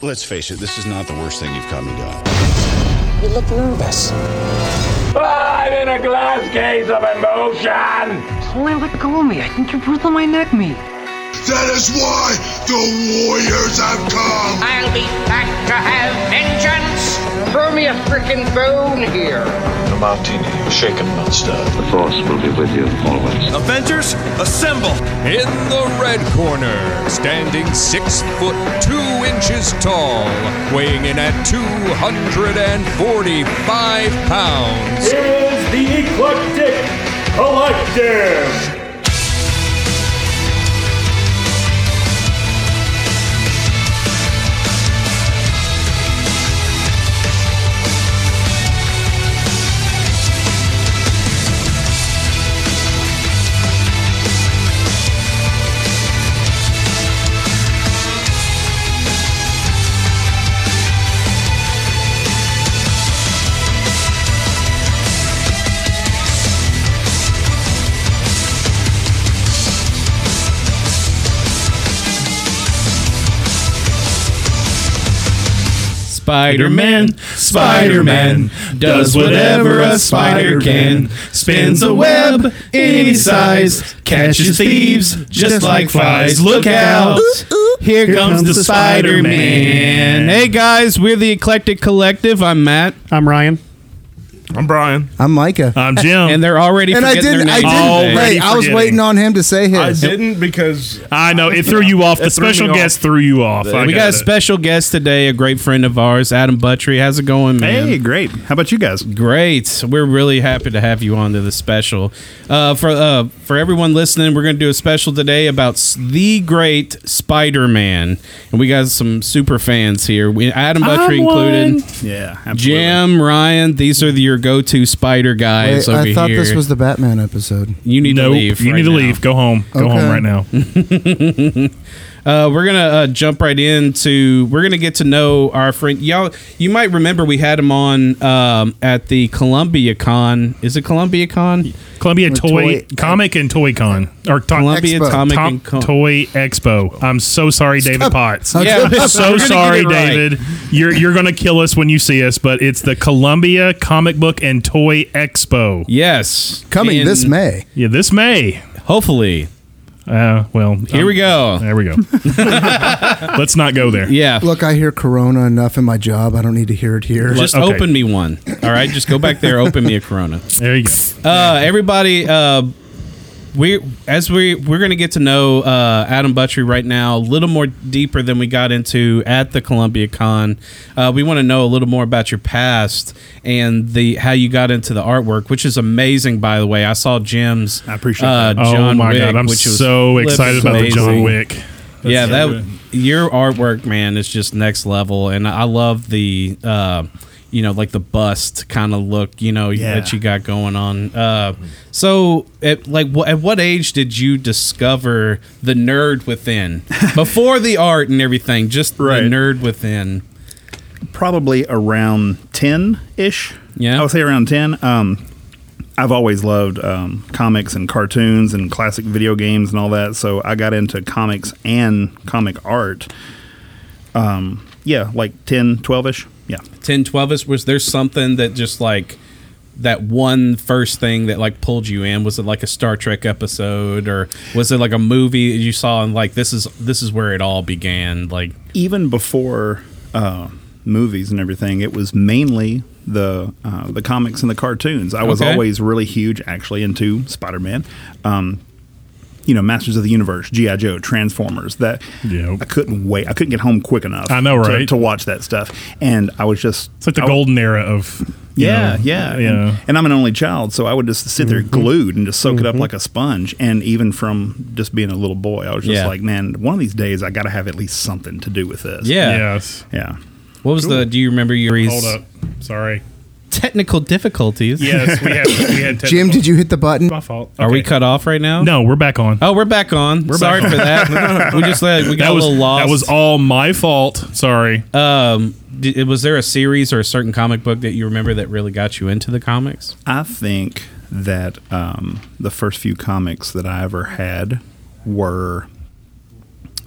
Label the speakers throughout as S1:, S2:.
S1: Let's face it, this is not the worst thing you've come and done.
S2: You look nervous.
S3: I'm in a glass case of emotion.
S4: Only let go of me. I think you're bruising my neck meat.
S5: That is why the warriors have come.
S6: I'll be back to have vengeance. Throw me a freaking bone here.
S7: A martini, shaken, not stirred.
S8: force will be with you always.
S9: Avengers, assemble!
S10: In the red corner, standing six foot two inches tall, weighing in at 245 pounds,
S3: Is the eclectic collective?
S11: Spider Man, Spider Man does whatever a spider can. Spins a web any size, catches thieves just like flies. Look out! Here comes the Spider Man. Hey guys, we're the Eclectic Collective. I'm Matt,
S12: I'm Ryan.
S9: I'm Brian.
S13: I'm Micah.
S12: I'm Jim.
S11: and they're already
S13: and I
S11: forgetting
S13: didn't.
S11: their
S13: I
S11: names
S13: didn't.
S11: today.
S12: Already
S13: wait, I was
S12: forgetting.
S13: waiting on him to say
S9: I
S13: his.
S9: didn't because
S12: I know it threw you off. The
S9: It threw me
S12: special
S9: off.
S12: guest threw you off. I
S11: We got a
S12: it.
S11: special guest today, a great friend of ours, Adam Buttry. How's it going, man?
S9: hey, great. How about you guys?
S11: Great. We're really happy to have you on to the special. Uh, for uh, for everyone listening, we're going to do a special today about s- the great Spider-Man, and we got some super fans here. We, Adam Buttrey included,
S9: Yeah, absolutely.
S11: Jim, Ryan. These are your go-to Spider
S13: Wait,
S11: guys over
S13: I thought
S11: here.
S13: this was the Batman episode.
S11: you need
S12: Nope.
S11: to leave.
S12: you
S11: right
S12: need to
S11: now.
S12: leave. Go home. Go
S13: Okay.
S12: home right now.
S11: Uh, we're gonna uh, jump right into. We're gonna get to know our friend. Y'all, you might remember we had him on um, at the Columbia Con. Is it Columbia Con?
S12: Columbia Toy,
S13: Toy-
S12: Comic and Toy Con or to-
S11: Columbia
S13: Expo.
S11: Atomic
S12: Tom-
S11: and Con-
S12: Toy Expo. I'm so sorry, David Potts.
S11: Yeah,
S12: So
S11: We're gonna get
S12: sorry,
S11: it right.
S12: David. You're you're gonna kill us when you see us, but it's the Columbia Comic Book and Toy Expo.
S11: Yes,
S13: Coming
S11: In-
S13: this May.
S12: Yeah, this May.
S11: Hopefully,
S12: Uh, well, um,
S11: here we go.
S12: There we go. Let's not go there.
S11: Yeah,
S13: Look, I hear Corona enough in my job. I don't need to hear it here.
S11: just
S12: okay.
S11: open me one. All right, just go back there. Open me a Corona.
S12: There you go.
S11: Uh, everybody, uh, we as we we're gonna get to know uh, Adam Buttry right now a little more deeper than we got into at the Columbia Con. Uh, we want to know a little more about your past and the how you got into the artwork, which is amazing. By the way, I saw Jim's. I
S9: appreciate
S11: uh,
S9: that.
S12: Oh
S11: John
S12: my
S11: Wick,
S12: god, I'm
S11: which was
S12: so
S11: flippin'
S12: excited about the John
S11: amazing.
S12: Wick.
S11: yeah,
S12: so
S11: that
S12: good.
S11: your artwork, man, is just next level, and I love the uh, you know like the bust kind of look, you know
S9: Yeah.
S11: that you got going on. Uh, so, at like, wh- at what age did you discover the nerd within? Before the art and everything, just
S9: Right.
S11: the nerd within.
S9: Probably around 10 ish.
S11: Yeah.
S9: I would say around 10. Um, I've always loved um, comics and cartoons and classic video games and all that. So I got into comics and comic art. Um, yeah, like 10, 12 ish. Yeah.
S11: 10 12 is was there something that just like that one first thing that like pulled you in was it like a star trek episode or was it like a movie you saw and like this is this is where it all began like
S9: even before uh, movies and everything, it was mainly the uh, the comics and the cartoons. I was
S11: Okay.
S9: always really huge, actually, into Spider Man. Um, you know, Masters of the Universe, GI Joe, Transformers. That
S12: Yep.
S9: I couldn't wait. I couldn't get home quick enough.
S12: I know,
S9: to- To,
S12: right?
S9: watch that stuff, and I was just
S12: It's like the
S9: I-
S12: golden era of you
S9: yeah,
S12: know,
S9: yeah,
S12: you know.
S9: And, and I'm an only child, so I would just sit there
S11: Mm-hmm.
S9: glued and just soak it up like a sponge. And even from just being a little boy, I was just
S11: Yeah.
S9: like, man, one of these days I got to have at least something to do with this.
S11: yeah,
S12: Yes.
S9: yeah.
S11: what was the do you remember your
S12: Hold up. Sorry.
S11: technical difficulties
S12: Yes, we had we
S13: Jim,
S12: had technical-
S13: did you hit the button?
S12: my fault.
S11: are we
S12: Okay.
S11: cut off right now
S12: No, we're back on.
S11: oh we're back on sorry
S12: back
S11: for that we just like we got
S12: that was
S11: a little lost
S12: that was all my fault. Sorry.
S11: um did, was there a series or a certain comic book that you remember that really got you into the comics
S9: I think that um, the first few comics that I ever had were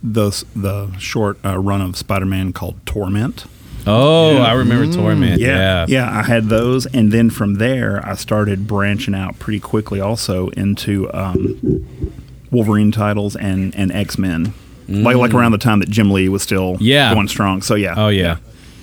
S9: the the short uh, run of Spider-Man called Torment.
S11: Oh, I remember Torment.
S9: Mm-hmm. Yeah,
S11: Yeah.
S9: yeah, I had those, and then from there I started branching out pretty quickly, also into um, Wolverine titles and and X Men, like like around the time that Jim Lee was still
S11: Yeah.
S9: going strong. So yeah,
S11: Oh yeah.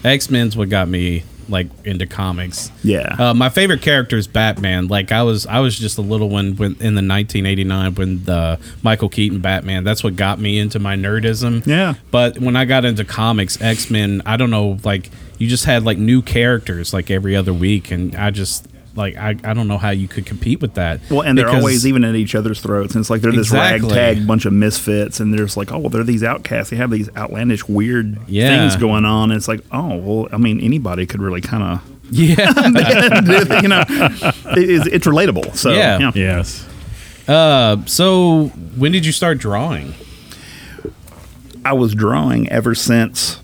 S11: X Men's what got me like into comics.
S9: Yeah.
S11: Uh, my favorite character is Batman. Like I was I was just a little one when in the 1989 when the Michael Keaton Batman. That's what got me into my nerdism.
S9: Yeah.
S11: But when I got into comics, X Men, I don't know, like you just had like new characters like every other week, and I just like I, I don't know how you could compete with that.
S9: Well, and they're
S11: Because-
S9: always even at each other's throats, and it's like they're this
S11: Exactly.
S9: ragtag bunch of misfits, and there's like, oh, well, they're these outcasts. They have these outlandish, weird
S11: Yeah.
S9: things going on. And it's like, oh, well, I mean, anybody could really kind of,
S11: yeah,
S9: you know, it, it's, it's relatable. So
S11: Yeah.
S12: Yes.
S11: Uh, so when did you start drawing?
S9: I was drawing ever since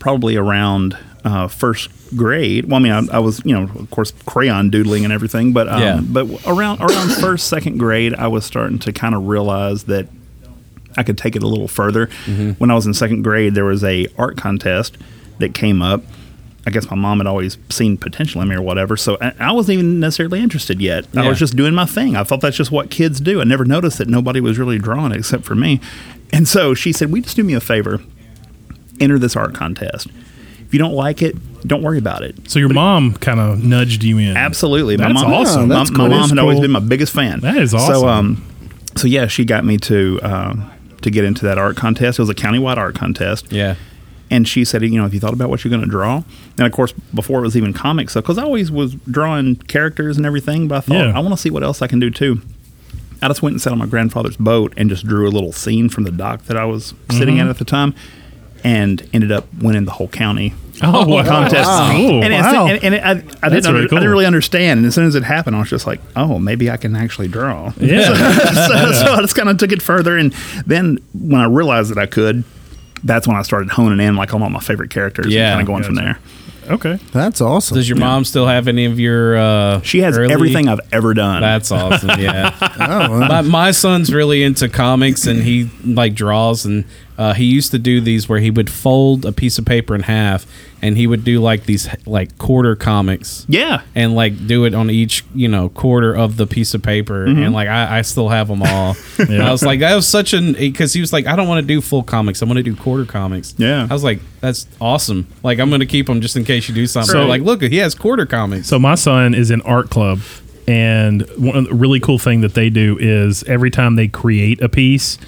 S9: probably around uh, first grade. Well, I mean, I, I was, you know, of course, crayon doodling and everything, but um,
S11: Yeah.
S9: but around around first second grade, I was starting to kind of realize that I could take it a little further.
S11: Mm-hmm.
S9: When I was in second grade, there was a art contest that came up. I guess my mom had always seen potential in me or whatever, so I, I wasn't even necessarily interested yet. I
S11: Yeah.
S9: was just doing my thing. I thought that's just what kids do. I never noticed that nobody was really drawing except for me. And so she said, "We just do me a favor? Enter this art contest. If you don't like it, don't worry about it."
S12: So your mom kind of nudged you
S9: Oh,
S12: in.
S9: Absolutely. My
S12: That's
S9: mom,
S12: awesome.
S9: My,
S12: That's
S9: my
S12: cool.
S9: mom
S12: That's
S9: had always
S12: cool.
S9: been my biggest fan.
S12: That is
S9: So,
S12: awesome.
S9: um, so yeah, she got me to um to get into that art contest. It was a countywide art contest.
S11: Yeah.
S9: And she said, you know, have you thought about what you're going to draw? And of course, before it was even comics, because I always was drawing characters and everything, but I thought,
S12: Yeah.
S9: I want to see what else I can do too. I just went and sat on my grandfather's boat and just drew a little scene from the dock that I was sitting at at the time and ended up winning the whole county
S12: Oh, wow.
S9: contest.
S12: That's cool.
S9: And, it's-
S12: Wow.
S9: and- and it- I, I, didn't
S12: That's
S9: under-
S12: really
S9: I
S12: cool.
S9: didn't really understand. And as soon as it happened, I was just like, oh, maybe I can actually draw.
S12: Yeah.
S9: so, so I just kind of took it further. And then when I realized that I could, that's when I started honing in like on all my favorite characters
S11: Yeah.
S9: and kind of going from
S12: Gotcha.
S9: there.
S12: okay.
S10: That's awesome.
S11: Does your mom still have any of your? Uh,
S9: She has
S11: early-
S9: everything I've ever done.
S11: That's awesome. Yeah.
S10: Oh, well.
S11: my, my son's really into comics and he like draws and uh, he used to do these where he would fold a piece of paper in half and he would do like these like quarter comics
S9: yeah.
S11: and like do it on each you know quarter of the piece of paper
S9: Mm-hmm.
S11: and like I, I still have them all and i was like that was such an because he was like i don't want to do full comics i want to do quarter comics
S9: Yeah.
S11: i was like that's awesome like i'm gonna keep them just in case you do something
S12: So-
S11: like look he has quarter comics
S12: So my son is in art club, and one really cool thing that they do is every time they create a piece,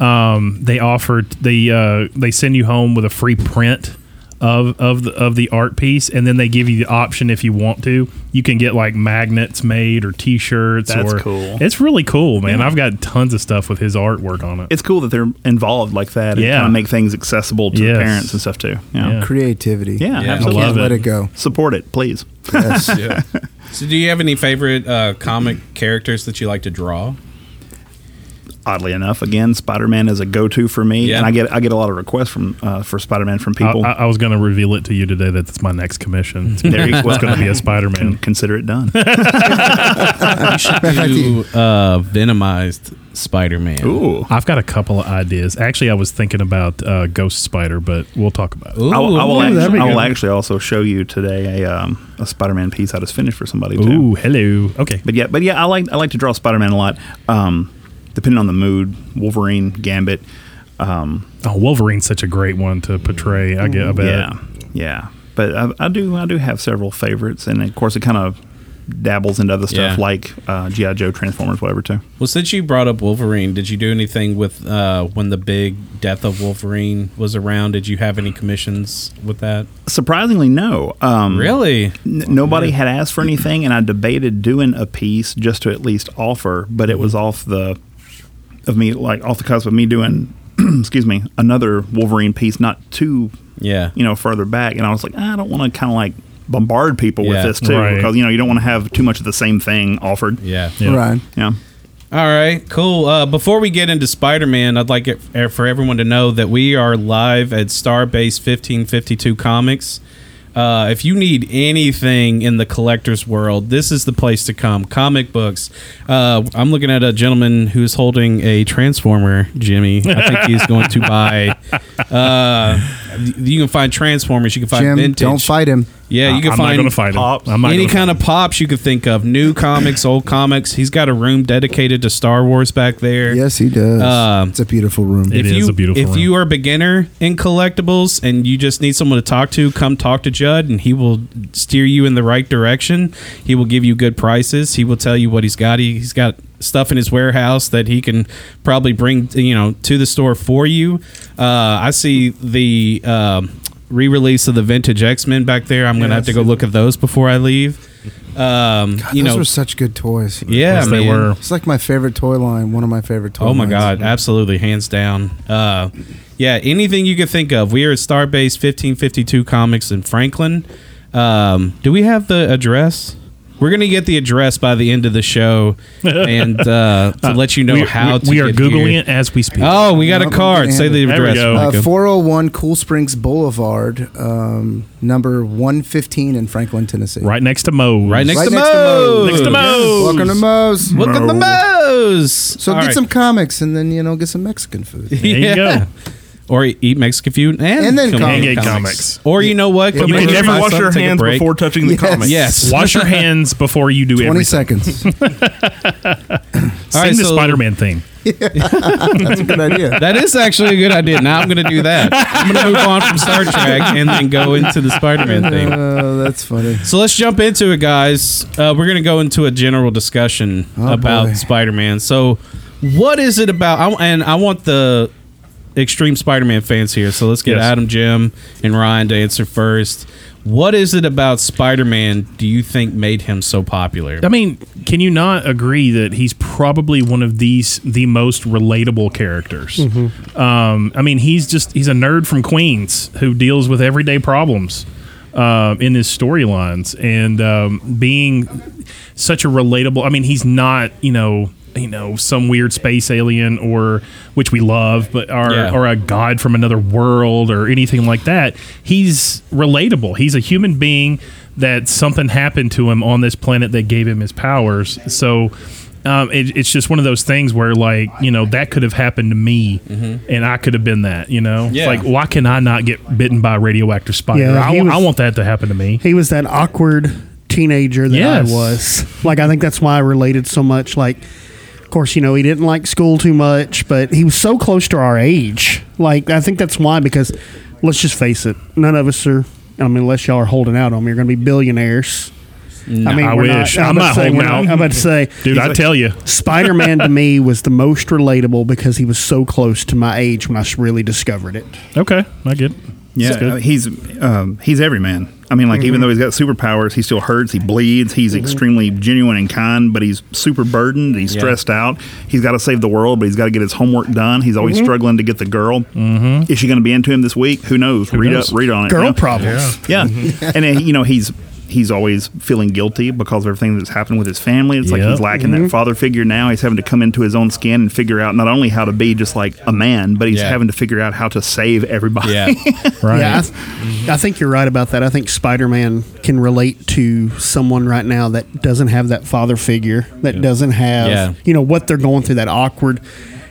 S12: um, they offer they uh, they send you home with a free print. Of, of the of the art piece, and then they give you the option if you want to. You can get like magnets made or T-shirts.
S9: That's
S12: or,
S9: cool.
S12: It's really cool, man. I've got tons of stuff with his artwork on it.
S9: It's cool that they're involved like that and
S12: Yeah.
S9: kind of make things accessible to
S12: Yes.
S9: the parents and stuff too. Yeah.
S12: Yeah.
S10: Creativity.
S9: Yeah,
S11: Yeah.
S9: absolutely.
S12: I love
S10: Can't let
S12: it.
S10: it go.
S9: Support it, please.
S10: Yes.
S11: So, do you have any favorite uh, comic characters that you like to draw?
S9: Oddly enough, again, Spider Man is a go to for me,
S11: Yeah.
S9: and I get I get a lot of requests from uh, for Spider Man from
S12: I,
S9: people.
S12: I- I was going to reveal it to you today. that That's my next commission. It's
S9: There you go.
S12: going to be a Spider-Man.
S9: Consider it done.
S11: You uh, venomized Spider Man.
S9: Ooh.
S12: I've got a couple of ideas. Actually, I was thinking about uh, Ghost Spider, but we'll talk about it.
S9: I will, I will,
S12: Ooh, that'd
S9: actually,
S12: be
S9: I will
S12: good.
S9: actually also show you today a, um, a Spider-Man piece I just finished for somebody too.
S12: Ooh, hello. Okay.
S9: But yeah, but yeah, I like I like to draw Spider-Man a lot. Um, depending on the mood, Wolverine, Gambit. Um,
S12: Oh, Wolverine's such a great one to portray. I
S11: Mm,
S12: get. I bet.
S9: yeah, yeah. But I, I do I do have several favorites, and of course it kind of dabbles into other stuff
S11: Yeah.
S9: like uh, GI Joe, Transformers, whatever too.
S11: Well, since you brought up Wolverine, did you do anything with uh, when the big death of Wolverine was around? Did you have any commissions with that?
S9: Surprisingly, no. Um,
S11: Really?
S9: N- nobody had asked for anything, and I debated doing a piece just to at least offer, but it was
S11: Mm-hmm.
S9: off the of me like off the cusp of me doing, excuse me, another Wolverine piece, not too
S11: Yeah.
S9: you know further back, and I was like, I don't want to kind of like bombard people with
S11: Yeah.
S9: this too,
S12: Right.
S9: because you know you don't want to have too much of the same thing offered.
S11: Yeah.
S12: Yeah.
S10: Right.
S9: yeah.
S11: All right, cool. Uh, before we get into Spider Man, I'd like it er, for everyone to know that we are live at Starbase 1552 Comics. Uh, if you need anything in the collector's world, this is the place to come. Comic books. Uh, I'm looking at a gentleman who's holding a Transformer, Jimmy. I think he's going to buy. Uh, you can find Transformers. You can find
S10: Jim,
S11: vintage.
S10: don't fight him.
S11: Yeah, you can
S12: I'm not
S11: find
S12: gonna fight him. Pops. I'm not
S11: any
S12: gonna
S11: kind of pops you could think of. New comics, old comics. He's got a room dedicated to Star Wars back there.
S10: Yes, he does.
S11: Um,
S10: it's a beautiful room.
S11: if you, If you are a beginner in collectibles and you just need someone to talk to, come talk to Judd and he will steer you in the right direction. He will give you good prices. He will tell you what he's got. He, he's got stuff in his warehouse that he can probably bring you know to the store for you. Uh, I see the um, re-release of the vintage X Men back there. I'm gonna have to go look at those before I leave. Um, you
S10: Those
S11: know,
S10: were such good toys.
S11: Yeah, Yes, they man. were.
S10: It's like my favorite toy line. One of my favorite toy.
S11: Oh my
S10: lines.
S11: god, absolutely, hands down. Uh, yeah, anything you could think of. We are at Starbase fifteen fifty two Comics in Franklin. Um, do we have the address? We're gonna get the address by the end of the show, and uh, to let you know
S12: we,
S11: how
S12: we,
S11: to
S12: we are
S11: get
S12: googling
S11: here.
S12: it as we speak.
S11: Oh, we got a card. Say the
S12: There we
S11: address.
S12: go.
S11: Micah.
S10: Uh, 401 Cool Springs Boulevard, um, number 115 in Franklin, Tennessee.
S12: right next to Moe's.
S11: Right next
S10: Right
S11: to
S10: next to
S11: Moe's.
S10: Moe's. Next to
S12: Moe's.
S10: Welcome to Moe's.
S11: Welcome to Moe's.
S10: So
S11: All
S10: get
S11: right.
S10: some comics and then, you know, get some Mexican food.
S12: There you go.
S11: Or eat Mexican food and,
S10: And then
S11: come
S10: comics.
S11: eat
S12: And get comics.
S11: Or you know what?
S10: But
S11: Come
S10: you
S11: over
S10: can
S11: to
S10: never
S11: my
S10: wash
S11: son,
S3: your
S11: take a
S3: hands
S11: break.
S3: before touching the
S10: Yes.
S3: comic.
S11: Yes.
S12: Wash your hands before you do
S10: 20
S12: everything.
S10: seconds.
S12: Sing
S11: right,
S12: the
S11: so-
S12: Spider-Man thing.
S10: That's a good idea.
S11: That is actually a good idea. Now I'm going to do that. I'm going to move on from Star Trek and then go into the Spider-Man thing.
S10: Uh, that's funny.
S11: So let's jump into it, guys. Uh, we're going to go into a general discussion
S10: Oh,
S11: about
S10: boy.
S11: Spider-Man. So, what is it about? I, and I want the extreme Spider-Man fans here. So let's get
S12: Yes.
S11: Adam, Jim, and Ryan to answer first. What is it about Spider-Man? Do you think made him so popular?
S12: I mean, can you not agree that he's probably one of these the most relatable characters? Um, I mean, he's just he's a nerd from Queens who deals with everyday problems uh, in his storylines, and um, being such a relatable. I mean, he's not you know you know some weird space alien or which we love, but or
S11: Yeah.
S12: or a god from another world or anything like that. He's relatable. He's a human being that something happened to him on this planet that gave him his powers. So um, it, it's just one of those things where, like, you know, that could have happened to me and I could have been that, you know? It's
S11: Mm-hmm. Yeah.
S12: like, why can I not get bitten by a radioactive spider?
S14: Yeah,
S12: I,
S14: he
S12: wa-
S14: was-
S12: I want that to happen to me.
S14: he was that awkward teenager that
S12: Yes.
S14: I was. Like I think that's why I related so much. Like, of course, you know he didn't like school too much, but he was so close to our age. Like I think that's why because let's just face it, none of us are. I mean, unless y'all are holding out on me, you're going to be billionaires.
S12: No, I wish.
S14: about
S12: I'm not
S14: to say,
S12: holding
S14: we're not-
S12: out.
S14: I'm about to say,
S12: Dude, I tell you.
S14: Spider Man to me was the most relatable because he was so close to my age when I s- really discovered it.
S12: Okay, I get it.
S9: Yeah,
S12: That's good.
S9: uh, he's um, he's every man. I mean, like even though he's got superpowers, he still hurts. He bleeds. He's extremely genuine and kind, but he's super burdened. He's
S11: Yeah.
S9: stressed out. He's got to save the world, but he's got to get his homework done. He's always struggling to get the girl. Mm-hmm. Is she going to be into him this week? Who knows? read
S12: knows?
S9: up, read on it.
S14: Girl
S9: you know?
S14: problems.
S9: Yeah, and then, you know he's he's always feeling guilty because of everything that's happened with his family. It's like
S12: Yep.
S9: he's lacking that father figure now. He's having to come into his own skin and figure out not only how to be just like a man, but he's
S11: Yeah.
S9: having to figure out how to save everybody.
S11: Yeah.
S12: Right.
S14: Yeah, I, th- I think you're right about that. I think Spider Man can relate to someone right now that doesn't have that father figure, that doesn't have,
S11: Yeah.
S14: you know, what they're going through, that awkward.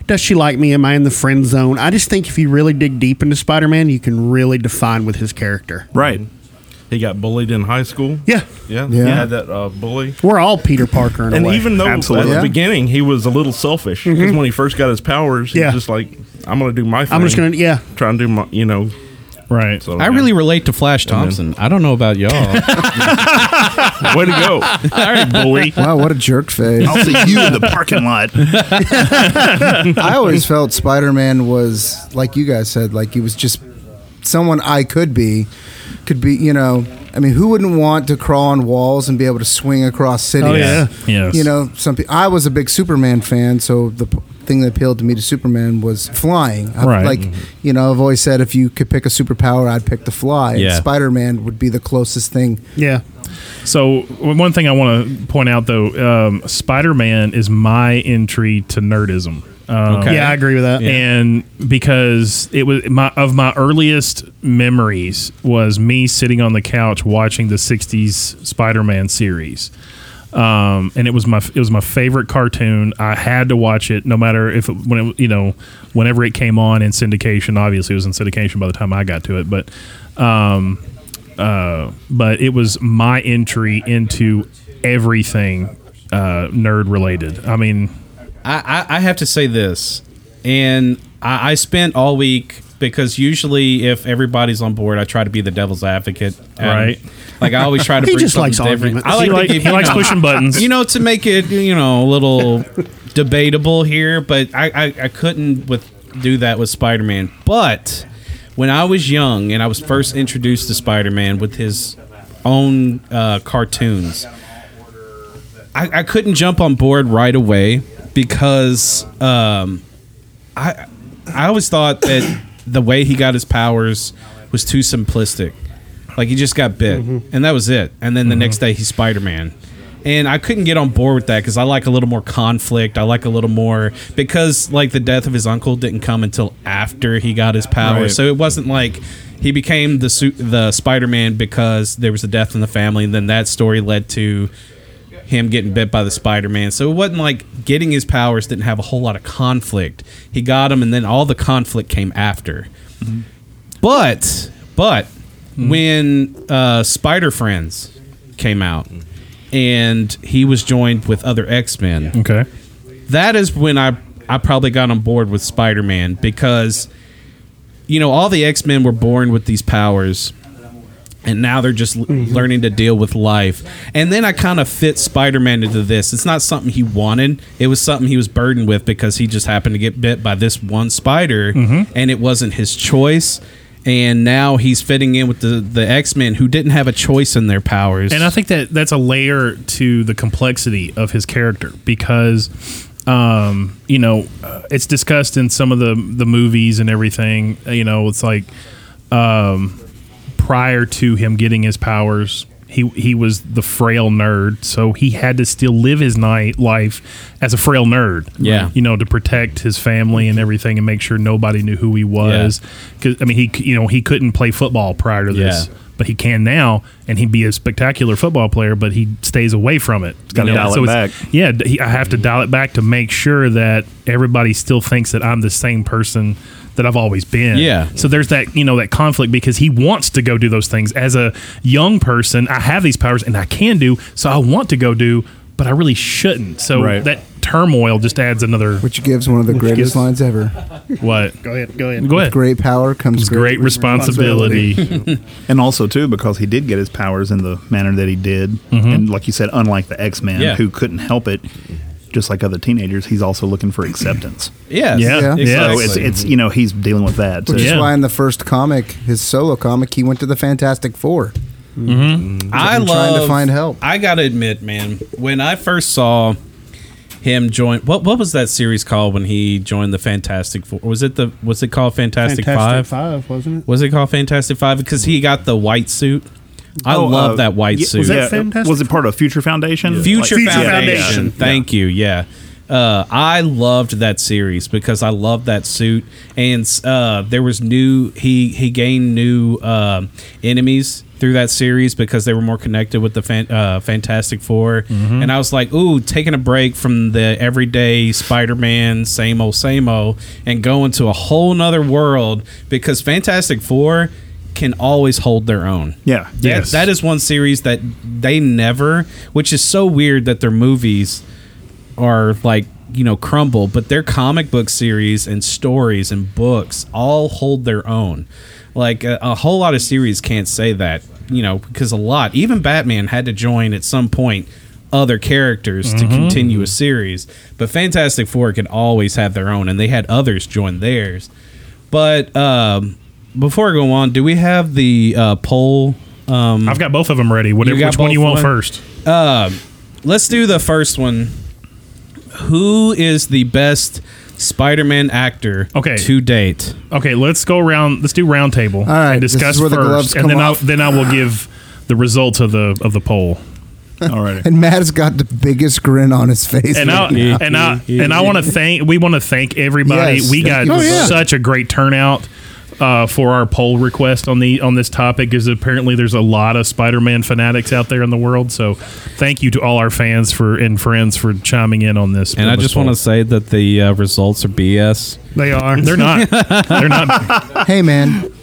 S14: Does she like me? Am I in the friend zone? I just think if you really dig deep into Spider Man, you can really define with his character.
S9: Right.
S3: He got bullied in high school.
S14: Yeah.
S3: Yeah.
S10: Yeah.
S3: He had that uh, bully.
S14: We're all Peter Parker in
S3: And
S14: a way.
S3: even though
S9: Absolutely.
S3: at the
S9: Yeah.
S3: beginning he was a little selfish because
S13: Mm-hmm.
S3: when he first got his powers, he
S14: Yeah.
S3: was just like, "I'm gonna do my thing.
S14: I'm just going to, yeah.
S3: try and do my, you know."
S12: Right.
S3: So
S11: I
S3: yeah.
S11: really relate to Flash Thompson. I don't know about y'all. All
S3: way to go.
S11: right, bully.
S10: Wow, what a jerk face.
S9: I'll see you in the parking lot.
S10: I always felt Spider Man was like you guys said, like he was just someone I could be, could be. You know, I mean, who wouldn't want to crawl on walls and be able to swing across cities?
S14: yeah.
S12: Yes.
S10: You know, some. Pe- I was a big Superman fan, so the p- thing that appealed to me to Superman was flying. I-
S12: Right.
S10: Like, you know, I've always said if you could pick a superpower, I'd pick the fly.
S11: Yeah.
S10: Spider Man would be the closest thing.
S14: Yeah.
S12: So w- one thing I want to point out though, um, Spider Man is my entry to nerdism. Um,
S6: Okay. Yeah, I agree with that. Yeah.
S12: And because it was my of my earliest memories was me sitting on the couch watching the '60s Spider-Man series, um, and it was my it was my favorite cartoon. I had to watch it no matter if it, when it, you know whenever it came on in syndication. Obviously, it was in syndication by the time I got to it, but. Um, uh, but it was my entry into everything uh, nerd related. I mean,
S11: I, I, I have to say this, and I, I spent all week because usually if everybody's on board, I try to be the devil's advocate. and,
S12: Right.
S11: Like I always try to.
S12: He
S11: bring
S12: just likes
S11: something different.
S12: arguments. He like-
S11: to give,
S12: he
S11: you
S12: likes
S11: know,
S12: pushing buttons.
S11: You know, to make it you know a little debatable here, but I I, I couldn't with do that with Spider Man, but. When I was young and I was first introduced to Spider Man with his own uh, cartoons, I, I couldn't jump on board right away because um, I I always thought that the way he got his powers was too simplistic. Like he just got bit, and that was it. And then the next day he's Spider Man. And I couldn't get on board with that because I like a little more conflict. I like a little more because like the death of his uncle didn't come until after he got his powers.
S15: Right.
S11: So it wasn't like he became the su- the Spider Man because there was a death in the family, and then that story led to him getting bit by the Spider Man. So it wasn't like getting his powers didn't have a whole lot of conflict. He got him, and then all the conflict came after. But but when uh, Spider Friends came out, and he was joined with other X Men.
S12: Okay.
S11: That is when I I probably got on board with Spider Man because you know all the X Men were born with these powers. And now they're just l- learning to deal with life. And then I kind of fit Spider Man into this. It's not something he wanted, it was something he was burdened with because he just happened to get bit by this one spider
S12: Mhm.
S11: and it wasn't his choice. And now he's fitting in with the, the X Men who didn't have a choice in their powers.
S12: And I think that that's a layer to the complexity of his character because, um, you know, uh, it's discussed in some of the the movies and everything. uh, You know, it's like um, prior to him getting his powers. He, he was the frail nerd, so he had to still live his night life as a frail nerd.
S11: Yeah.
S12: you know, to protect his family and everything, and make sure nobody knew who he was. 'Cause, I mean, he c- you know he couldn't play football prior to this,
S11: Yeah.
S12: but he can now, and he'd be a spectacular football player, but he stays away from it.
S15: Gotta
S12: You
S15: dial it
S12: it's-
S15: back.
S12: Yeah, d- he, I have to dial it back to make sure that everybody still thinks that I'm the same person that I've always been.
S11: Yeah.
S12: So there's that you know that conflict because he wants to go do those things as a young person. I have these powers and I can do, so I want to go do, but I really shouldn't. So
S10: Right.
S12: that turmoil just adds another.
S10: Which gives one of the
S12: Which
S10: greatest
S12: gives-
S10: lines ever.
S12: What?
S6: Go ahead. Go ahead.
S12: Go
S10: With great power comes great,
S9: and also too because he did get his powers in the manner that he did,
S12: Mhm.
S9: and like you said, unlike the X Men
S11: Mm-hmm. Yeah.
S9: who couldn't help it, just like other teenagers, he's also looking for acceptance.
S11: Yes.
S10: Yeah. Yeah.
S9: So it's,
S10: Exactly.
S9: it's you know he's dealing with that.
S10: Which
S9: so-
S10: is why in the first comic, his solo comic, he went to the Fantastic Four.
S11: Mm-hmm. I
S10: I'm
S11: love
S10: trying to find help.
S11: I gotta admit, man, when I first saw him join, what what was that series called when he joined the Fantastic Four? Was it the was it called Fantastic, Five?
S6: wasn't it?
S11: Was it called Fantastic Five because he got the white suit? I
S9: Oh,
S11: love
S9: uh,
S11: that white
S9: yeah,
S11: suit.
S9: Was, that fantastic? was it part of Future Foundation?
S11: Future,
S9: Like-
S11: Foundation. Thank you. Yeah. Uh, I loved that series because I loved that suit, and uh, there was new. He he gained new um enemies through that series because they were more connected with the fan, uh, Fantastic 4
S15: Mhm.
S11: And I was like, ooh, taking a break from the everyday Spider-Man, same old, same old, and going to a whole nother world because Fantastic Four can always hold their own.
S9: Yeah.
S11: That, that is one series that they never, which is so weird that their movies are like, you know, crumble, but their comic book series and stories and books all hold their own. Like a, a whole lot of series can't say that, you know, because a lot, even Batman had to join at some point other characters
S15: Mhm.
S11: to continue a series. But Fantastic Four could always have their own, and they had others join theirs. But um, before I go on, do we have the uh, poll? Um,
S12: I've got both of them ready. Whatever,
S11: got
S12: which one
S11: both
S12: you want
S11: one?
S12: first?
S11: Um, let's do the first one. Who is the best Spider-Man actor?
S12: Okay.
S11: to date.
S12: Okay, let's go around. Let's do round table. All right, and
S11: this
S12: discuss
S11: is where the gloves
S12: first,
S11: come
S12: and then
S11: off.
S12: I then I will give the results of the of the poll.
S9: Alrighty.
S10: And Matt's got the biggest grin on his face.
S12: and I
S10: right now.
S12: and I and I want to thank we want to thank everybody.
S10: Yes,
S12: we
S10: thank
S12: got
S10: you. Oh, yeah.
S12: such a great turnout uh, for our poll request on the on this topic because apparently there's a lot of Spider-Man fanatics out there in the world. So thank you to all our fans for and friends for chiming in on this.
S11: And I just want to say that the uh, results are BS.
S12: They are. They're not. They're not.
S10: hey man,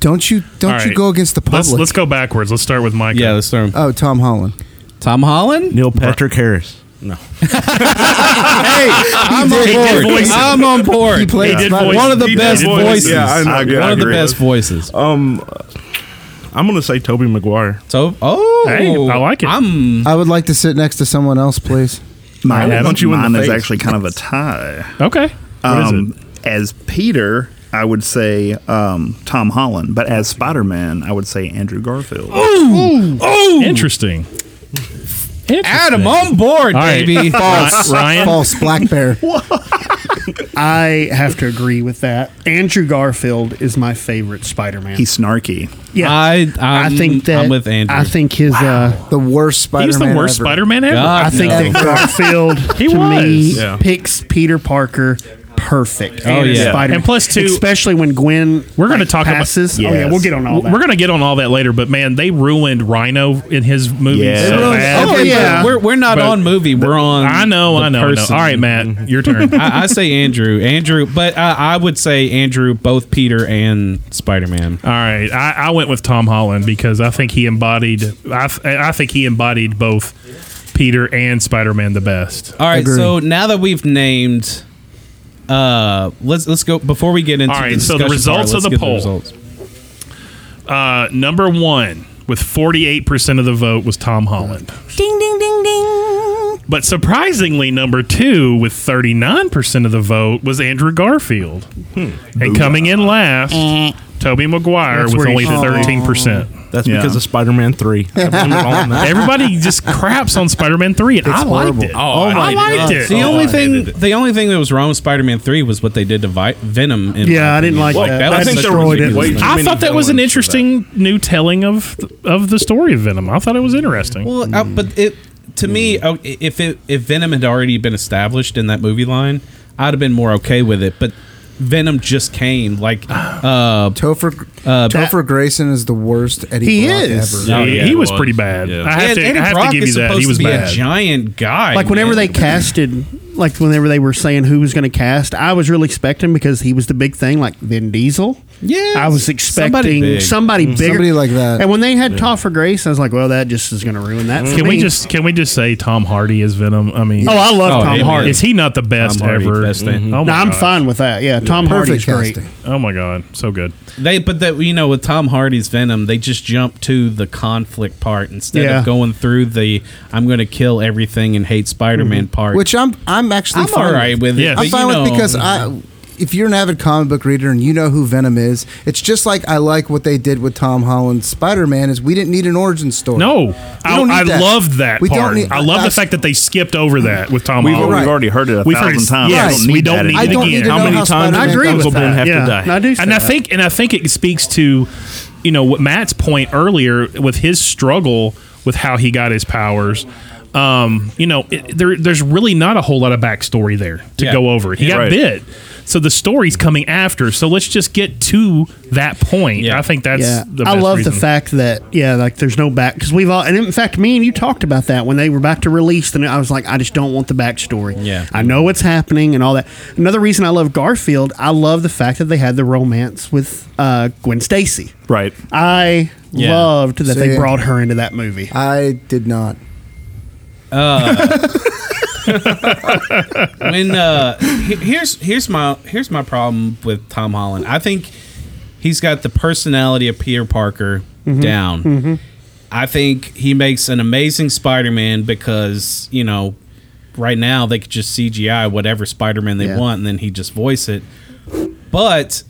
S10: don't you don't
S12: All
S10: you
S12: right.
S10: go against the public?
S12: Let's, let's go backwards. Let's start with Mike.
S11: Yeah, let's start.
S10: oh, Tom Holland.
S11: Tom Holland?
S15: Neil Patrick Harris.
S11: No.
S10: hey, I'm
S11: He did
S10: on board.
S11: voice it. I'm on board.
S10: He played
S11: He did
S10: Spider-Man.
S11: voice it. One of the
S15: He
S11: best
S15: did voice it.
S11: voices.
S15: Yeah, I, know,
S11: I-
S15: yeah,
S11: one
S15: I
S11: of the
S15: agree with
S11: best
S15: it.
S11: voices.
S15: Um, uh, I'm gonna say Toby Maguire.
S11: So, oh, I'm.
S10: I would like to sit next to someone else, please.
S9: Mine,
S15: I want you in the
S9: mine is
S15: face.
S9: actually kind of a tie.
S12: Okay. What is
S9: Um, as Peter, I would say um, Tom Holland, but as Spider Man, I would say Andrew Garfield.
S12: Oh, interesting.
S11: Adam on board,
S12: All right.
S11: baby.
S12: False. Ryan?
S10: False black bear.
S6: I have to agree with that. Andrew Garfield is my favorite Spider-Man.
S9: He's snarky.
S6: yeah.
S11: I,
S6: i
S11: I'm-
S6: think that
S11: I'm with Andrew.
S6: I think his uh,
S10: the worst Spider-Man.
S12: He's the worst
S10: ever.
S12: Spider-Man ever.
S11: God,
S6: I think
S11: no.
S6: that Garfield
S12: He
S6: to me
S12: was. Yeah.
S6: picks Peter Parker perfect.
S11: Oh,
S6: And
S11: yeah.
S6: Spider-Man.
S12: And plus, too-
S6: especially when Gwen
S12: We're going to talk
S6: passes.
S12: about.
S6: Oh yeah, we'll get on all that.
S12: We're going to get on all that later, but man, they ruined Rhino in his movie
S9: Yeah.
S12: so
S9: They ruined
S12: bad.
S11: Okay,
S6: yeah.
S11: but Oh, we're, we're not
S12: But-
S11: on movie. We're on.
S12: I know,
S11: the
S12: I know, I know.
S11: person.
S12: All right, Matt, your turn.
S11: I, I say Andrew, Andrew, but I, I would say Andrew, both Peter and Spider Man.
S12: All right, I, I went with Tom Holland because I think he embodied. I, th- I think he embodied both Peter and Spider Man the best.
S11: All right,
S10: Agree.
S11: so now that we've named, uh, let's let's go before we get into.
S12: All right,
S11: the
S12: so the
S11: discussion part,
S12: results of
S11: let's
S12: the
S11: get
S12: poll.
S11: results.
S12: Uh, number one with forty eight percent of the vote was Tom Holland.
S16: Ding ding ding ding.
S12: But surprisingly, number two with 39% of the vote was Andrew Garfield. And coming in last,
S16: Eh.
S12: Toby Maguire
S15: That's
S12: with
S15: where
S12: only
S15: you should be.
S12: 13%.
S15: That's
S9: Yeah.
S15: because of Spider Man Three.
S12: Everybody just craps on Spider Man 3, and I liked it.
S15: Oh,
S12: I liked it.
S11: The only thing, the only thing that was wrong with Spider Man Three was what they did to Vi- Venom. In
S6: Yeah,
S11: my
S6: I didn't
S11: opinion.
S6: like that.
S11: was
S6: I
S11: such a
S6: destroyed it.
S11: ridiculous
S6: Wait,
S11: thing.
S12: I thought that was an interesting new telling of of the story of Venom. I thought it was interesting.
S11: Well,
S6: Hmm.
S11: uh, but it to me, oh, i- if it if Venom had already been established in that movie line, I'd have been more okay with it. But Venom just came like uh,
S10: Topher
S11: uh,
S10: Topher Grayson is the worst Eddie
S6: He
S10: Brock
S6: is.
S10: ever.
S12: Yeah,
S11: Oh,
S12: he-
S11: yeah,
S12: he
S11: it
S12: was
S11: was.
S12: pretty bad.
S11: Yeah.
S12: I have,
S11: And
S12: to, I
S11: Eddie
S12: have
S11: Brock
S12: to give
S11: is
S12: you that.
S11: supposed
S12: He was
S11: to be
S12: bad.
S11: a giant guy.
S6: like whenever
S11: man.
S6: they casted like whenever they were saying who was going to cast i was really expecting because he was the big thing like vin diesel
S11: Yes.
S6: i was expecting somebody,
S11: big.
S6: bigger
S10: Somebody like that.
S6: and when they had topher grace i was like well that just is going to ruin that for
S12: Mm-hmm. Can we
S6: me.
S12: just can we just say Tom Hardy is Venom? I mean,
S6: oh i love
S11: Oh,
S6: tom
S11: yeah.
S6: hardy
S12: is he not the best
S11: Tom Hardy,
S12: ever?
S11: best thing.
S12: Oh
S6: no,
S12: my
S6: i'm
S12: God.
S6: fine with that yeah tom hardy's great
S10: Perfect casting.
S12: Oh my god, so good.
S11: They but that you know with Tom Hardy's Venom, they just jump to the conflict part instead
S6: Yeah.
S11: of going through the I'm going to kill everything and hate
S6: Mm-hmm.
S11: Spider-Man part.
S10: Which I'm I'm actually
S11: I'm
S10: fine
S11: all right with
S12: Yeah. I'm
S11: it. but
S10: I'm fine
S11: you
S10: with
S11: know- um,
S10: because I. If you're an avid comic book reader and you know who Venom is, it's just like I like what they did with Tom Holland's Spider-Man. Is we didn't need an origin story.
S12: No, I,
S10: don't need
S12: I
S10: that.
S12: loved that
S10: We don't
S12: part.
S10: need-
S12: I love the
S10: that's-
S12: fact that they skipped over that with Tom
S9: We've,
S12: Holland.
S10: Right.
S9: we've already heard it a
S12: We've heard
S9: thousand
S12: it-
S9: times.
S12: yes,
S9: I don't need
S12: we don't
S9: that
S12: need
S9: anymore.
S12: it
S10: I don't need
S12: again.
S10: to
S12: How
S10: know
S12: many
S10: how Spider-Man
S12: times
S6: I agree
S10: comes
S6: with
S10: about
S6: that.
S10: it.
S12: have to
S6: yeah.
S12: die.
S6: And I do say
S12: and I
S6: that.
S12: think and I think it speaks to you know what Matt's point earlier with his struggle with how he got his powers. Um, you know, it, there, there's really not a whole lot of backstory there to
S11: Yeah.
S12: go over. He
S11: Yeah.
S12: got
S11: Right.
S12: bit, so the story's coming after. So let's just get to that point.
S11: Yeah.
S12: I think that's
S6: yeah,
S12: the.
S6: I
S12: best
S6: love the
S12: reason.
S6: fact that yeah, like there's no back because we've all and in fact me and you talked about that when they were about to release, and I was like, I just don't want the backstory.
S11: Yeah.
S6: I know what's happening and all that. Another reason I love Garfield, I love the fact that they had the romance with uh, Gwen Stacy.
S9: Right.
S6: I
S11: Yeah.
S6: loved that they
S10: See?
S6: brought her into that movie.
S10: I did not.
S11: when uh, he- here's here's my here's my problem with Tom Holland. I think he's got the personality of Peter Parker
S6: Mm-hmm.
S11: down. I think he makes an amazing Spider-Man because you know right now they could just CGI whatever Spider-Man they
S6: Yeah.
S11: want and then he just voice it. But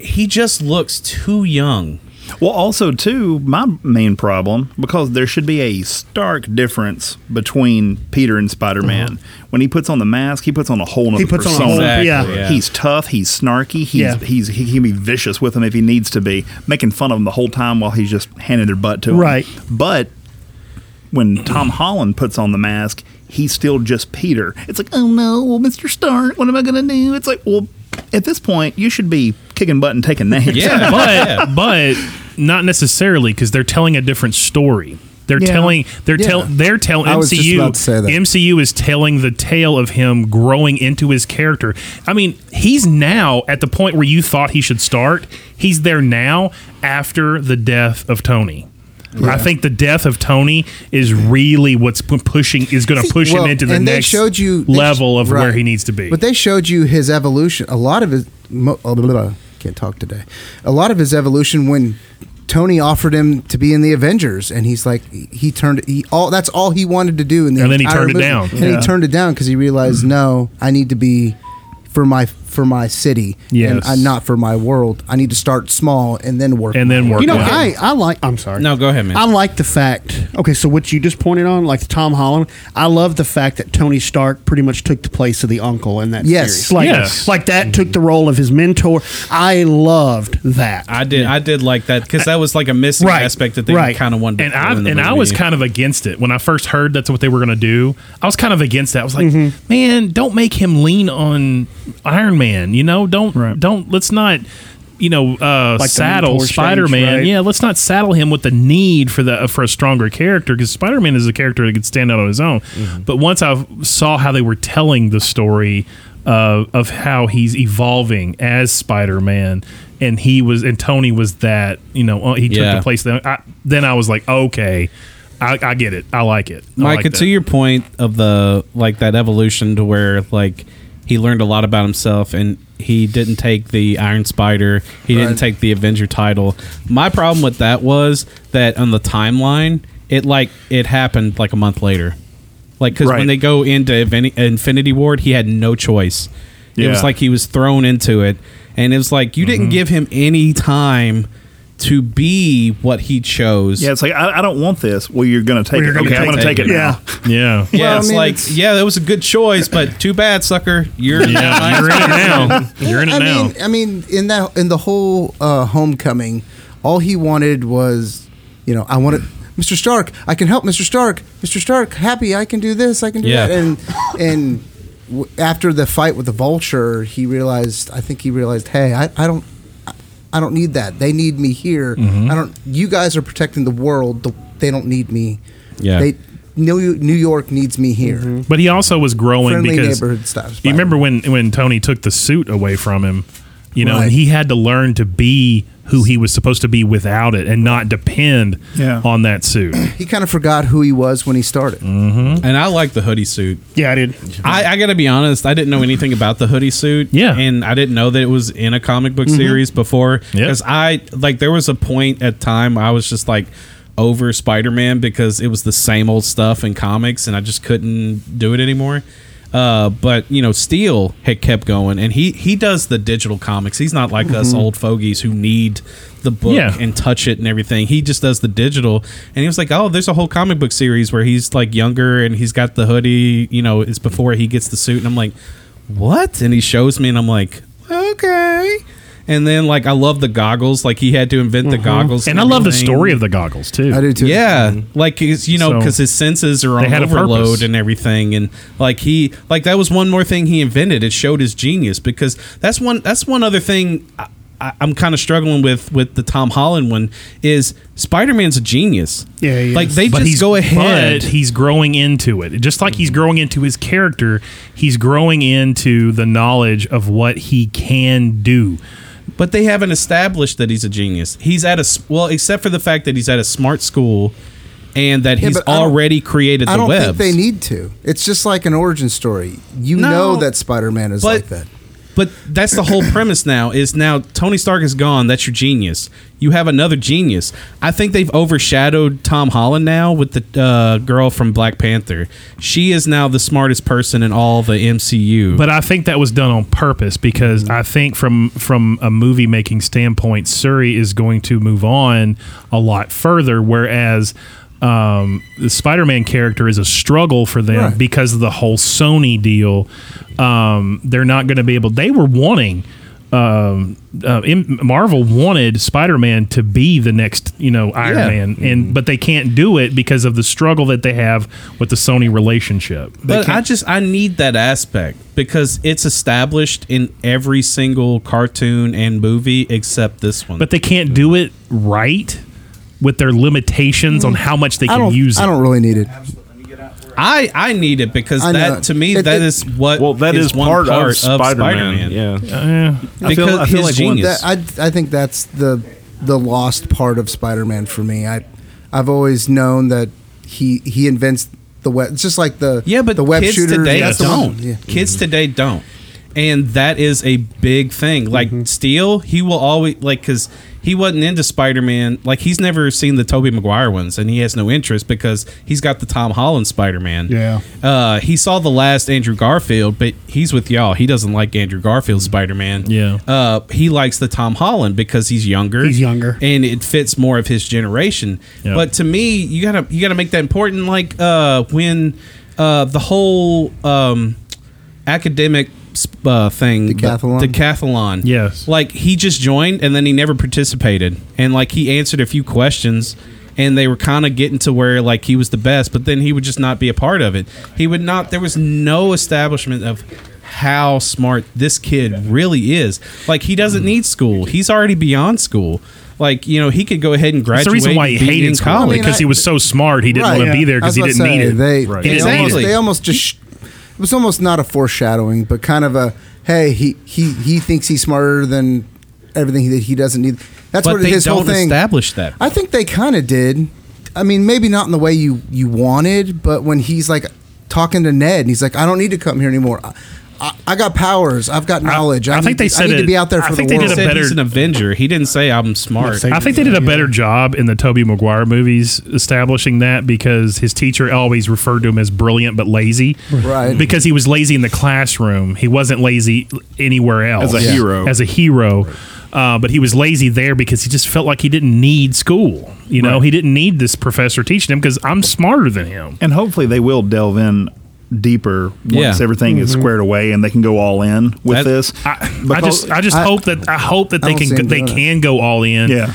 S11: he just looks too young.
S9: Well, also too, my main problem because there should be a stark difference between Peter and Spider Man. When he puts on the mask, he puts on a whole nother
S6: Mm-hmm. He puts on a
S9: persona.
S6: whole-
S11: Exactly,
S6: yeah.
S11: yeah.
S9: he's tough. He's snarky. He's,
S6: Yeah.
S9: he's he can be vicious with him if he needs to be, making fun of him the whole time while he's just handing their butt to him.
S6: Right.
S9: but. when Tom Holland puts on the mask, he's still just Peter. It's like, oh no, well, Mr. Stark, what am I going to do? It's like, well, at this point, you should be kicking butt and taking names.
S12: but but not necessarily because they're telling a different story. They're
S9: Yeah.
S12: telling they're tell
S9: Yeah.
S12: they're telling
S9: I was just
S12: MCU
S9: about to say that.
S12: MCU is telling the tale of him growing into his character. I mean, he's now at the point where you thought he should start. He's there now after the death of Tony. I think the death of Tony is really what's pu- pushing is going to push
S10: Well,
S12: him into the
S10: and they
S12: next
S10: showed you- they sh-
S12: level of where
S10: right.
S12: he needs to be.
S10: But they showed you his evolution. A lot of his mo- oh, blah, blah, blah. can't talk today. A lot of his evolution when Tony offered him to be in the Avengers, and he's like, he he turned he all. That's all he wanted to do, in the
S12: And then he
S10: entire
S12: turned it
S10: movie.
S12: down.
S10: and
S12: Yeah. Mm-hmm.
S10: he turned it down because he realized, no, I need to be for my for my city, and
S12: Yes.
S10: I'm not for my world. I need to start small and then work,
S12: and then work.
S6: You know, I, I like. I'm sorry.
S11: No, go ahead, man.
S6: I like the fact. Okay, so what you just pointed on, like Tom Holland, I love the fact that Tony Stark pretty much took the place of the uncle in that
S10: Yes.
S6: series. Like,
S11: Yes.
S6: like that took the role of his mentor. I loved that.
S11: I did. I did like that because that was like a missing aspect that they kind of wanted. To
S12: And
S11: throw
S12: I
S11: in
S12: and
S11: the
S12: I
S11: movie.
S12: was kind of against it when I first heard that's what they were going to do. I was kind of against that. I was like,
S6: Mm-hmm.
S12: man, don't make him lean on Iron Man. You know, don't don't let's not. You know, uh,
S6: Like the
S12: saddle
S6: mentor stage,
S12: Spider Man.
S6: right?
S12: Yeah, let's not saddle him with the need for the uh, for a stronger character because Spider Man is a character that could stand out on his own. But once I saw how they were telling the story uh, of how he's evolving as Spider Man, and he was and Tony was that you know uh, he took
S11: Yeah.
S12: the place. Then I, then I was like, okay, I, I get it. I like it. I
S11: Micah,
S12: like
S11: to
S12: that.
S11: your point of the like that evolution to where like he learned a lot about himself and he didn't take the Iron Spider, he didn't take the Avenger title. My problem with that was that on the timeline, it like it happened like a month later. Like because when
S12: Right.
S11: they go into Infinity- Infinity Ward, he had no choice. It was
S12: Yeah. Mm-hmm.
S11: like he was thrown into it, and it was like you didn't give him any time to be what he chose.
S9: Yeah, it's like I, I don't want this. Well, you're going to take
S11: Well, you're
S9: it.
S11: gonna
S9: Okay, I'm
S11: take
S9: going to
S11: it.
S9: take it. now.
S12: yeah,
S11: Yeah, it's like yeah, that was a good choice, but too bad, sucker. You're
S12: Yeah, you're in it now. You're in it
S10: I
S12: now.
S10: Mean, I mean, in that in the whole uh, homecoming, all he wanted was, you know, I wanted Mr. Stark. I can help Mr. Stark. Mr. Stark, happy. I can do this. I can do
S11: Yeah.
S10: that. And and w- after the fight with the Vulture, he realized. I think he realized, hey, I, I don't. I- I don't need that. They need me here.
S12: Mm-hmm.
S10: I don't. You guys are protecting the world. The, they don't need me.
S12: Yeah.
S10: They, New New York needs me here.
S12: But he also was growing
S10: Friendly
S12: because
S10: neighborhood stuff.
S12: you remember when when Tony took the suit away from him, you know,
S10: Right.
S12: and he had to learn to be who he was supposed to be without it and not depend
S10: Yeah.
S12: on that suit.
S10: He kind of forgot who he was when he started.
S12: Mm-hmm.
S11: And I like the hoodie suit.
S6: Yeah, I did.
S11: I, I gotta be honest, I didn't know anything about the hoodie suit. Yeah, and I didn't know that it was in a comic book
S12: Mhm.
S11: series before. Because I like there was a point at time I was just like over Spider Man because it was the same old stuff in comics, and I just couldn't do it anymore. Uh, but you know, Steel had kept going, and he he does the digital comics. He's not like us
S12: Mhm.
S11: old fogies who need the book
S12: Yeah.
S11: and touch it and everything. He just does the digital. And he was like, oh, there's a whole comic book series where he's like younger and he's got the hoodie, you know, it's before he gets the suit. And I'm like, what? And he shows me and I'm like, okay. And then like I love the goggles. Like he had to invent the goggles.
S12: Mm-hmm. And I love the
S11: everything.
S12: story of the goggles too. I
S10: do too.
S11: Yeah, like he's, you know,
S12: So-
S11: because his senses are on
S12: They had a
S11: overload
S12: purpose.
S11: and everything, and like he, like that was one more thing he invented. It showed his genius because that's one. That's one other thing I, I, I'm kind of struggling with with the Tom Holland one is Spider Man's a genius.
S6: Yeah, he
S11: like
S6: is.
S11: they
S12: But
S11: just
S12: he's-
S11: go ahead. Mm-hmm.
S12: But he's growing into it. Just like he's growing into his character, he's growing into the knowledge of what he can do.
S11: But they haven't established that he's a genius. He's at a s- well, except for the fact that he's at a smart school, and that
S10: Yeah,
S11: he's
S10: but I don't-
S11: already created
S10: I
S11: the
S10: don't
S11: web.
S10: think they need to. It's just like an origin story. You
S11: No,
S10: know that Spider-Man is
S11: but-
S10: like that.
S11: But that's the whole premise now is now Tony Stark is gone. That's your genius. You have another genius. I think they've overshadowed Tom Holland now with the uh, girl from Black Panther. She is now the smartest person in all the MCU.
S12: But I think that was done on purpose because
S17: Mm-hmm.
S12: I think from from a movie making standpoint, Surrey is going to move on a lot further, whereas um, the Spider-Man character is a struggle for them
S17: Right.
S12: because of the whole Sony deal. Um, they're not going to be able. They were wanting um, uh, M- Marvel wanted Spider-Man to be the next, you know, Iron
S17: Yeah. Mm-hmm.
S12: Man, and but they can't do it because of the struggle that they have with the Sony relationship.
S11: But I just I need that aspect because it's established in every single cartoon and movie except this one.
S12: but they can't do it right with their limitations on how much they
S11: Mm. I
S12: can
S11: don't-
S12: use it.
S11: I don't
S10: really need it.
S11: I I need it because
S12: I know.
S11: that to me
S12: It-
S11: that
S12: it-
S11: is what
S15: Well, that is
S11: one
S15: part of
S11: part
S15: Spider-Man, yeah.
S12: Yeah.
S11: because his genius.
S10: That, I, I think that's the the lost part of Spider-Man for me. I I've always known that he he invents the web. It's just like the
S11: yeah, but
S10: the web
S11: kids
S10: shooter
S11: today
S10: that's the one-
S11: don't. Kids today don't, and that is a big thing. Like Steel, he will always like because he wasn't into Spider Man. Like he's never seen the Tobey Maguire ones, and he has no interest because he's got the Tom Holland Spider Man.
S6: Yeah.
S11: Uh, he saw the last Andrew Garfield, but he's with y'all. He doesn't like Andrew Garfield Spider Man.
S12: Yeah.
S11: Uh, he likes the Tom Holland because he's younger. He's younger, and it fits more of his generation.
S12: Yeah.
S11: But to me, you gotta you gotta make that important. Like uh, when uh, the whole um, academic sp- uh, thing,
S10: Decathlon?
S11: the decathlon.
S12: Yes.
S11: Like he just joined and then he never participated, and like he answered a few questions. And they were kind of getting to where like he was the best, but then he would just not be a part of it. He would not. There was no establishment of how smart this kid really is. Like he doesn't need school. He's already beyond school. Like you know, he could go ahead and
S12: That's
S11: graduate.
S12: the reason why he
S11: and be in
S12: hated school
S11: college.
S12: because he was so smart he didn't
S11: Right,
S12: want to
S11: yeah.
S12: be there
S11: I was
S12: because he didn't
S11: about to say,
S12: need it.
S10: They,
S12: He
S10: they,
S12: didn't need
S10: almost,
S12: it.
S10: they almost just sh- it was almost not a foreshadowing, but kind of a hey, he he he thinks he's smarter than everything that he doesn't need. That's
S11: But
S10: what
S11: they
S10: his whole
S11: don't
S10: thing.
S11: establish that.
S10: I think they kind of did. I mean, maybe not in the way you you wanted, but when he's like talking to Ned, and he's like, "I don't need to come here anymore. I, I, I got powers. I've got knowledge. I,
S12: I
S10: need,
S12: think they
S10: I
S12: said
S10: need
S12: it-
S10: to be out there
S12: I
S10: for
S12: think
S10: the
S12: they
S10: world."
S12: did a
S11: Said
S12: better-
S11: he's an Avenger. He didn't say I'm smart.
S12: I think they did a better job in the Toby Maguire movies establishing that because his teacher always referred to him as brilliant but lazy.
S10: Right.
S12: Because he was lazy in the classroom. He wasn't lazy anywhere else.
S15: As a Yeah. hero.
S12: As a hero. Uh, but he was lazy there because he just felt like he didn't need school. You know, he didn't need this professor teaching him because I'm smarter than him.
S9: And hopefully they will delve in deeper once
S12: Yeah.
S9: everything is
S12: Mhm.
S9: squared away and they can go all in with
S12: That-
S9: this.
S12: I just, I just hope that I hope that
S9: I
S12: they
S9: don't see
S12: can
S9: him
S12: they
S9: doing it.
S12: can go all in.
S9: Yeah.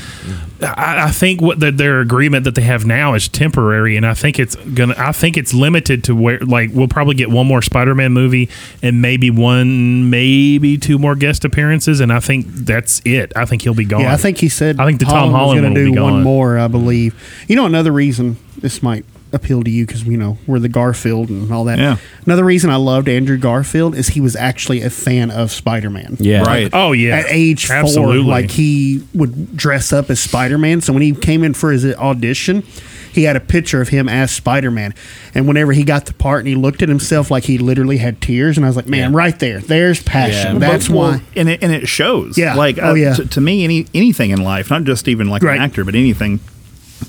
S12: I, I think what the, their agreement that they have now is temporary, and I think it's gonna. I think it's limited to where like we'll probably get one more Spider-Man movie and maybe one, maybe two more guest appearances, and I think that's it. I think he'll be gone.
S6: Yeah, I think he said.
S12: I think the Tom Holland
S6: was going
S12: one
S6: to
S12: will
S6: do
S12: be
S6: one
S12: gone.
S6: more, I believe. You know, another reason this might appeal to you because you know we're the Garfield and all that.
S9: Yeah.
S6: Another reason I loved Andrew Garfield is he was actually a fan of Spider Man.
S9: Yeah. Right.
S12: Oh, yeah.
S6: At age
S12: Absolutely.
S6: four, like he would dress up as Spider Man. So when he came in for his audition. He had a picture of him as Spider Man. And whenever he got the part and he looked at himself like he literally had tears, and I was like, man, right there, there's passion. That's
S9: But- well,
S6: why.
S9: and it, and it shows.
S6: Yeah.
S9: like uh,
S6: Oh, yeah.
S9: to, to me, any anything in life, not just even like
S6: Right.
S9: an actor, but anything.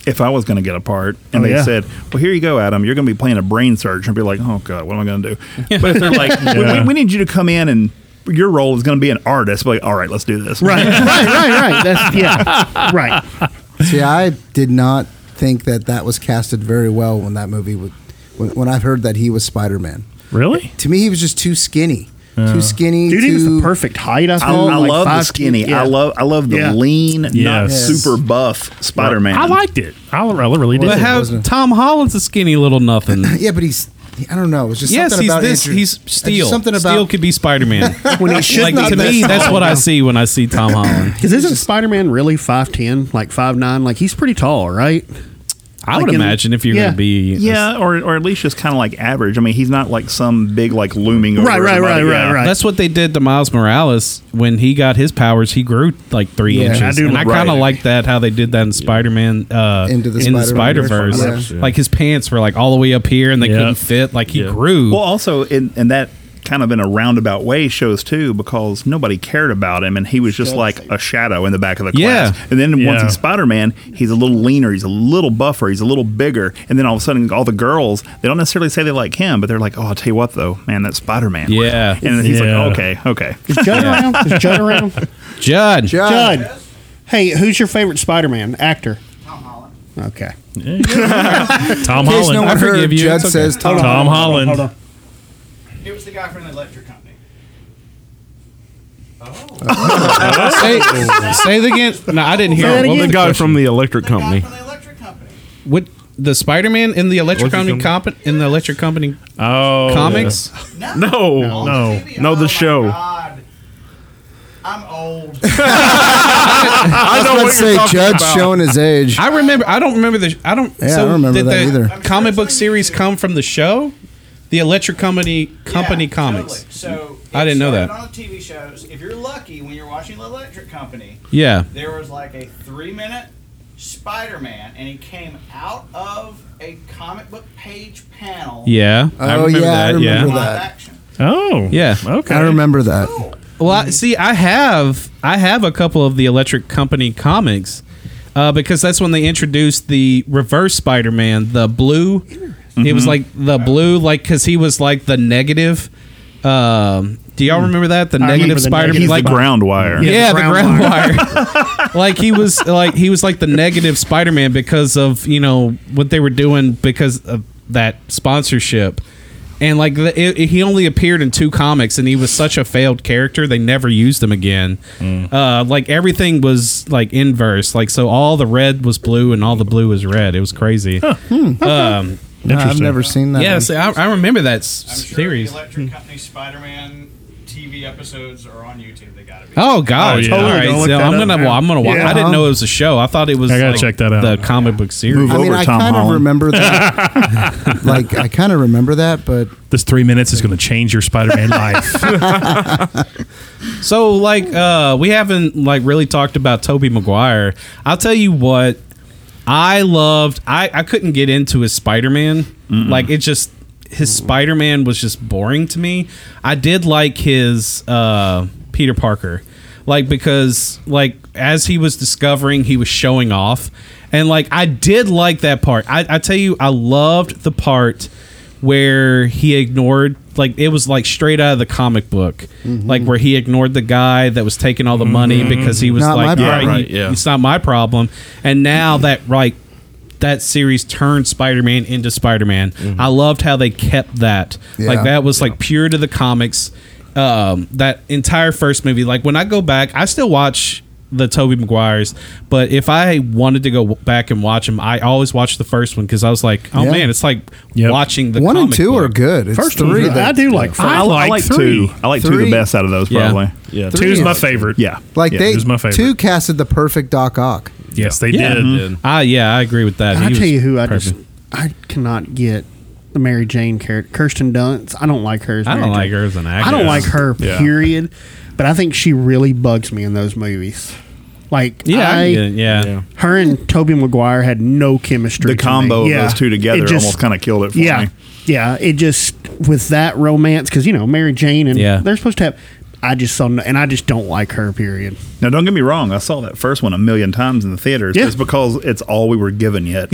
S9: If I was going to get a part, and
S6: Oh,
S9: they
S6: yeah.
S9: said, "Well, here you go, Adam. You're going to be playing a brain surgeon," I'd be like, "Oh God, what am I going to do?" But if they're like, "We-
S6: Yeah.
S9: we, "We need you to come in and." Your role is going to be an artist. I'd be like, all right, let's do this.
S6: Right, right, right, right. That's yeah, right.
S10: See, I did not think that that was casted very well when that movie would, when, when I heard that he was Spider Man.
S12: Really?
S10: To me, he was just too skinny.
S9: Yeah.
S10: Too skinny.
S6: Dude,
S10: too,
S6: he was the perfect height. I,
S9: I,
S6: thought,
S9: I
S6: like
S9: love the
S6: five-
S9: skinny.
S6: yeah.
S9: I love I love the
S6: Yeah.
S9: lean, not
S11: Yes.
S9: super buff Spider Man.
S12: I liked it. I, I really did.
S11: But how Tom Holland's a skinny little nothing.
S10: Yeah, but he's. I don't know. It's just
S11: yes,
S10: something
S11: he's
S10: about
S11: this.
S10: Andrew-
S11: He's
S10: it's just
S11: Steel.
S10: Something about
S11: Steel could be Spider Man.
S10: When he should
S11: like,
S10: not
S11: to
S10: be
S11: me, that's
S10: Spider-Man.
S11: what I see when I see Tom Holland.
S6: Because isn't Spider Man really five ten, like five nine? Like he's pretty tall, right?
S11: I would
S6: Like in-
S11: imagine if you're
S6: yeah.
S11: going to be
S9: yeah, or or at least just kind of like average. I mean, he's not like some big like looming. Over everybody. Yeah.
S11: That's what they did to Miles Morales when he got his powers. He grew like three
S9: Yeah,
S11: inches.
S9: I
S11: I
S9: do
S11: and I
S9: like-
S11: kind of
S9: right.
S11: like that how they did that in Spider Man uh,
S9: Into the
S11: in the Spider
S9: Spider-Verse.
S11: Verse.
S9: Yeah.
S11: Like his pants were like all the way up here and they couldn't fit. Like he grew.
S9: Well, also, in, and that kind of in a roundabout way shows too because nobody cared about him and he was just like a shadow in the back of the
S11: Yeah.
S9: class. And then once
S11: Yeah.
S9: he's Spider Man, he's a little leaner, he's a little buffer, he's a little bigger. And then all of a sudden, all the girls they don't necessarily say they like him, but they're like, "Oh, I'll tell you what though, man, that's Spider Man."
S11: Yeah.
S9: And then he's
S11: Yeah.
S9: like, "Okay, okay."
S6: Is Judd around? Is Judd around?
S11: Judd.
S6: Judd. Hey, who's your favorite Spider Man actor? Tom Holland. Okay.
S12: Tom
S6: In case
S12: Holland.
S6: no one
S12: I forgive
S6: heard,
S12: you.
S6: Judd
S12: It's okay.
S6: says Tom Holland.
S12: Holland.
S6: Hold on.
S18: It was the guy from the electric company.
S11: say, say it again. No, I didn't hear.
S15: No,
S11: it.
S15: well, the guy from the electric company.
S11: What the Spider Man in the electric
S15: Electric
S11: company comp- in the electric company
S15: Oh,
S11: comics?
S15: No, no, no, the show.
S10: I, was about
S11: know what
S10: to
S11: you're
S10: say
S11: talking
S10: Judd's
S11: about.
S10: showing his age.
S11: I remember. I don't remember the. I don't.
S10: Yeah, I don't remember
S11: did
S10: that
S11: the
S10: either.
S11: Comic book series come from the show, the Electric Company Company comics.
S18: So
S11: I
S18: it
S11: didn't know
S18: started
S11: that.
S18: On the TV shows, if you're lucky, when you're watching the Electric Company,
S11: Yeah.
S18: there was like a three-minute Spider-Man, and he came out of a comic book page panel.
S11: Yeah. I
S10: Oh
S11: remember
S10: yeah, I
S11: that, yeah.
S10: remember
S18: Live
S10: that.
S18: action.
S11: Oh, yeah.
S10: I remember that.
S11: Well,
S17: Mm-hmm.
S11: I, see, I have I have a couple of the Electric Company comics uh, because that's when they introduced the Reverse Spider-Man, the blue. It was
S17: Mhm.
S11: like the blue, like because he was like the negative. Um, do y'all remember that the
S17: Mm. I remember
S11: negative
S17: the
S11: Spider-Man?
S17: negative He's the
S11: like
S17: ground wire.
S11: Yeah,
S17: Yeah,
S11: the
S17: the
S11: ground,
S17: ground
S11: wire. like he was like he was like the negative Spider-Man because of you know what they were doing because of that sponsorship. And like the, it, it- he only appeared in two comics, and he was such a failed character they never used him again. Uh, like everything was like inverse, like so all the red was blue and all the blue was red. It was crazy. Um,
S10: No, I've never seen that.
S11: Yeah,
S10: one.
S11: see, I, I remember that s- series.
S18: Electric Company Spider-Man TV episodes are on YouTube. They got it.
S11: Oh God!
S18: Oh, yeah.
S11: All
S18: Totally
S11: right,
S18: gonna look
S11: so
S18: that
S11: I'm
S18: up
S11: gonna
S18: now.
S11: well, I'm gonna watch.
S18: Yeah.
S11: I didn't know it was a show. I thought it was.
S12: I gotta
S11: like,
S12: check that out.
S11: The comic book series.
S10: I mean, I kind of remember that. like, I kind of remember that, but
S12: this three minutes is going to change your Spider-Man life.
S11: so like uh we haven't like really talked about Toby Maguire. I'll tell you what I loved I I couldn't get into his Spider-Man. Like it just his Spider-Man was just boring to me. I did like his uh Peter Parker. Like because like as he was discovering he was showing off and like I did like that part. I, I tell you I loved the part where he ignored like it was like straight out of the comic book
S10: Mm-hmm.
S11: like where he ignored the guy that was taking all the money because he was
S10: Not
S11: like
S10: my
S11: "All
S10: problem."
S11: you- it's not my problem and now that like that series turned spider-man into spider-man i loved how they kept that
S17: Yeah.
S11: like that was like pure to the comics um that entire first movie like when i go back i still watch the Toby Maguires, but if I wanted to go back and watch them, I always watch the first one because I was like, "Oh
S10: Yeah.
S11: man, it's like watching the
S10: one and
S11: comic
S10: two
S11: book.
S10: are good. It's
S11: First
S10: three
S11: one,
S10: that-
S11: I do like first. I like
S10: three.
S15: two. I like two
S10: Three-
S15: the best out of those
S12: Yeah.
S15: probably.
S12: Yeah, two's my favorite.
S15: Yeah,
S10: Like
S12: Yeah,
S10: they
S12: it was my favorite.
S10: two casted the perfect Doc Ock.
S12: yes, they
S11: Yeah.
S12: did.
S11: Mhm. Ah, yeah, I agree with that.
S6: I
S11: He
S6: tell
S11: was
S6: you who I
S11: perfect.
S6: just I cannot get the Mary Jane character, Kirsten Dunst. I don't like her. As
S11: I don't
S6: Mary
S11: like
S6: Jane.
S11: her as an
S6: I don't
S11: actress.
S6: like her.
S11: Yeah.
S6: Period. But I think she really bugs me in those movies. Like
S11: Yeah, I
S6: I,
S11: get it, yeah. Yeah.
S6: Her and Toby Maguire had no chemistry.
S15: The
S6: to
S15: combo
S6: me.
S15: of those two together almost kinda killed it for
S6: yeah,
S15: me.
S6: yeah. It just with that romance because you know Mary Jane and
S15: Yeah.
S6: they're supposed to have. I just saw no, and I just don't like her. Period.
S15: Now, don't get me wrong. I saw that first one a million times in the theaters
S6: Yeah.
S15: just because it's all we were given yet.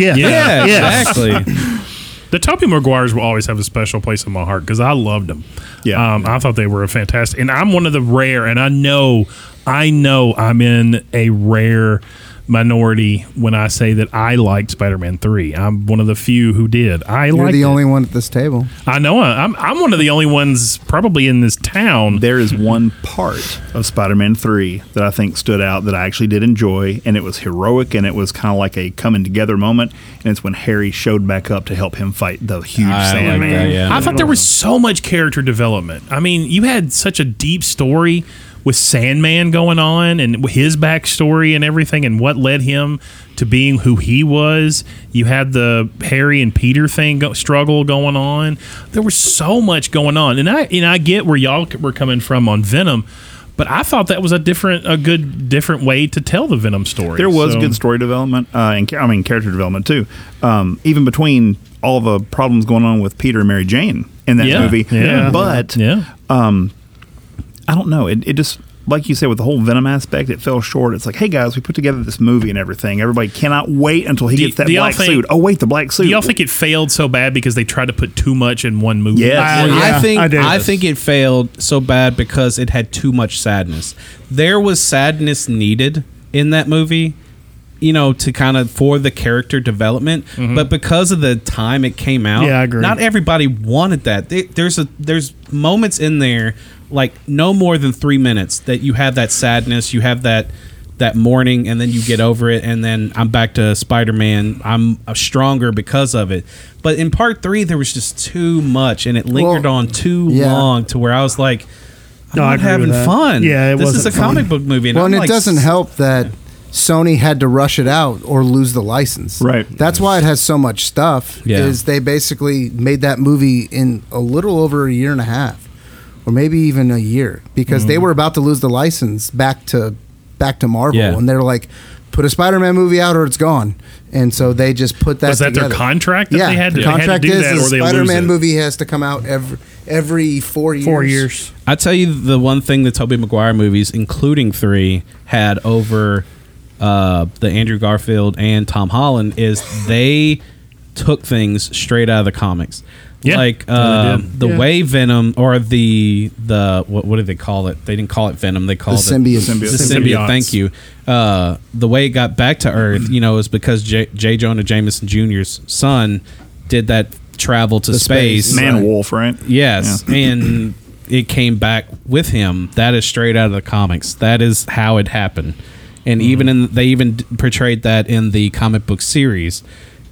S12: the Toby Maguires will always have a special place in my heart because I loved them. Yeah, um, I thought they were a fantastic, and I'm one of the rare, and I know, I know, I'm in a rare minority when I say that I liked Spider-Man Three. I'm one of the few who did. I
S10: You're
S12: like
S10: the only one at this table.
S12: I know. I- I'm I'm one of the only ones probably in this town.
S15: There is one part of Spider Man 3 that I think stood out that I actually did enjoy, and it was heroic and it was kind of like a coming together moment. And it's when Harry showed back up to help him fight the huge Sandman.
S12: I thought there was so much character development. I mean, you had such a deep story with Sandman going on and his backstory and everything and what led him to being who he was. You had the Harry and Peter thing go- struggle going on. There was so much going on. And I and I get where y'all c- were coming from on Venom, but I thought that was a different a good different way to tell the Venom story.
S15: There was
S12: So-
S15: good story development, uh, and cha- I mean character development too. Um, even between all the problems going on with Peter and Mary Jane in that
S12: Yeah,
S15: movie,
S12: yeah.
S15: but
S12: yeah.
S15: Um, I don't know. It, it just like you said with the whole Venom aspect, it fell short. It's like, hey guys, we put together this movie and everything. Everybody cannot wait until he
S12: Do-
S15: gets that
S12: do y'all
S15: black
S12: think-
S15: suit. Oh wait, the black suit.
S12: Do y'all think it failed so bad because they tried to put too much in one movie?
S11: Yes. I, think I, think it failed so bad because it had too much sadness. There was sadness needed in that movie, you know, to kind of for the character development. But because of the time it came out,
S6: Mm-hmm. Yeah, I agree.
S11: not everybody wanted that. They- There's a there's moments in there like no more than three minutes that you have that sadness, you have that that mourning, and then you get over it, and then I'm back to Spider Man. I'm uh, stronger because of it. But in part three, there was just too much, and it lingered on too
S10: yeah.
S11: long to where I was like, I'm
S10: No, I agree
S11: not
S10: with
S11: having
S10: that.
S11: fun.
S10: Yeah, it
S11: this is
S10: wasn't
S11: a comic book movie.
S10: well,
S11: I'm
S10: and
S11: like,
S10: it doesn't help that Sony had to rush it out or lose the license. Right. That's why it has so much stuff.
S11: Yeah.
S10: Is they basically made that movie in a little over a year and a half, or maybe even a year, because they
S12: Mm-hmm.
S11: Mhm.
S10: were about to lose the license back to back to Marvel,
S11: Yeah.
S10: and they're like. Put a Spider-Man movie out, or it's gone. And so they just put that.
S12: Was that their
S10: together.
S12: contract that
S10: yeah,
S12: they had to-
S10: the
S12: they had to
S10: contract
S12: do
S10: is the
S12: that or they lose
S10: Spider-Man
S12: it?
S10: movie has to come out every every four years.
S11: I tell you, the one thing the Tobey Maguire movies, including three, had over uh, the Andrew Garfield and Tom Holland is they took things straight out of the comics.
S12: Yeah.
S11: like
S12: Yeah,
S11: uh,
S12: they did.
S11: the
S12: Yeah.
S11: way Venom or the the what, what did they call it? They didn't call it Venom. They called
S10: symbiote.
S11: it
S10: Symbiote.
S11: The symbiote.
S10: Symbiotes.
S11: Thank you. Uh, the way it got back to Earth, you know, is because J. J. Jonah Jameson Jr.'s son did that travel to
S15: The
S11: space,
S15: space, Man right. wolf, right?
S11: Yes,
S15: Yeah.
S11: and it came back with him. That is straight out of the comics. That is how it happened. And even in they even d- portrayed that in the comic book series.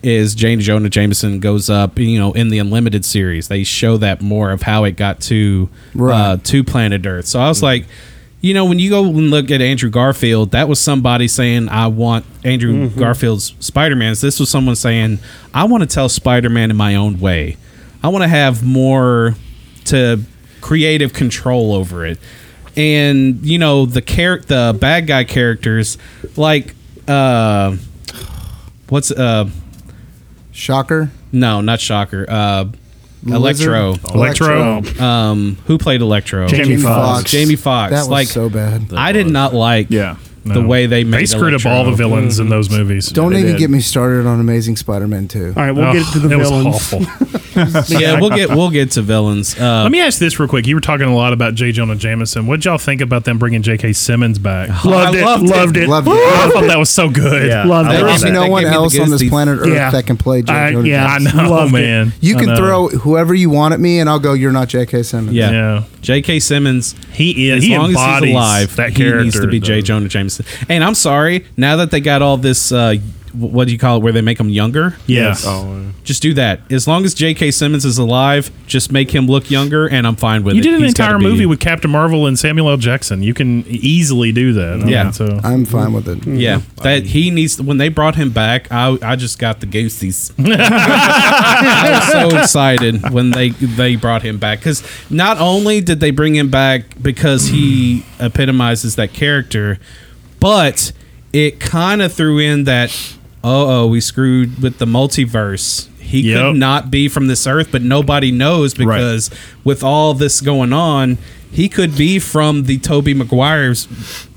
S11: Is Jane Jonah Jameson goes up, you know, in the Unlimited series. They show that more of how it got to uh, to planet Earth. So
S10: Mm-hmm.
S11: I was like, you know, when you go and look at Andrew Garfield, that was somebody saying, I want Andrew
S17: Mhm.
S10: Mm-hmm.
S11: Garfield's Spider Man's. This was someone saying, I want to tell Spider Man in my own way. I want to have more to creative control over it. And, you know, the char- the bad guy characters, like, uh, what's, uh,
S10: Shocker?
S11: No, not Shocker. Uh, Electro.
S10: Lizard? Electro.
S11: Um, who played Electro?
S10: Oh. Jamie Jamie Foxx. Foxx.
S11: Jamie Foxx.
S10: That was
S11: like
S10: so bad.
S11: I did not like. Yeah. The
S12: No.
S11: way
S12: They
S11: they made
S12: screwed up
S11: Electro.
S12: all the villains in those movies.
S10: Don't even get me started on Amazing Spider-Man 2.
S12: All right, we'll Oh, get to the it was villains. awful.
S11: yeah, we'll get we'll get to villains. Uh,
S12: Let me ask this real quick. You were talking a lot about J. Jonah Jameson. What would y'all think about them bringing J.K. Simmons back?
S11: Oh,
S10: Loved I it, loved it, loved it. loved it.
S12: I thought that was so good.
S10: Loved there is no one else on this planet Earth that can play J.
S12: I-
S10: Jonah
S12: yeah,
S10: Jameson.
S12: I know, Loved it. man.
S10: You
S12: I
S10: can
S12: know.
S10: throw whoever you want at me, and I'll go. You're not J.K. Simmons.
S11: Yeah. J.K. Simmons. He
S12: is-
S11: As
S12: he
S11: long as he's
S12: embodies
S11: alive,
S12: that
S11: he needs to
S12: character,
S11: be
S12: though.
S11: J. Jonah Jameson. And I'm sorry, now that they got all this, uh, wh- what do you call it, where they make him younger?
S12: Yes. Yes. Oh, yeah.
S11: Just do that. As long as J.K. Simmons is alive, just make him look younger, and I'm fine with
S12: You
S11: it.
S12: did an
S11: He's gotta
S12: entire
S11: be-
S12: movie with Captain Marvel and Samuel L. Jackson. You can easily do that. I
S11: Yeah.
S12: mean, so
S10: I'm fine with it.
S11: Yeah, that he needs. When they brought him back, I I just got the goosies. I was so excited when they they brought him back because not only did they bring him back because he epitomizes that character, but it kind of threw in that oh oh we screwed with the multiverse. He
S12: Yep.
S11: could not be from this earth, but nobody knows because with all this going on, he could be from the Toby Maguire's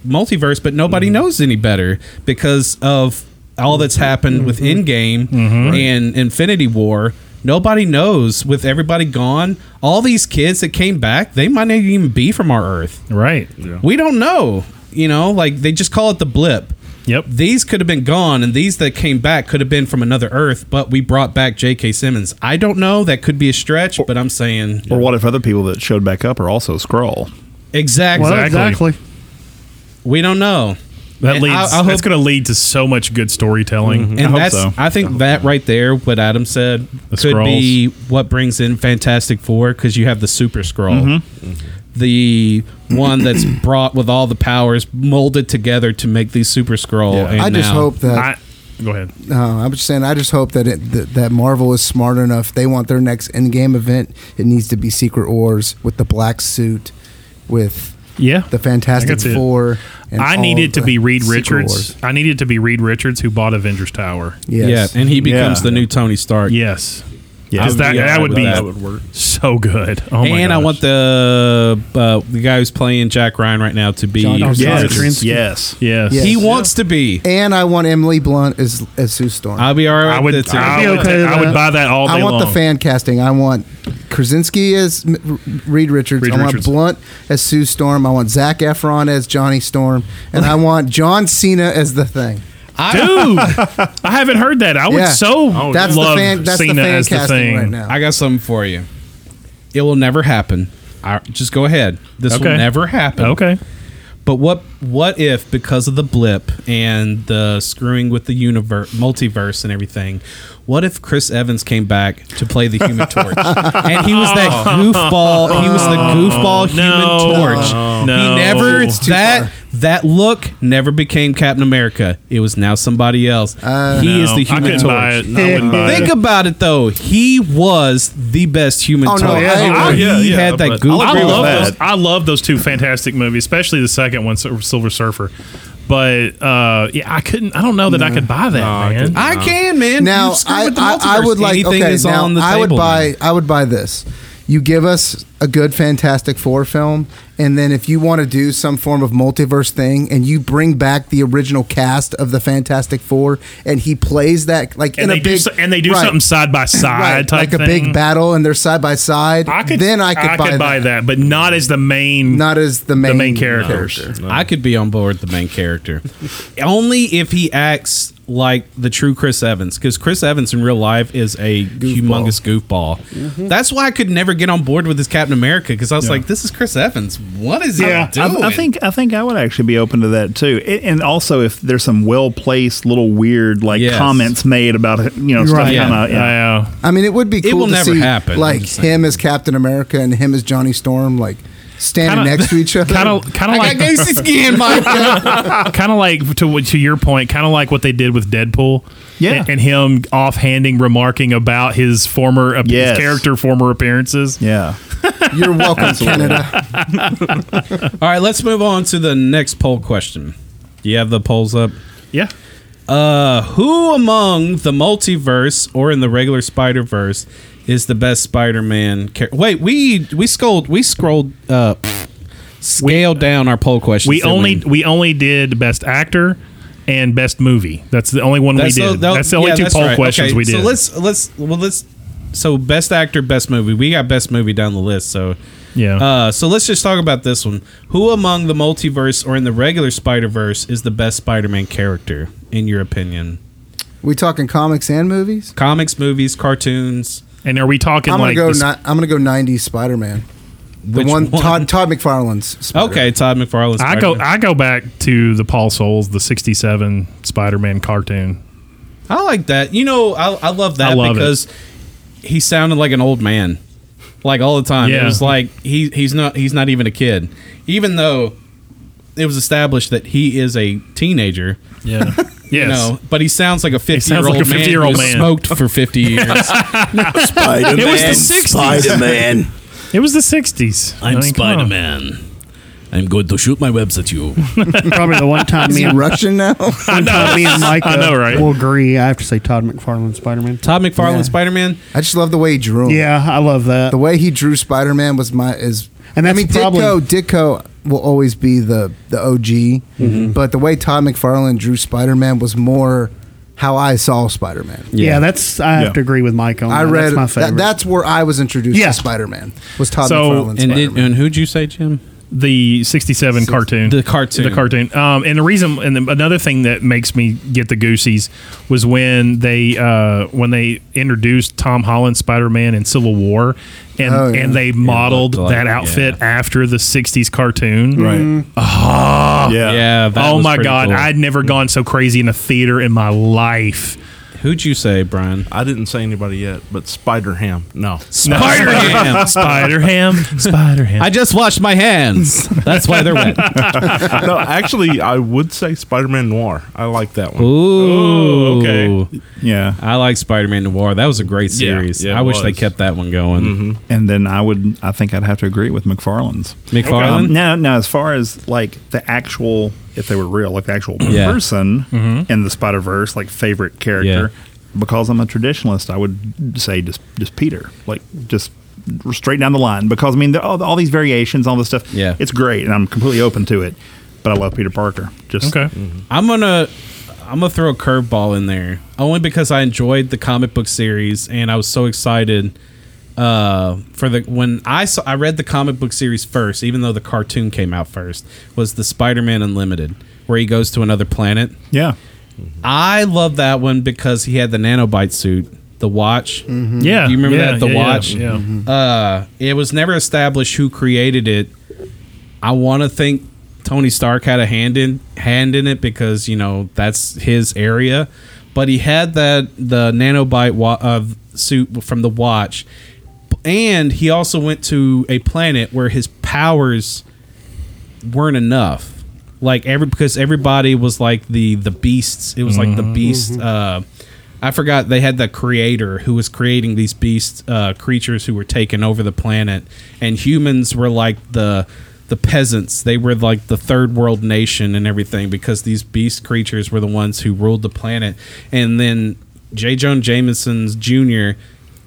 S11: multiverse, but nobody knows any better because of all that's happened with Endgame and Infinity War. Nobody knows with everybody gone. All these kids that came back, they might not even be from our Earth.
S12: Right.
S11: We don't know. You know, like they just call it the blip.
S12: Yep.
S11: These could have been gone, and these that came back could have been from another Earth, but we brought back J.K. Simmons. I don't know. That could be a stretch, but I'm saying
S15: Or what if other people that showed back up are also scroll?
S11: exactly.
S15: Well, exactly.
S11: We don't know.
S12: That
S11: And
S12: leads.
S11: I- I hope-
S12: that's going to lead to so much good storytelling.
S11: And that's I think that right there, what Adam said, could
S12: Skrulls.
S11: be what brings in Fantastic Four because you have the Super Scroll,
S12: Mhm.
S11: the one that's brought with all the powers molded together to make the Super Scroll.
S10: I just hope that.
S12: go ahead.
S10: No, I'm just saying. I just hope that it, that, that Marvel is smart enough. They want their next Endgame event. It needs to be Secret Wars with the black suit, with
S12: yeah,
S10: the Fantastic
S12: that's it.
S10: Four.
S12: I
S10: all
S12: need it to
S10: the
S12: be Reed
S10: Secret
S12: Richards.
S10: Wars.
S12: I need it to be Reed Richards who bought Avengers Tower.
S10: Yes.
S11: Yeah, and he becomes
S12: Yeah.
S11: the new Tony Stark.
S12: Yes.
S11: Yeah.
S12: Because that,
S11: Yeah,
S12: that would
S11: that
S12: be
S11: would work.
S12: so good. Oh my
S11: and I
S12: gosh.
S11: want the uh, the guy who's playing Jack Ryan right now to be
S12: John
S10: Krasinski.
S12: Yes. Yes.
S11: He wants to be.
S10: And I want Emily Blunt as as Sue Storm.
S11: I'll be all right.
S12: I would-
S11: with it, too.
S12: I would- I'd be okay with I would that. buy that all
S10: I
S12: day
S10: want the
S12: long.
S10: fan casting. I want Krasinski as M- Reed Richards.
S12: Reed
S10: I want
S12: Richards.
S10: Blunt as Sue Storm. I want Zach Efron as Johnny Storm, and I want John Cena as the Thing.
S12: Dude, I haven't heard that. I would
S10: Yeah.
S12: so
S10: Oh, That's the
S12: love
S10: fan- that's the
S12: Cena
S10: fan
S12: as the
S10: casting
S12: thing.
S10: right now.
S11: I got something for you. It will never happen, I, just go ahead. This
S12: Okay.
S11: will never happen.
S12: Okay.
S11: But what what if because of the blip and the screwing with the universe, multiverse, and everything, what if Chris Evans came back to play the Human Torch, and he was that goofball? He was the goofball
S12: Oh. No.
S11: Human Torch.
S12: No.
S11: He never
S12: It's too
S11: that that look never became Captain America. It was now somebody else. he
S12: No,
S11: is the
S12: I
S11: Human
S12: couldn't
S11: Torch.
S12: buy it. I wouldn't buy
S11: Think
S12: it.
S11: about it though. He was the best Human Torch. he had that
S12: I
S11: goofball.
S12: love those. I love those two fantastic movies, especially the second one, Sil- Silver Surfer. But uh, yeah, I couldn't. I don't know that I could buy that, man.
S11: I can, man.
S10: Now
S11: You screw
S10: I,
S11: with the
S10: I, I
S11: multiverse.
S10: would like
S11: Anything
S10: okay.
S11: is
S10: Now
S11: on the
S10: I would
S11: table,
S10: buy
S11: man.
S10: I would buy this. You give us a good Fantastic Four film, and then if you want to do some form of multiverse thing, and you bring back the original cast of the Fantastic Four, and he plays that like
S12: And
S10: in
S12: they,
S10: a
S12: do,
S10: big
S12: so- and they do
S10: right,
S12: something side by side
S10: right,
S12: type
S10: like a big
S12: thing.
S10: battle, and they're side by side. I could, then I could
S12: I
S10: buy
S12: could
S10: that.
S12: buy that, but not as the main.
S10: Not as the main,
S12: characters.
S11: I could be on board the main character. Only if he acts like the true Chris Evans, because Chris Evans in real life is a humongous goofball.
S10: Mm-hmm.
S11: That's why I could never get on board with this Captain America, because I was like, this is Chris Evans. What is
S9: Yeah,
S11: he doing?
S9: I, I think I think I would actually be open to that too. It, and also, if there's some well placed little weird like
S11: Yes.
S9: comments made about it, you know, stuff
S10: Right.
S9: kind of
S10: Yeah. I mean, it would be
S9: It
S10: cool
S9: will
S10: to
S9: never
S10: see
S9: happen, I'm
S10: like
S9: just
S10: him as Captain America and him as Johnny Storm, like standing
S12: Kinda-
S10: next to each other.
S12: Kind of, kind of like kind of like to to your point, kind of like what they did with Deadpool.
S9: Yeah.
S12: and, and him offhanding remarking about his former ap- his
S9: Yes.
S12: character, former appearances.
S9: Yeah,
S10: You're welcome, Canada.
S11: All right, let's move on to the next poll question. Do you have the polls up?
S12: Yeah.
S11: Uh, who among the multiverse or in the regular Spider Verse is the best Spider-Man character? Wait, we we scrolled we scrolled uh scaled down our poll questions.
S12: we
S11: didn't
S12: only we only did best actor and best movie. That's the only one we did.
S11: tho-
S12: that's the only
S11: yeah,
S12: two
S11: that's
S12: poll
S11: right.
S12: questions
S11: Okay,
S12: we did.
S11: So let's let's well let's so best actor, best movie. We got best movie down the list. So
S12: Yeah.
S11: Uh, so let's just talk about this one. Who among the multiverse or in the regular Spider Verse is the best Spider-Man character in your opinion?
S10: We talking comics and movies?
S11: Comics, movies, cartoons.
S12: And are we talking
S10: I'm gonna go. Ni- I'm gonna go '90s Spider-Man. The
S11: Which
S10: one,
S11: one?
S10: Todd Todd McFarlane's. Spider-Man.
S11: Okay, Todd McFarlane's.
S12: I go
S11: Spider-Man.
S12: I go back to the Paul Souls, the '67 Spider-Man cartoon.
S11: I like that. You know, I, I love that
S12: I love it.
S11: because he sounded like an old man, like all the time. It
S12: Yeah.
S11: was like he he's not he's not even a kid, even though it was established that he is a teenager.
S12: Yeah.
S11: You
S12: Yes.
S11: know, but he sounds like a fifty year
S12: sounds
S11: old
S12: like a
S11: man.
S12: 50-year-old
S11: who's
S12: man.
S11: Smoked for fifty years.
S12: Spider-Man, It was the 60s. Spider-Man. It was the '60s. I mean, come on.
S11: I'm going to shoot my webs at you.
S6: Probably the one time
S10: Is
S6: me
S10: he
S6: and
S10: Russian now?
S6: One time me and Mike
S10: I know, right?
S6: will agree. I have to say Todd McFarlane Spider Man.
S11: Todd McFarlane Spider Man.
S10: I just love the way he drew. Him.
S6: Yeah, I love that.
S10: The way he drew Spider-Man was my is.
S6: And that's
S10: I mean,
S6: probably-
S10: Ditko. Ditko will always be the the OG,
S11: Mm-hmm.
S6: Mhm.
S10: but the way Todd McFarlane drew Spider-Man was more how I saw Spider-Man.
S6: Yeah, that's I have to agree with Mike on.
S10: I
S6: that. Oh,
S10: read
S6: that's my
S10: that-
S6: favorite.
S10: that's where I was introduced
S6: Yeah.
S10: to Spider-Man. Was Todd
S12: so
S10: McFarlane's Spider-Man?
S11: and who'd you say, Jim?
S12: The '67 cartoon. The
S11: cartoon.
S12: The cartoon. Um, and the reason, and the, another thing that makes me get the goosies was when they uh, when they introduced Tom Holland Spider-Man in Civil War, and
S6: Oh, yeah.
S12: and they modeled
S6: like-
S12: that outfit after the '60s cartoon.
S19: Mm-hmm.
S12: Right.
S9: Ah.
S12: Oh
S11: Yeah. Yeah, that
S12: oh
S11: was
S12: my
S11: pretty
S12: God!
S11: cool.
S12: I'd never gone so crazy in a theater in my life.
S11: Who'd you say, Brian?
S19: I didn't say anybody yet, but Spider Ham. No.
S12: Spider Ham. Spider Ham. Spider Ham.
S11: I just washed my hands. That's why they're wet.
S19: no, actually, I would say Spider Man Noir. I like that one.
S11: Ooh,
S19: Oh, okay.
S9: Yeah.
S11: I like Spider Man Noir. That was a great
S19: Yeah,
S11: series.
S19: yeah, it
S11: I wish they
S19: was. Mm-hmm.
S11: kept that one going.
S9: And then I would, I think I'd have to agree with McFarlane's.
S11: McFarlane?
S9: now, now, as far as like the actual, if they were real, like the actual
S11: Yeah.
S9: person
S11: Mhm.
S9: in the Spider Verse, like favorite character, because I'm a traditionalist, I would say just, just Peter, like just straight down the line. Because I mean, the, all, all these variations, all this stuff,
S11: Yeah.
S9: it's great, and I'm completely open to it. But I love Peter Parker. Just Mm-hmm.
S11: I'm gonna I'm gonna throw a curveball in there only because I enjoyed the comic book series and I was so excited uh, for the when I saw I read the comic book series first, even though the cartoon came out first, was the Spider-Man Unlimited, where he goes to another planet.
S9: Yeah.
S11: I love that one because he had the nanobite suit the watch.
S12: Mhm. Yeah,
S11: do you remember
S12: yeah,
S11: that? The
S12: yeah, yeah,
S11: watch.
S12: yeah.
S11: Uh, it was never established who created it. I want to think Tony Stark had a hand in hand in it because you know that's his area, but he had that the nanobite wa- uh, suit from the watch, and he also went to a planet where his powers weren't enough. Like every because everybody was like the the beasts. It was like the
S12: Mhm.
S11: beast. Uh, I forgot they had the creator who was creating these beast uh, creatures who were taking over the planet, and humans were like the the peasants. They were like the third world nation and everything because these beast creatures were the ones who ruled the planet. And then J. Joan Jameson's Jr.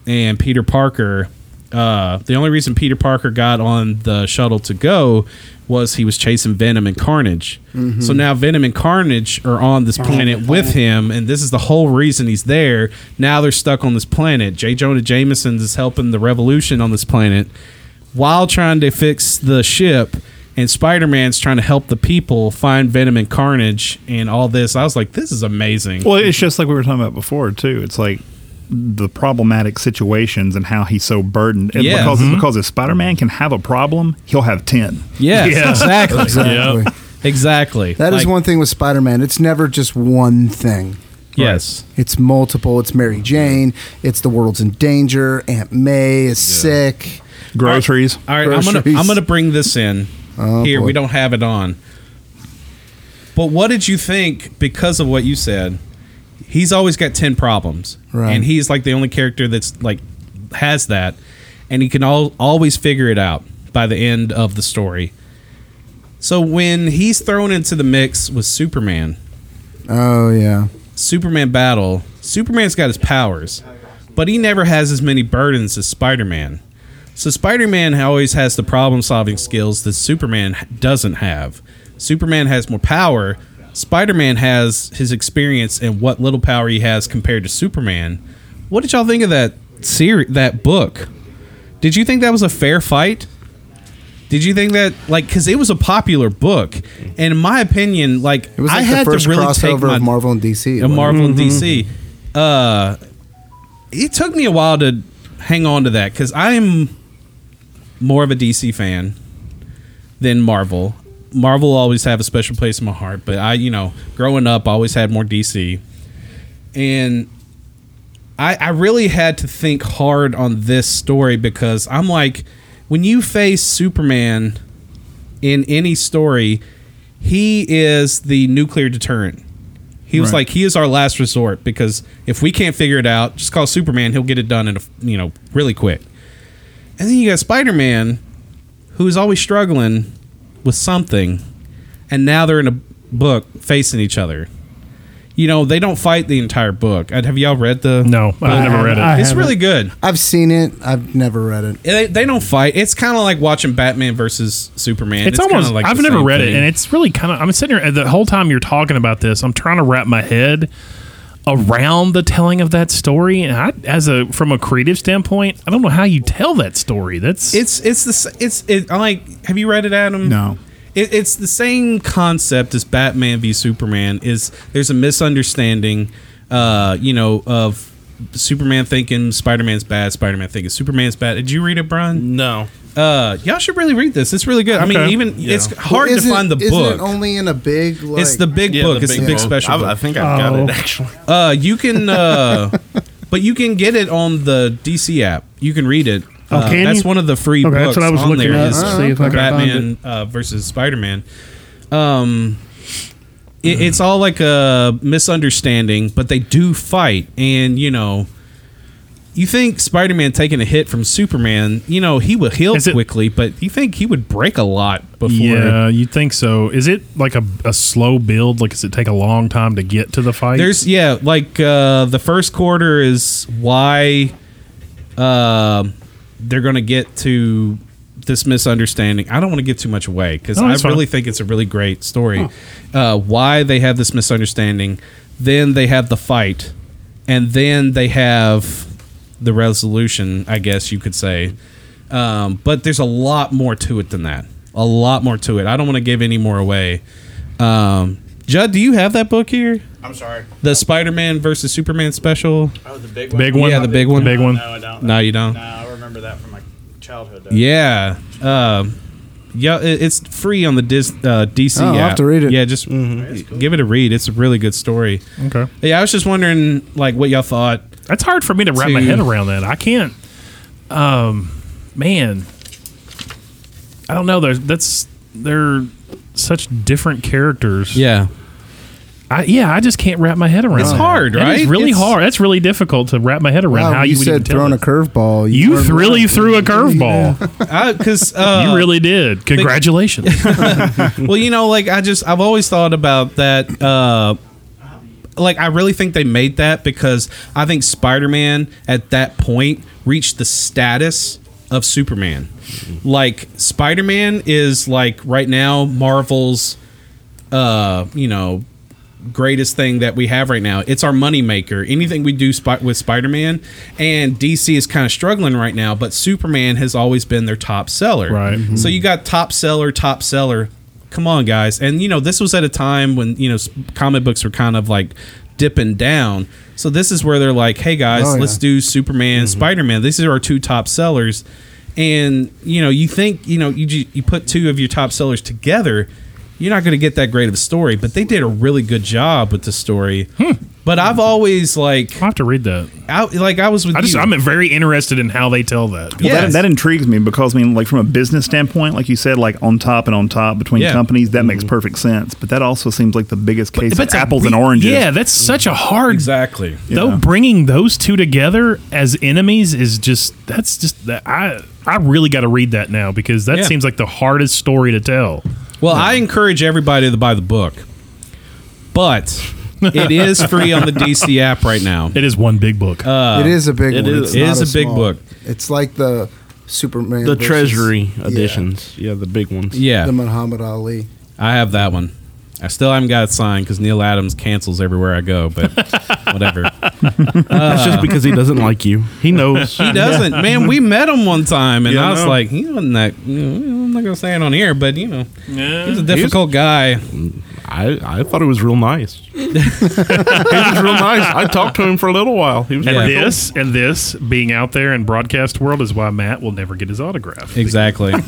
S11: and Peter Parker uh, the only reason Peter Parker got on the shuttle to go was he was chasing Venom and Carnage.
S17: Mhm.
S11: So now Venom and Carnage Mm-hmm. are on this planet with him, and this is the whole reason he's there. Now they're stuck on this planet. J. Jonah Jameson is helping the revolution on this planet while trying to fix the ship, and Spider Man's trying to help the people find Venom and Carnage and all this. I was like, this is amazing.
S15: Well, it's just like we were talking about before too. It's like the problematic situations and how he's so burdened. And
S11: Yeah.
S15: because
S11: Mhm.
S15: because if Spider Man can have a problem, he'll have ten.
S11: Yes, exactly.
S10: Exactly.
S11: Yep. Exactly.
S10: That is
S11: Like-
S10: one thing with Spider Man. It's never just one thing.
S11: Yes.
S10: It's multiple. It's
S11: Mm-hmm.
S10: Mary Jane. It's the world's in danger. Aunt May is sick.
S15: Groceries.
S11: All right, I'm gonna I'm gonna bring this in here.
S10: Oh, boy.
S11: We don't have it on. But what did you think because of what you said? He's always got ten problems,
S10: Right.
S11: and he's like the only character that's like has that, and he can all always figure it out by the end of the story. So when he's thrown into the mix with Superman,
S10: Oh yeah.
S11: Superman battle, Superman's got his powers, but he never has as many burdens as Spider Man. So Spider Man always has the problem solving skills that Superman doesn't have. Superman has more power. Spider Man has his experience and what little power he has compared to Superman. What did y'all think of that series, that book? Did you think that was a fair fight? Did you think that like because it was a popular book, and in my opinion, like
S10: It was like
S11: I
S10: the
S11: had
S10: first
S11: to really take
S10: crossover
S11: my
S10: of Marvel and DC.
S11: and Marvel and
S10: Mhm.
S11: DC. Uh, it took me a while to hang on to that because I'm more of a DC fan than Marvel. Marvel always have a special place in my heart, but I, you know, growing up, I always had more DC, and I, I really had to think hard on this story because I'm like, when you face Superman in any story, he is the nuclear deterrent. He was
S17: Right.
S11: like, he is our last resort because if we can't figure it out, just call Superman. He'll get it done in a, you know really quick. And then you got Spider Man, who is always struggling with something, and now they're in a book facing each other. You know, they don't fight the entire book. Uh, Have y'all read the? No, it's really good.
S10: I've seen it. I've never read it.
S11: They, they don't fight. It's kind of like watching Batman versus Superman.
S12: it's,
S11: kinda
S12: almost
S11: like
S12: I've
S11: the
S12: never
S11: same
S12: read
S11: thing.
S12: it, and it's really kind of. I'm sitting here the whole time you're talking about this. I'm trying to wrap my head around the telling of that story, and I, as a from a creative standpoint, I don't know how you tell that story. That's
S11: it's it's the s- it's it, I like. Have you read it, Adam?
S12: No.
S11: It, it's the same concept as Batman v Superman. Is there's a misunderstanding, uh, you know, of Superman thinking Spider Man's bad, Spider Man thinking Superman's bad. Did you read it, Brian?
S19: No.
S11: Uh, y'all should really read this. It's really good. I mean,
S19: Okay.
S11: even
S19: Yeah.
S11: it's
S10: Well,
S11: hard to
S10: isn't-
S11: find the
S10: isn't
S11: book.
S10: it only in a big. Like,
S11: it's the big book. it's the big special.
S19: I've-
S11: book.
S19: I think I've got it, Oh. actually.
S11: Uh, you can, uh, but you can get it on the DC app. You can read it.
S6: Oh,
S11: Uh,
S6: can
S11: that's
S6: you?
S11: one of the free
S6: Okay,
S11: books
S6: that's what I was
S11: on
S6: looking
S11: there
S6: up
S11: is,
S6: to see if I could
S11: Batman uh, versus Spider Man. Um, it, it's all like a misunderstanding, but they do fight, and you know. You think Spider-Man taking a hit from Superman, you know, he would heal quickly, but you think he would break a lot before
S12: yeah, you'd think so. Is it like a, a slow build? Like, does it take a long time to get to the fight?
S11: There's yeah, like uh, the first quarter is why uh, they're going to get to this misunderstanding. I don't want to give too much away because
S12: No,
S11: I
S12: that's fine.
S11: really think it's a really great story. Uh, why they have this misunderstanding, then they have the fight, and then they have the resolution. I guess you could say, um, but there's a lot more to it than that. A lot more to it. I don't want to give any more away. Um, Judd, do you have that book here?
S18: I'm sorry.
S11: The Spider-Man versus Superman special.
S18: Oh, the big one.
S12: Big one?
S11: Yeah, the big one.
S12: The big one.
S18: No, I don't.
S11: No, you don't.
S18: No, I remember that from my childhood. Though.
S11: Yeah. Um, yeah, it- it's free on the Dis, uh, DC
S10: Oh, I'll
S11: app.
S10: have to read it.
S11: Yeah, just
S18: Mm-hmm.
S11: give it a read. It's a really good story.
S12: Okay.
S11: Yeah, I was just wondering like what y'all thought.
S12: That's hard for me to wrap my head around that. I can't. Um, man, I don't know. There's that's they're such different characters.
S11: Yeah.
S12: I, yeah, I just can't wrap my head around.
S11: It's
S12: that.
S11: hard,
S12: That is
S11: right?
S12: really
S11: It's-
S12: hard. That's really difficult to wrap my head around.
S10: Wow,
S12: how you,
S10: you,
S12: would even
S10: said
S12: tell
S10: throwing a
S12: it.
S10: curveball.
S12: You
S10: threw-
S12: really threw a curveball.
S11: Because uh,
S12: you really did. Congratulations.
S11: well, you know, like I just I've always thought about that. Uh, like I really think they made that because I think Spider-Man at that point reached the status of Superman. Like Spider-Man is like right now Marvel's, uh, you know, greatest thing that we have right now. It's our moneymaker. Anything we do spi- with Spider Man and DC is kind of struggling right now, but Superman has always been their top seller. Right. So you got top seller, top seller. Come on, guys. And, you know, this was at a time when, you know, s- comic books were kind of like dipping down. So this is where they're like, hey, guys,
S10: Oh, yeah.
S11: let's do Superman, Spider Man. These are our two top sellers. And, you know, you think, you know, you, ju- you put two of your top sellers together you're not going to get that great of a story. But they did a really good job with the story. But I've always like I
S12: have to read that.
S11: I, like I was with
S12: I just
S11: you.
S12: I'm very interested in how they tell that.
S9: Well,
S11: Yes.
S9: that, that intrigues me because I mean, like from a business standpoint, like you said, like on top and on top between
S12: Yeah.
S9: companies, that makes perfect sense. But that also seems like the biggest case
S12: But
S9: of
S12: it's a
S9: apples and
S12: re-
S9: oranges.
S12: Yeah, that's such a hard.
S11: Exactly.
S12: Though bringing those two together as enemies is just that's just that I I really got to read that now because that
S11: Yeah.
S12: seems like the hardest story to tell.
S11: Well, I encourage everybody to buy the book, but it is free on the DC app right now.
S12: It is one big book.
S11: Uh,
S10: it is a big one. It's
S11: it
S10: not
S11: is a big
S10: small-
S11: book.
S10: It's like the Superman.
S3: The
S10: versus-
S3: Treasury
S10: yeah,
S3: editions. Yeah. the big ones.
S11: Yeah.
S10: The Muhammad Ali.
S11: I have that one. I still haven't got it signed because Neil Adams cancels everywhere I go, but whatever.
S3: That's just because he doesn't like you. He knows.
S11: He doesn't. Man, we met him one time, and
S3: Yeah, I
S11: I was
S3: know.
S11: like, he wasn't that. You know, I'm not gonna say it on here, but you know,
S12: Yeah.
S11: he's a difficult guy.
S3: I, I thought it was real nice. he was real nice. I talked to him for a little while. He was
S12: And
S3: pretty cool.
S12: this and this being out there in broadcast world is why Matt will never get his autograph.
S11: Exactly. It's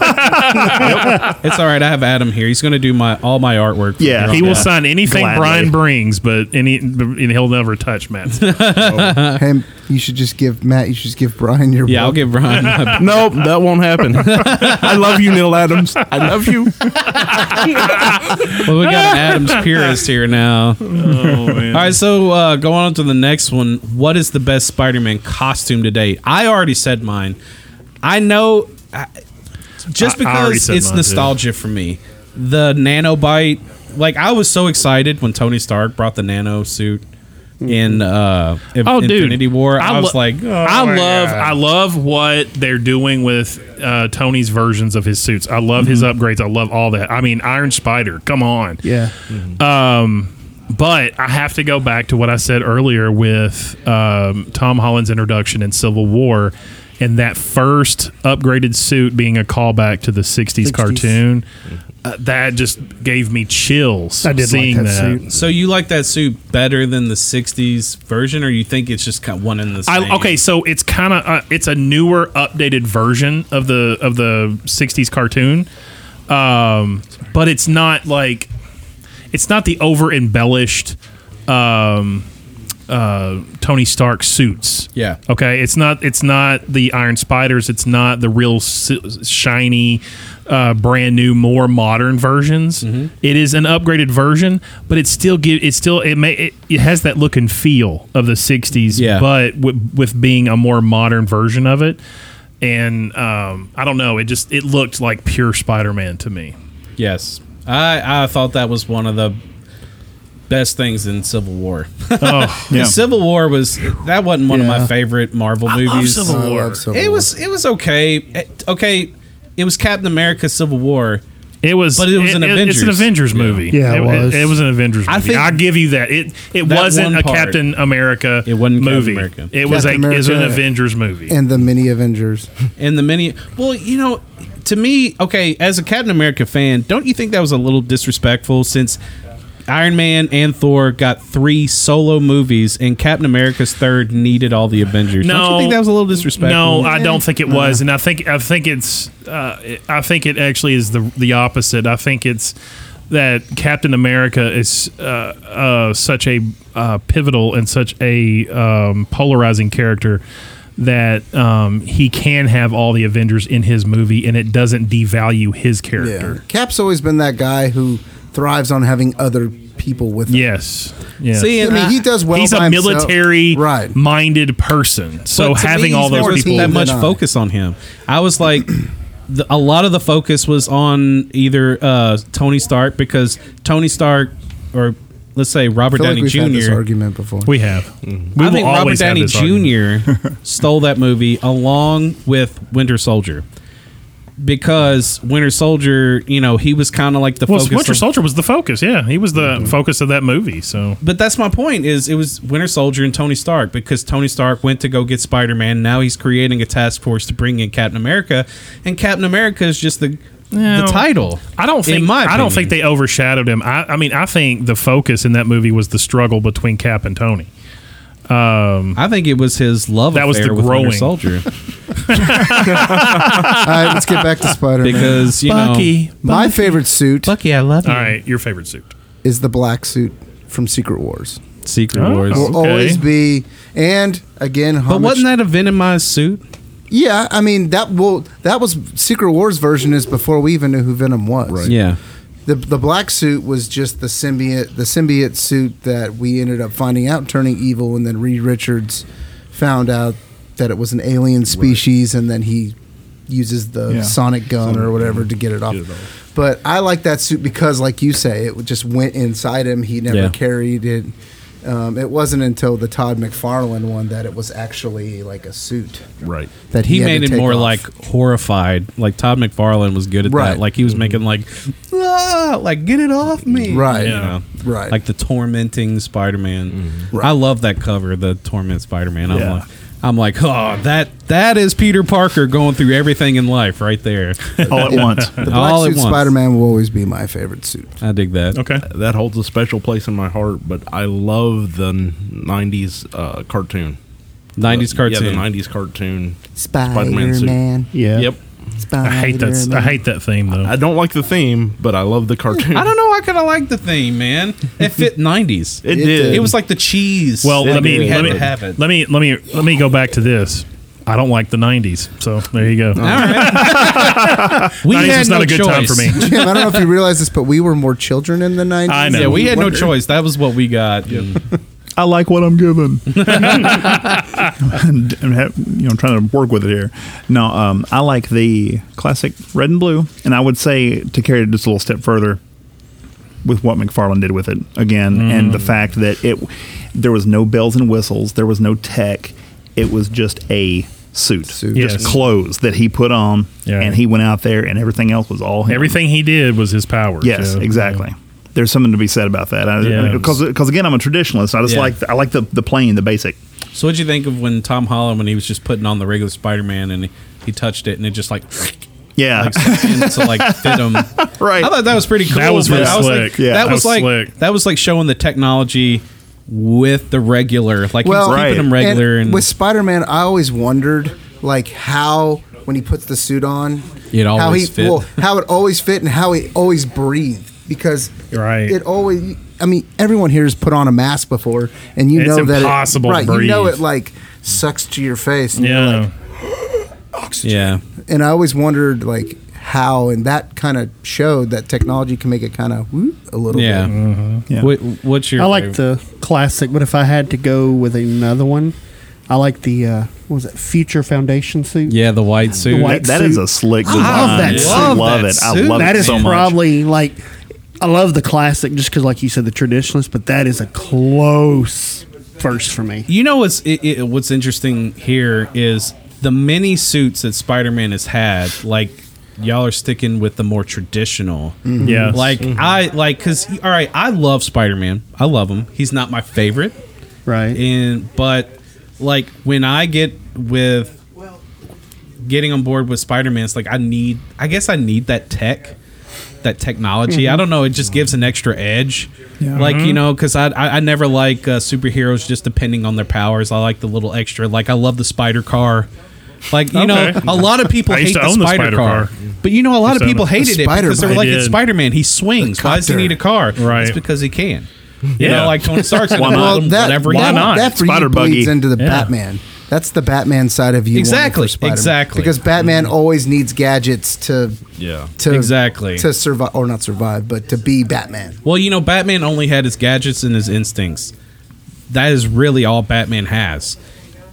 S11: all right. I have Adam here. He's gonna do my all my artwork. from here
S12: he
S11: on
S12: will
S11: out.
S12: sign anything
S11: Gladly.
S12: Brian brings, but any and he'll never touch Matt's.
S10: Him, you should just give Matt. You should just give Brian your.
S11: Uh, Yeah, I'll give Brian. my-
S3: Nope, that won't happen. I love you, Neil Adams. I love you.
S11: well, we got an Adams purist here
S12: Oh,
S11: now. All right, so uh, going on to the next one. What is the best Spider-Man costume to date? I already said mine. I know, I, just
S12: I- I already
S11: because
S12: said
S11: it's
S12: mine, too.
S11: nostalgia for me. The nanobite, like I was so excited when Tony Stark brought the nano suit in uh, in-
S12: Oh, dude.
S11: Infinity War. I,
S12: lo-
S11: was like, oh
S12: I
S11: my
S12: love,
S11: God.
S12: I love what they're doing with uh, Tony's versions of his suits. I love his
S11: Mm-hmm.
S12: upgrades. I love all that. I mean, Iron Spider, come on.
S6: Yeah.
S12: Um, but I have to go back to what I said earlier with um, Tom Holland's introduction in Civil War, and that first upgraded suit being a callback to the '60s,
S6: 60s.
S12: cartoon. Uh, that just gave me chills.
S6: I did like
S12: seeing
S6: that
S12: that.
S6: suit.
S11: So you like that suit better than the '60s version, or you think it's just kind of one in the same?
S12: I, okay, so it's kind of uh, it's a newer, updated version of the of the '60s cartoon, um, but it's not like it's not the over embellished um, uh, Tony Stark suits.
S11: Yeah.
S12: Okay. It's not it's not the Iron Spiders. It's not the real si- shiny, uh, brand new, more modern versions.
S11: Mm-hmm.
S12: It is an upgraded version, but it still give it still it may it, it has that look and feel of the '60s.
S11: Yeah.
S12: But with, with being a more modern version of it, and um, I don't know, it just it looked like pure Spider-Man to me.
S11: Yes, I I thought that was one of the best things in Civil War.
S12: Oh,
S11: The Civil War was that wasn't one of my favorite Marvel movies.
S12: Civil I War. love
S10: Civil
S11: it was it was okay. It- okay, it was Captain America Civil War.
S12: It was,
S11: but it was an Avengers.
S12: It's an Avengers movie.
S6: Yeah, it was.
S12: It, was an Avengers
S11: I
S12: movie. I,
S11: think-
S12: give you that. It it
S11: That
S12: wasn't
S11: one
S12: a
S11: part.
S12: Captain America
S11: It wasn't Captain
S12: movie.
S11: America.
S12: It was a
S10: Captain
S12: it was an
S10: America.
S12: Avengers movie.
S10: And the mini Avengers.
S11: and the mini. Well, you know, to me, okay, as a Captain America fan, don't you think that was a little disrespectful since Iron Man and Thor got three solo movies, and Captain America's third needed all the Avengers.
S12: No,
S11: Don't you think that was a little disrespectful?
S12: No, I don't think it was, and I think I think it's uh, it- I think it actually is the the opposite. I think it's that Captain America is uh, uh, such a uh, pivotal and such a um, polarizing character that um, he can have all the Avengers in his movie, and it doesn't devalue his character.
S10: Yeah. Cap's always been that guy who thrives on having other people with him.
S12: Yes. Yeah.
S10: See, I mean, he does well.
S12: He's
S10: by
S12: a
S10: himself.
S12: military-minded person, so
S11: But to
S12: having
S11: me,
S12: all
S11: there
S12: those
S11: wasn't
S12: people
S11: that much
S12: focus.
S11: focus on him. I was like, the, a lot of the focus was on either uh, Tony Stark because Tony Stark, or let's say Robert
S10: I feel
S11: Downey
S10: like we've
S11: Jr.
S10: had this argument before.
S12: We have.
S11: I think Robert Downey Jr. stole that movie along with Winter Soldier. Because Winter Soldier, you know, he was kind of like the
S12: well,
S11: focus.
S12: Winter
S11: of-
S12: Soldier was the focus. Yeah, he was
S11: Mm-hmm.
S12: the focus of that movie. So
S11: But that's my point. Is it was Winter Soldier and Tony Stark because Tony Stark went to go get Spider Man. Now he's creating a task force to bring in Captain America, and Captain America is just the the title.
S12: I don't think.
S11: In my
S12: I don't
S11: opinion.
S12: think they overshadowed him. I, I mean, I think the focus in that movie was the struggle between Cap and Tony. Um,
S11: I think it was his love.
S12: That was the
S11: affair with Winter
S12: growing
S11: Soldier.
S10: All right, let's get back to Spider Man.
S11: Because, you know- Bucky,
S10: my
S11: Bucky.
S10: favorite suit.
S11: Bucky, I love
S12: All right, your favorite suit.
S10: Is the black suit from Secret Wars.
S11: Secret Oh, Wars.
S10: will
S11: okay.
S10: always be, and again,
S11: But wasn't that a Venomized suit?
S10: Yeah, I mean that. Well, that was Secret Wars version is before we even knew who Venom was. Right.
S11: Yeah.
S10: The, the black suit was just the symbiote the symbiote suit that we ended up finding out turning evil and then Reed Richards found out that it was an alien species and then he uses the
S9: Yeah.
S10: sonic gun or whatever to get it off. But I like that suit because like you say it just went inside him. He never
S11: Yeah.
S10: carried it. Um, it wasn't until the Todd McFarlane one that it was actually like a suit.
S11: Right.
S10: That
S11: That
S10: he
S11: he,
S10: had
S11: made
S10: to
S11: it
S10: take
S11: more
S10: off.
S11: like horrified. Like Todd McFarlane was good at
S10: Right.
S11: that. Like he was making like, ah, like get it off me.
S10: Right.
S11: You know?
S10: Right.
S11: Like the tormenting Spider Man.
S12: Mm-hmm.
S11: I love that cover, the torment Spider Man. I'm
S10: Yeah.
S11: like I'm like, oh, that that is Peter Parker going through everything in life right there.
S10: The black
S11: All at
S10: suit
S11: once.
S10: Spider Man will always be my favorite suit.
S11: I dig that.
S12: Okay.
S3: That holds a special place in my heart, but I love the 90s uh, cartoon. The-
S11: 90s
S3: Yeah,
S11: cartoon.
S3: the 90s cartoon.
S10: Spider-Man. Yeah.
S3: Yep.
S10: I hate that- Spider-Man. I hate
S12: that theme though.
S3: I don't like the theme, but I love the cartoon.
S11: I don't know. I kind of like the theme, man. It fit '90s.
S3: It It did. did.
S11: It was like the cheese.
S12: Well,
S11: that
S12: let
S11: we
S12: me
S11: had
S12: let me,
S11: to have it.
S12: let me let me let me go back to this. I don't like the '90s, so there you go. All
S11: right,
S10: We
S12: 90s
S10: had
S12: was not
S10: no
S12: a good time for me.
S10: Jim, I don't know if you realize this, but we were more children in the 90s.
S11: I know. Yeah, we had no choice. That was what we got. And-
S9: I like what I'm given. and, and have- you know, I'm trying to work with it here. No, um, I like the classic red and blue, and I would say to carry it just a little step further with what McFarlane did with it again, and
S12: Mm.
S9: the fact that it there was no bells and whistles, there was no tech, it was just a suit, just
S12: Yes.
S9: clothes that he put on,
S12: Yeah.
S9: and he went out there, and everything else was all him.
S12: Everything he did was his powers.
S9: Yes,
S12: yeah.
S9: exactly. uh, There's something to be said about that.
S12: Yeah.
S9: Because again, I'm a traditionalist. I just
S11: Yeah.
S9: like I like the the plain, the basic.
S11: So what'd you think of when Tom Holland when he was just putting on the regular Spider Man and he, he touched it and it just like
S10: Ah.
S9: yeah
S11: like, sucked in to like fit him
S9: right?
S11: I thought that was pretty cool.
S12: That was
S11: but
S12: really
S11: I
S12: slick.
S11: Like,
S12: Yeah,
S11: that,
S12: that
S11: was,
S12: was
S11: like
S12: slick.
S11: that was like showing the technology with the regular. Like
S10: Well,
S11: he's keeping them regular and,
S10: with Spider Man, I always wondered like how when he puts the suit on,
S11: It
S10: how he
S11: always fit.
S10: how it always fit and how he always breathed because
S12: Right.
S10: it always. I mean, everyone here has put on a mask before, and you
S12: It's
S10: know that
S12: impossible
S10: it,
S12: to
S10: right. You know
S12: breathe.
S10: it like sucks to your face. And you're
S12: Yeah.
S10: like-
S11: yeah.
S10: and I always wondered like how, and that kind of showed that technology can make it kind of a little
S11: Yeah.
S10: bit.
S9: Yeah.
S11: What, what's your
S6: I like the classic, but if I had to go with another one, I like the uh, what was it Future Foundation suit.
S11: Yeah, the white suit.
S6: The white
S9: That- that
S6: suit.
S9: is a slick
S6: I love
S9: design.
S6: that
S9: Yeah.
S6: suit.
S9: Love Love that it. I suit. love
S6: That
S9: it
S6: is
S9: so much.
S6: probably like I love the classic just because, like you said, the traditionalist. But that is a close first for me.
S11: You know what's it, it, what's interesting here is the many suits that Spider-Man has had. Like y'all are sticking with the more traditional.
S12: Mhm. Yes.
S11: Like
S12: Mhm.
S11: I like because all right, I love Spider-Man. I love him. He's not my favorite.
S6: Right.
S11: And but like when I get with getting on board with Spider-Man, it's like I need. I guess I need that tech. that technology.
S17: Mhm.
S11: I don't know. It just gives an extra edge.
S17: Yeah.
S11: Like you
S17: Mhm.
S11: know, because I, I I never like uh, superheroes just depending on their powers. I like the little extra. Like I love the spider car. Like you
S17: Okay.
S11: know, a lot of people
S17: I used
S11: hate
S17: to
S11: the
S17: own
S11: spider,
S17: the spider
S11: car.
S17: car.
S11: But you know, a lot
S17: Used
S11: of
S17: to own
S11: people
S17: it.
S11: hated
S17: The
S11: it because they were
S17: Spider-Man.
S11: like,
S17: They
S11: "It's
S17: did.
S11: Spider Man. He swings. Why does he
S17: copter.
S11: need a car?
S17: Right.
S11: It's because he can." You
S17: Yeah.
S11: know, like Tony Stark's
S17: Why
S11: gonna
S17: not?
S11: build him
S17: That-
S11: whatever.
S17: why
S11: he-
S17: not?
S10: That for you bleeds into the
S11: Yeah.
S10: Batman. That's the Batman side of you. wanting
S11: Exactly,
S10: for Spider-Man.
S11: exactly.
S10: Because Batman always needs gadgets to
S11: Yeah.
S10: to
S11: Exactly.
S10: to survive or not survive, but to be Batman.
S11: Well, you know, Batman only had his gadgets and his instincts. That is really all Batman has.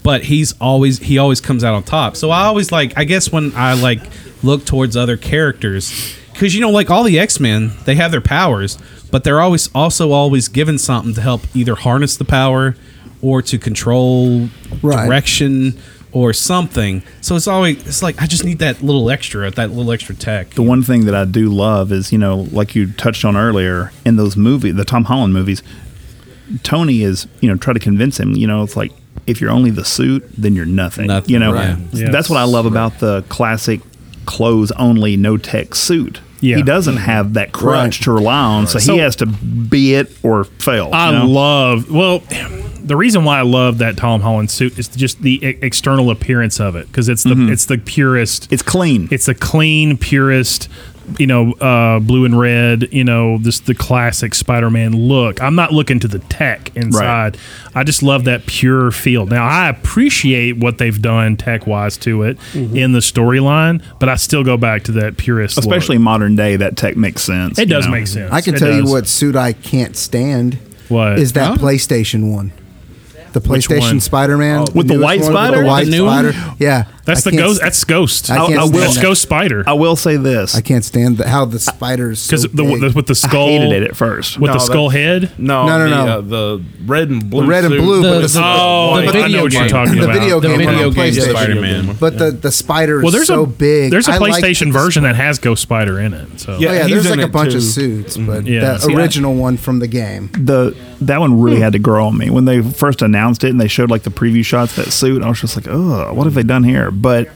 S11: But he's always he always comes out on top. So I always like I guess when I like look towards other characters cuz you know like all the X-Men, they have their powers, but they're always also always given something to help either harness the power or to control direction or something. So it's always it's like I just need that little extra, that little extra tech.
S15: The one thing that I do love is, you know, like you touched on earlier in those movies, the Tom Holland movies, Tony is, you know, try to convince him, you know, it's like if you're only the suit, then you're nothing. You know,
S17: Right. Yeah.
S15: that's what I love about the classic clothes only, no tech suit.
S12: Yeah.
S15: He doesn't have that crutch to rely on, so he
S12: So-
S15: has to be it or fail.
S12: I
S15: you know?
S12: love. Well, the reason why I love that Tom Holland suit is just the e- external appearance of it because it's the it's the purest.
S15: Mm-hmm. It's clean.
S12: It's the clean purest. You know, uh, blue and red. You know, just the classic Spider-Man look. I'm not looking to the tech inside. I just love that pure feel. Now, I appreciate what they've done tech-wise to it
S15: Mm-hmm.
S12: in the storyline, but I still go back to that purest. look.
S15: Especially modern day, that tech makes sense.
S12: It does
S15: you know?
S12: make sense.
S10: I can
S12: It
S10: tell
S12: does.
S10: you what suit I can't stand.
S12: What?
S10: is that
S12: Huh?
S10: PlayStation one? The
S12: Which
S10: PlayStation
S12: one?
S10: Spider Man
S12: Oh, with the white spider?
S10: the
S12: The
S10: white
S12: new one?
S10: spider. Yeah,
S12: That's
S10: I
S12: the
S10: can't
S12: ghost.
S10: sta-
S12: That's ghost.
S10: I can't
S12: that's
S10: stand
S12: ghost spider.
S15: I will say this.
S10: I can't stand the, how the spiders
S12: Because the, the with the skull with the skull head.
S3: No,
S10: No, no,
S3: the,
S10: no.
S3: Uh, the red and blue.
S10: The red and
S3: suit.
S10: blue, but the,
S3: oh,
S10: but
S3: I know what you're talking
S10: the
S3: about.
S10: video game, on
S3: video game
S10: PlayStation.
S3: Spider-Man.
S10: But the the spider is
S12: Well, there's
S10: so
S12: a
S10: big.
S12: There's a
S10: I like- oh,
S12: PlayStation version that has Ghost Spider in it. So
S10: Yeah, yeah, there's like a bunch of suits, but
S12: Mm-hmm. Yeah.
S10: the
S12: See, I-
S10: original one from the game.
S15: the that one really
S11: Hmm.
S15: had to grow on me when they first announced it and they showed like the preview shots of that suit. I was just like, oh, what have they done here? But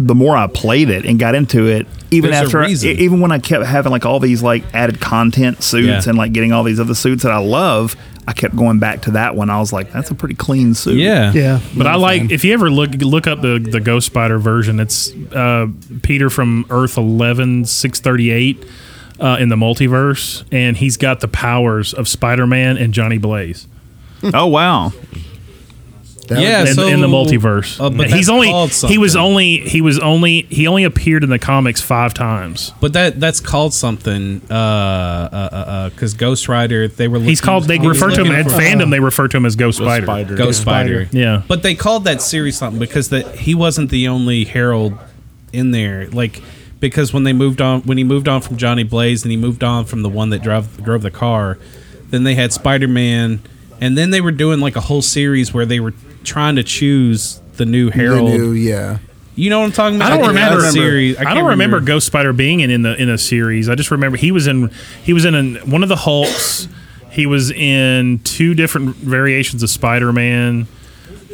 S15: the more I played it and got into it, even
S11: There's a
S15: after,
S11: reason.
S15: e- even when I kept having like all these like added content suits
S11: Yeah.
S15: and like getting all these other suits that I love, I kept going back to that one. I was like, that's a pretty clean suit.
S12: But I like if you ever look look up the the Ghost Spider version. It's uh, Peter from Earth eleven six thirty eight uh, in the multiverse, and he's got the powers of Spider Man and Johnny Blaze.
S15: oh wow.
S12: in, in the multiverse.
S11: Uh, but
S12: And he's
S11: that's
S12: only
S11: called
S12: he was
S11: something.
S12: only he was only he only appeared in the comics five times.
S11: But that that's called something because uh, uh, uh, uh 'cause Ghost Rider they were. Looking,
S12: He's called. They
S11: he was
S12: refer to him
S11: looking
S12: at
S11: for-
S12: fandom. They refer to him as Uh, Ghost, Spider.
S11: Ghost Spider.
S12: Yeah.
S11: But they called that series something because that he wasn't the only Herald in there. Like because when they moved on, when he moved on from Johnny Blaze and he moved on from the one that drove drove the car, then they had Spider Man, and then they were doing like a whole series where they were trying to choose the new Herald.
S10: new, yeah.
S11: You know what I'm talking
S12: I
S11: about?
S12: don't remember.
S11: that series.
S12: I,
S11: can't
S12: don't remember, Ghost Spider being in, in the in a series. I just remember he was in he was in an, one of the Hulks. he was in two different variations of Spider Man.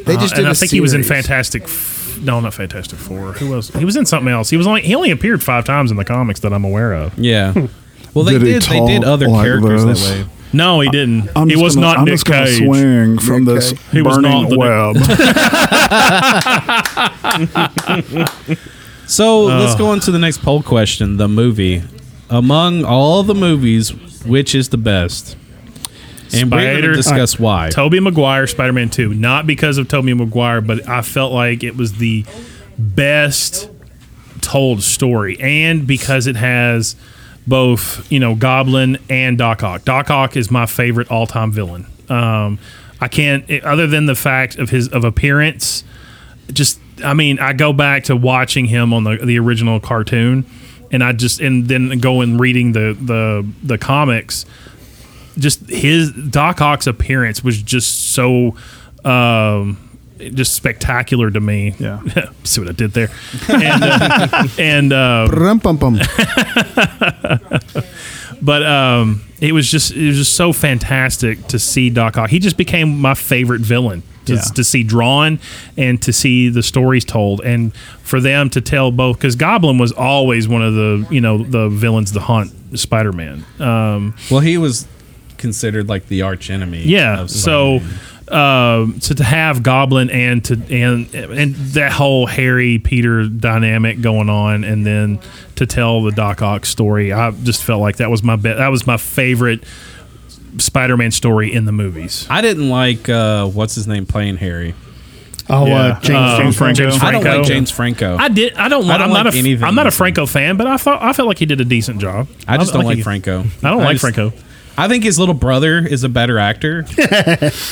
S10: They just did
S12: Uh, and I
S10: a
S12: think he was in
S10: series.
S12: Fantastic. F- no, not Fantastic Four. Who else? He was in something else. He was only he only appeared five times in the comics that I'm aware of.
S11: Yeah. Well, they Did he did- they did talk other like characters that this? way.
S12: No, he didn't.
S15: I'm
S12: he
S15: just
S12: was
S15: gonna-
S12: not
S15: I'm
S12: Nick
S15: just gonna
S12: Cage.
S15: swing from
S12: Nick
S15: this
S12: Cage. He was
S15: burning
S12: not the Nick-
S15: web.
S11: So
S17: Oh.
S11: let's go on to the next poll question: the movie. Among all the movies, which is the best? And we're going to discuss
S12: Uh,
S11: why.
S12: Toby Maguire, Spider Man Two, not because of Toby Maguire, but I felt like it was the best told story, and because it has both you know Goblin and Doc Ock. Doc Ock is my favorite all time villain. Um, I can't other than the fact of his of appearance just I mean, I go back to watching him on the the original cartoon and I just and then go and reading the the the comics. Just his Doc Ock's appearance was just so um just spectacular to me. Yeah. See what I did there. And uh, and uh, but um, it was just it was just so fantastic to see Doc Ock. He just became my favorite villain to,
S17: Yeah.
S12: to see drawn and to see the stories told, and for them to tell both because Goblin was always one of the you know the villains to hunt Spider Man. Um,
S11: well, he was considered like the arch enemy.
S12: Yeah.
S11: of
S12: So, um, so to have Goblin and to and and that whole Harry Peter dynamic going on, and then to tell the Doc Ock story, I just felt like that was my be- that was my favorite Spider Man story in the movies.
S11: I didn't like uh, what's his name playing Harry.
S12: Oh, uh, James- James Franco.
S11: I don't like
S12: Franco.
S11: James Franco.
S12: I did. I don't. I
S11: don't
S12: am
S11: like
S12: not a,
S11: anything
S12: I'm not a
S11: with him.
S12: Franco fan, but I thought I felt like he did a decent job.
S11: I just don't like,
S12: he-
S11: Franco.
S12: I don't like
S11: just-
S12: Franco.
S11: I think his little brother is a better actor.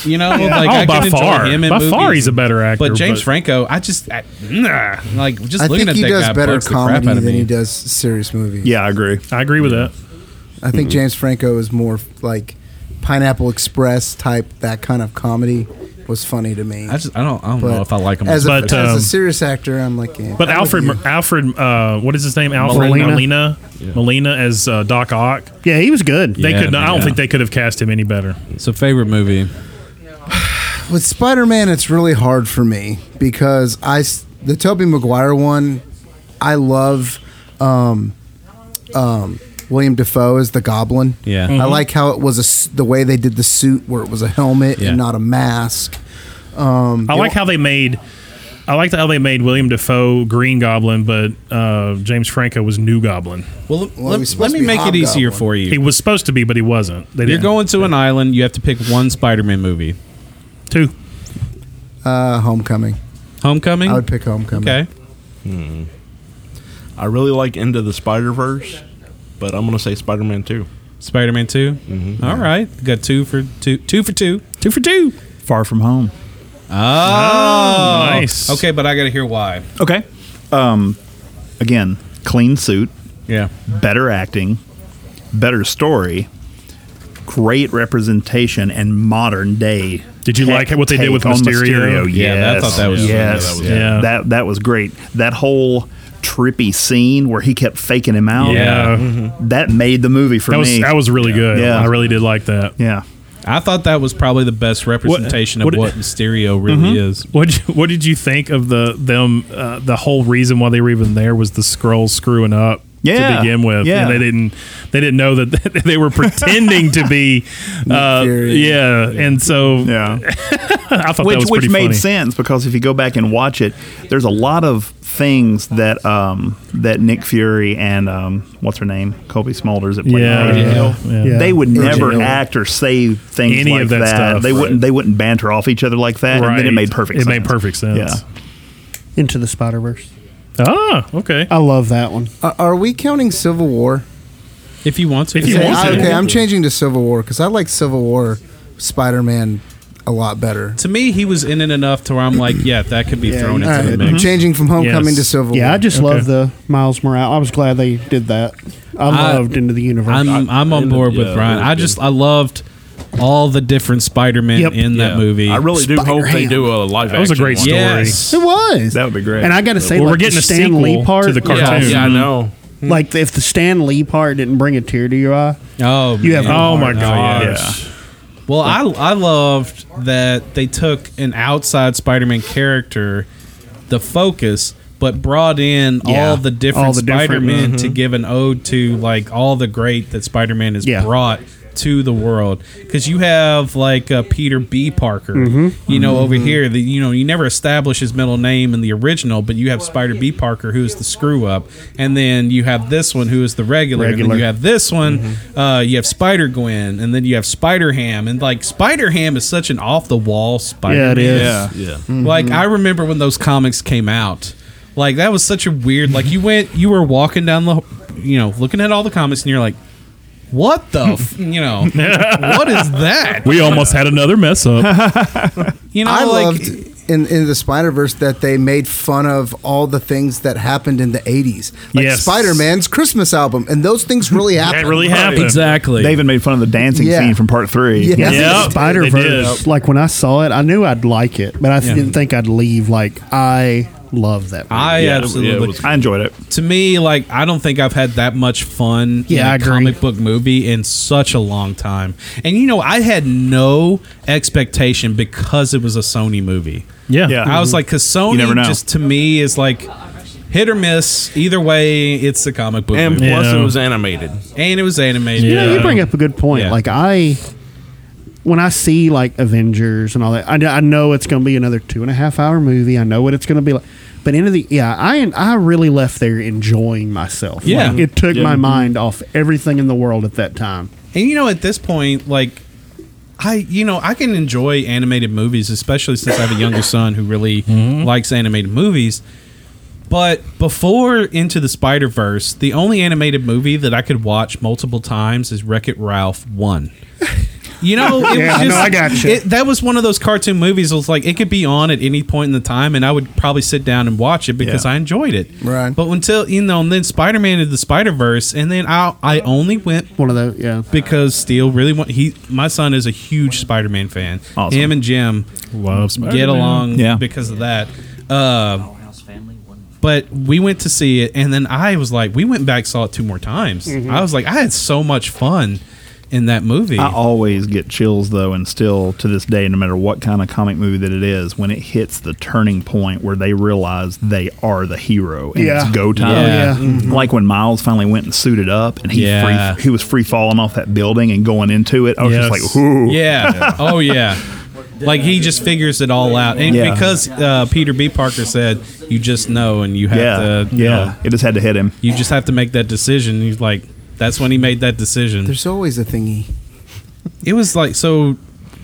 S11: you know,
S12: Yeah.
S11: like
S12: Oh,
S11: I
S12: by
S11: can enjoy
S12: far.
S11: him in
S12: By far
S11: movies.
S12: he's a better actor,
S11: But James
S12: but-
S11: Franco, I just I, nah, like just
S10: I
S11: looking
S10: think
S11: at
S10: he
S11: that
S10: does
S11: guy
S10: better
S11: bugs the crap
S10: comedy
S11: out of
S10: than
S11: me.
S10: he does serious movies.
S9: Yeah, I agree.
S12: I agree with that.
S10: I think
S11: Mm-hmm.
S12: Mhm.
S10: James Franco is more like Pineapple Express type. That kind of comedy was funny to me.
S11: I just I don't I don't
S10: But
S11: know if I like him.
S10: as,
S12: But,
S10: a,
S12: um,
S10: as a serious actor. I'm like, yeah,
S12: But
S10: I'm with
S12: Alfred,
S10: you.
S12: Alfred, uh, what is his name? Alfred
S6: Molina.
S12: Molina, Molina, as uh, Doc Ock.
S6: Yeah, he was good.
S12: They
S11: Yeah,
S12: could. not I don't
S11: yeah.
S12: think they could have cast him any better.
S11: So favorite movie.
S10: with Spider Man, it's really hard for me because I s- the Tobey Maguire one, I love. Um, um, William Defoe as the Goblin.
S11: Yeah.
S10: I
S11: Mhm.
S10: like how it was a s the way they did the suit where it was a helmet
S12: Yeah.
S10: and not a mask. Um,
S12: I
S10: you
S12: like how they made. I liked how they made William Defoe Green Goblin, but uh, James Franco was New Goblin.
S11: Well, let,
S10: Well, he was
S11: let,
S10: supposed
S11: me
S10: to be
S11: make it
S10: Hobgoblin.
S11: easier for you.
S12: He was supposed to be, but he wasn't. They
S11: You're
S12: didn't.
S11: going to an island. You have to pick one Spider-Man movie.
S12: Two.
S10: Uh, Homecoming.
S11: Homecoming.
S10: I would pick Homecoming.
S11: Okay.
S3: Hmm. I really like Into the Spider Verse, but I'm gonna say Spider Man Two.
S11: Spider Man Two. Mm-hmm. All right, got two for two, two for two, two for two.
S9: Far from home.
S11: Oh,
S10: Ah.
S9: Oh, nice.
S11: Okay, but I got to hear why.
S9: Okay. Um, again, clean suit.
S11: Yeah.
S9: Better acting, better story, great representation, and modern day.
S12: Did you
S9: tech
S12: like what they did
S9: take
S12: with
S9: on
S12: Mysterio?
S9: Yes.
S12: Yeah, I thought that was-
S9: yes.
S12: yeah, that was- Yeah.
S9: That that was great. That whole trippy scene where he kept faking him out.
S12: Yeah. Mm-hmm.
S9: That made the movie for
S12: That was
S9: me.
S12: that was really good.
S9: Yeah.
S12: I really did like that.
S9: Yeah.
S11: I thought that was probably the best representation
S12: what-
S11: of what Mm-hmm. Mysterio really is.
S12: What did you- What did you think of the them? Uh, the whole reason why they were even there was the scroll screwing up.
S9: Yeah,
S12: to begin with,
S9: yeah.
S12: and they didn't they didn't know that they were pretending to be, uh, yeah, and so
S9: yeah,
S12: I thought
S9: which,
S12: that was
S9: which
S12: pretty
S9: made
S12: funny.
S9: sense because if you go back and watch it, there's a lot of things that um, that Nick Fury and um, what's her name, Kobe Smulders, that played
S12: Yeah,
S9: Agent
S12: yeah,
S9: Hill,
S12: yeah.
S9: they would
S12: Agent
S9: never
S12: Hill.
S9: act or say things
S12: Any
S9: like
S12: of that stuff,
S9: they
S12: right.
S9: wouldn't. They wouldn't banter off each other like that. And then it made perfect.
S12: It
S9: sense.
S12: made perfect sense.
S9: Yeah.
S6: Into the Spider Verse.
S12: Ah, okay.
S6: I love that one.
S10: Are, are we counting Civil War?
S11: If you want to,
S10: Okay, I- okay, I'm changing to Civil War because I like Civil War Spider Man a lot better.
S11: To me, he was in it enough to where I'm like, yeah, that could be thrown into
S10: all
S11: the
S10: right,
S11: mix.
S10: Changing from Homecoming to Civil
S6: Yeah,
S10: War.
S6: I just love the Miles Morales. I was glad they did that. I,
S11: I-
S6: loved Into the Universe.
S11: I'm I'm on board with Ryan. I just I loved all the different Spider-Man
S6: Yep.
S11: in that
S6: Yeah.
S11: movie.
S6: I really do hope they Spider-Ham. do
S3: a live
S11: That was a
S3: action
S11: great
S3: one.
S11: story.
S6: It was.
S9: That would be great.
S6: And I got to say,
S3: Well,
S6: like,
S3: we're getting
S6: the
S3: a
S6: Stan Lee
S3: sequel
S6: part
S3: to the Yeah, cartoon. yeah, I know.
S11: Hmm.
S6: Like if the Stan Lee part didn't bring a tear to your eye,
S11: Oh,
S6: you have
S11: man.
S6: no
S11: Oh, my
S6: heart.
S11: gosh. Well, I I loved that they took an outside Spider-Man character, the focus, but brought in
S6: Yeah.
S11: all the different
S6: All the different-
S11: Spider-Man to
S6: Mhm.
S11: give an ode to like all the great that Spider-Man has
S6: Yeah.
S11: brought to the world. Because you have like uh, Peter B. Parker,
S6: Mhm.
S11: you know, over here that you know you never establish his middle name in the original, but you have Spider B. Parker who is the screw up, and then you have this one who is the regular, and
S6: Regular.
S11: then you have this one, uh, you have Spider Gwen, and then you have Spider Ham, and like Spider Ham is such an off the wall Spider.
S6: Yeah, it is.
S3: Yeah. Yeah.
S11: Like I remember when those comics came out. Like that was such a weird. Like you went, you were walking down the, you know, looking at all the comics, and you're like, what the, f-, you know, what is that?
S12: We almost had another mess up.
S11: You know,
S10: I
S11: like-
S10: loved in, in the Spider Verse that they made fun of all the things that happened in the 80s. Like
S9: Yes.
S10: Spider Man's Christmas album, and those things really happened.
S11: Exactly.
S9: They even made fun of the dancing
S10: Yeah.
S9: scene from part three.
S10: Yeah. Yep,
S6: Spider Verse. Like when I saw it, I knew I'd like it, but I
S11: Yeah.
S6: didn't think I'd leave. Like I love that. Movie.
S11: I
S6: Yeah, it was- yeah, it
S11: absolutely.
S6: was
S9: I enjoyed it.
S11: To me, like I don't think I've had that much fun
S6: Yeah, I
S11: in a
S6: agree.
S11: comic book movie in such a long time. And you know, I had no expectation because it was a Sony movie.
S12: Yeah. Yeah.
S9: Mm-hmm.
S11: I was like, because Sony
S12: You never know.
S11: just to me is like hit or miss. Either way, it's the comic book.
S3: And
S11: movie.
S3: plus it was animated.
S11: And it was animated.
S6: You know, you bring up a good point. Like I, when I see like Avengers and all that, I, I know it's going to be another two and a half hour movie. I know what it's going to be like. But end of the yeah, I I really left there enjoying myself.
S11: Yeah.
S6: Like, it took
S11: Yeah. Mm-hmm.
S6: my mind off everything in the world at that time.
S11: And you know, at this point, like I, you know, I can enjoy animated movies, especially since I have a younger son who really
S6: Mm-hmm.
S11: likes animated movies. But before Into the Spider Verse, the only animated movie that I could watch multiple times is Wreck It Ralph One. You know, it
S6: Yeah, I
S11: was
S6: know,
S11: just,
S6: I gotcha.
S11: It, that was one of those cartoon movies. It was like it could be on at any point in the time, and I would probably sit down and watch it because
S10: Yeah.
S11: I enjoyed it. Right. But until you know, and then Spider Man into the Spider Verse, and then I I only went
S6: one of those, yeah,
S11: because Steele really want he. My son is a huge Spider Man fan.
S17: Awesome.
S11: Him and Jim
S17: Love
S11: get
S17: Spider-Man.
S11: along
S17: Yeah.
S11: because of that. Uh, but we went to see it, and then I was like, we went back saw it two more times.
S15: Mhm.
S11: I was like, I had so much fun in that movie.
S15: I always get chills though, and still to this day, no matter what kind of comic movie that it is, when it hits the turning point where they realize they are the hero and
S6: Yeah.
S15: it's go time.
S6: Yeah. Yeah. Mhm.
S15: Like when Miles finally went and suited up, and he
S11: Mm-hmm. Yeah.
S15: free, he was free falling off that building and going into it. I was
S11: Yes.
S15: just like, whoo,
S11: Yeah. oh yeah. Like he just figures it all out, and
S15: Yeah.
S11: because uh, Peter B. Parker said, "You just know, and you have
S15: Yeah.
S11: to."
S15: Yeah. it just had to hit him.
S11: You just have to make that decision. He's like, that's when he made that decision. There's
S10: always a thingy.
S11: It was like so.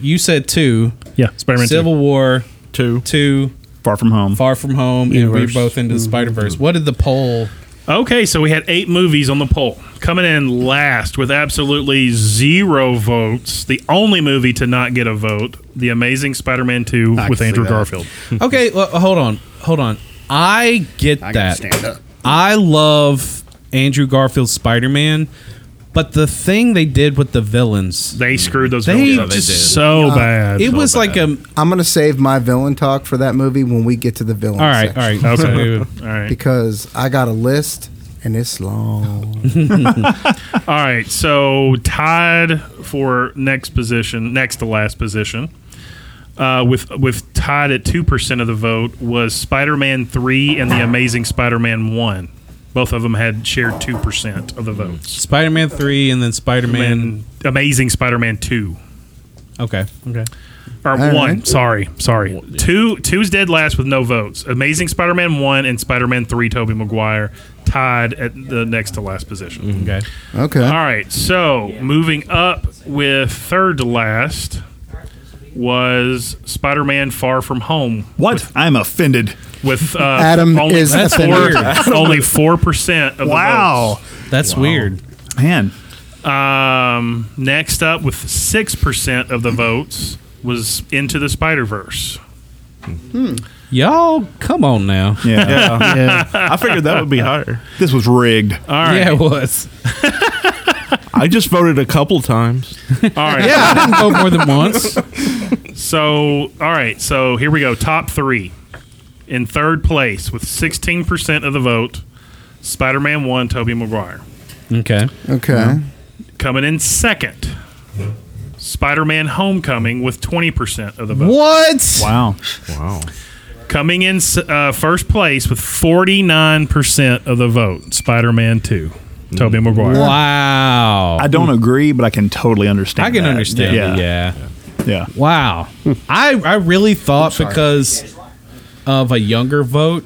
S11: You said two.
S12: Yeah, Spider-Man two.
S11: Civil War two, two.
S15: Far from home.
S11: Far from home, and
S12: Universe.
S11: we're both into the
S12: Mhm.
S11: Spider Verse. What did the poll?
S12: Okay, so we had eight movies on the poll. Coming in last with absolutely zero votes, the only movie to not get a vote, The Amazing Spider Man 2
S11: I
S12: with
S11: can see
S12: Andrew
S11: that.
S12: Garfield.
S11: okay, well, hold on, hold on. I get
S12: I gotta
S11: that.
S12: stand up.
S11: I love Andrew Garfield's Spider Man, but the thing they did with the villains,
S12: they screwed those.
S11: They
S12: villains.
S11: just
S10: Uh,
S11: It was like um, a
S10: I'm gonna save my villain talk for that movie when we get to the villain.
S11: All right, all
S10: section.
S11: right, okay.
S12: All right.
S10: Because I got a list and it's long.
S12: All right, so tied for next position, next to last position, uh, with with tied at two percent of the vote was Spider Man Three and the Amazing Spider Man One. Both of them had shared two percent of the votes.
S11: Spider Man Three and then Spider Man
S12: Amazing Spider Man Two.
S11: Okay.
S12: Okay. Or
S11: All
S12: one.
S11: right.
S12: Sorry, sorry. Two. Two's dead last with no votes. Amazing Spider Man One and Spider Man Three. Tobey Maguire tied at the next to last position. Okay.
S10: Okay.
S12: All right. So moving up with third to last was Spider-Man: Far From Home.
S15: What? I'm offended.
S12: With uh,
S15: Adam
S12: only
S15: is That's
S12: four,
S15: weird.
S12: only four percent of
S15: Wow.
S12: the votes.
S11: That's weird,
S15: man.
S12: Um, next up with six percent of the votes was Into the Spider Verse.
S11: Y'all, come on now.
S15: Yeah. I figured that would be higher. This was rigged.
S12: All right.
S11: Yeah, it was.
S3: I just voted a couple times.
S12: All right.
S3: Yeah, I didn't vote more than once.
S12: So, all right. So here we go. Top three. In third place with 16% of the vote, Spider Man 1, Tobey Maguire.
S11: Okay.
S10: Okay.
S12: Coming in second, Spider Man Homecoming with 20% of the vote.
S11: What?
S15: Wow.
S3: Wow.
S12: Coming in s- uh, first place with 49% of the vote, Spider Man 2, Tobey Maguire.
S11: Wow.
S15: I don't agree, but I can totally understand.
S11: I can
S15: that.
S11: understand it, yeah.
S15: Yeah.
S11: Wow. I I really thought because of a younger vote,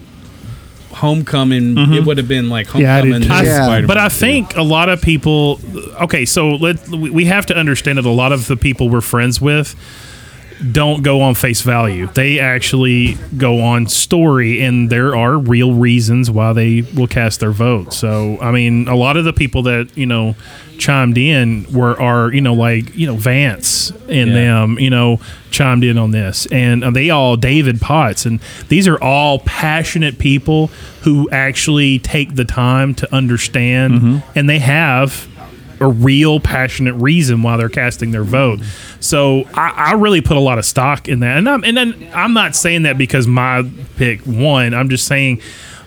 S11: Homecoming it would have been like Homecoming.
S12: Mm-hmm. I-
S11: and Spider-Man.
S12: But I think a lot of people. Okay, so let we we have to understand that a lot of the people we're friends with don't go on face value. They actually go on story, and there are real reasons why they will cast their vote. So, I mean, a lot of the people that you know chimed in were are you know like you know Vance and
S11: Yeah.
S12: them you know chimed in on this, and uh, they all David Potts, and these are all passionate people who actually take the time to understand, and they have a real passionate reason why they're casting their vote. So I, I really put a lot of stock in that, and I'm and then I'm not saying that because my pick won. I'm just saying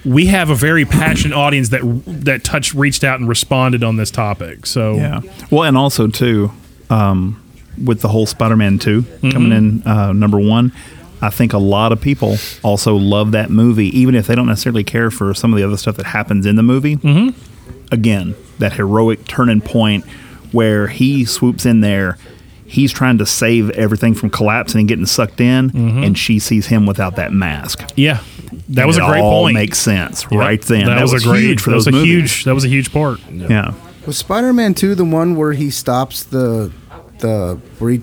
S12: we have a very passionate audience that that touched, reached out, and responded on this topic. So
S15: Yeah. Well, and also
S12: Mm-hmm.
S15: too, um, with the whole Spider-Man 2 coming in uh, number one,
S9: I think a lot of people also love that movie, even if they don't necessarily care for some of the other stuff that happens in the movie. Mm-hmm. Again, that heroic turning point where he swoops in there. He's trying to save everything from collapsing and getting sucked in,
S12: Mhm.
S9: and she sees him without that mask.
S12: Yeah, that
S9: And
S12: was
S9: it
S12: a great
S9: all
S12: point.
S9: Makes sense
S12: Yep.
S9: right then.
S12: That, was, a great.
S9: huge for
S12: that
S9: those
S12: was a
S9: movies.
S12: huge. That was a huge part.
S9: Yeah.
S10: Was Spider-Man Two the one where he stops the the where he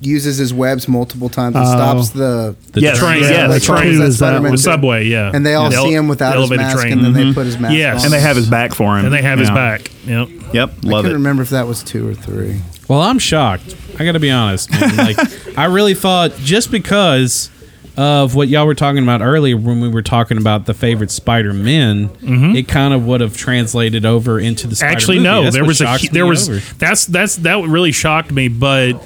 S10: uses his webs multiple times and
S12: Oh.
S10: stops the
S12: The Yes, train. yes,
S10: Yeah,
S12: the
S10: that's right.
S12: train.
S10: Is that
S12: Is that-
S10: Spider-Man
S12: the
S10: 2?
S12: subway, yeah.
S10: and they all
S12: Yeah.
S10: see him
S12: The
S10: without his
S12: elevator
S10: mask,
S12: train.
S10: and then they
S12: Mhm.
S10: put his mask
S12: Yes.
S10: on.
S12: And they have his back
S9: for
S12: And they have his back. Yep.
S9: Yep.
S10: I
S11: Love
S10: couldn't
S11: it.
S10: remember if that was two or three.
S11: Well, I'm shocked. I got to be honest. man. Like, I really thought just because of what y'all were talking about earlier when we were talking about the favorite Spider Men, it kind of would have translated over into the Spider
S12: Mm-hmm. Actually,
S11: movie.
S12: no.
S11: That's
S12: There
S11: what
S12: was a
S11: shocks
S12: hu- there
S11: me
S12: was
S11: over.
S12: that's that's that really shocked me, but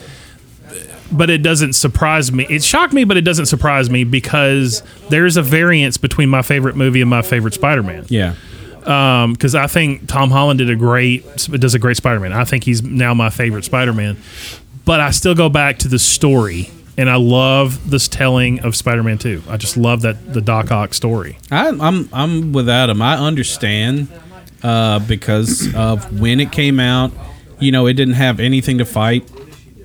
S12: but it doesn't surprise me. It shocked me, but it doesn't surprise me because there's a variance between my favorite movie and my favorite Spider Man.
S11: Yeah.
S12: Because I think Tom Holland did a great does a great Spider Man. I think he's now my favorite Spider Man, but I still go back to the story. And I love this telling of Spider-Man 2. I just love that the Doc Ock story.
S11: I, I'm I'm with Adam. I understand uh, because of when it came out. You know, it didn't have anything to fight.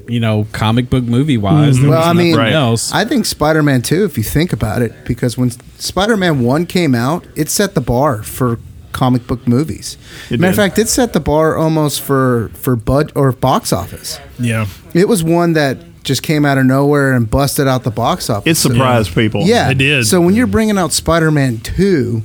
S11: You know, comic book movie wise.
S3: Mm-hmm.
S10: well, I mean,
S11: else.
S10: I think Spider-Man Two, if you think about it, because when Spider-Man One came out, it set the bar for comic book movies.
S12: It
S10: Matter of
S12: did.
S10: fact, it set the bar almost for for bud or box office.
S12: Yeah.
S10: It was one that just came out of nowhere and busted out the box office.
S9: It surprised Yeah. people.
S10: Yeah,
S9: It did.
S10: So when you're bringing out Spider-Man Two,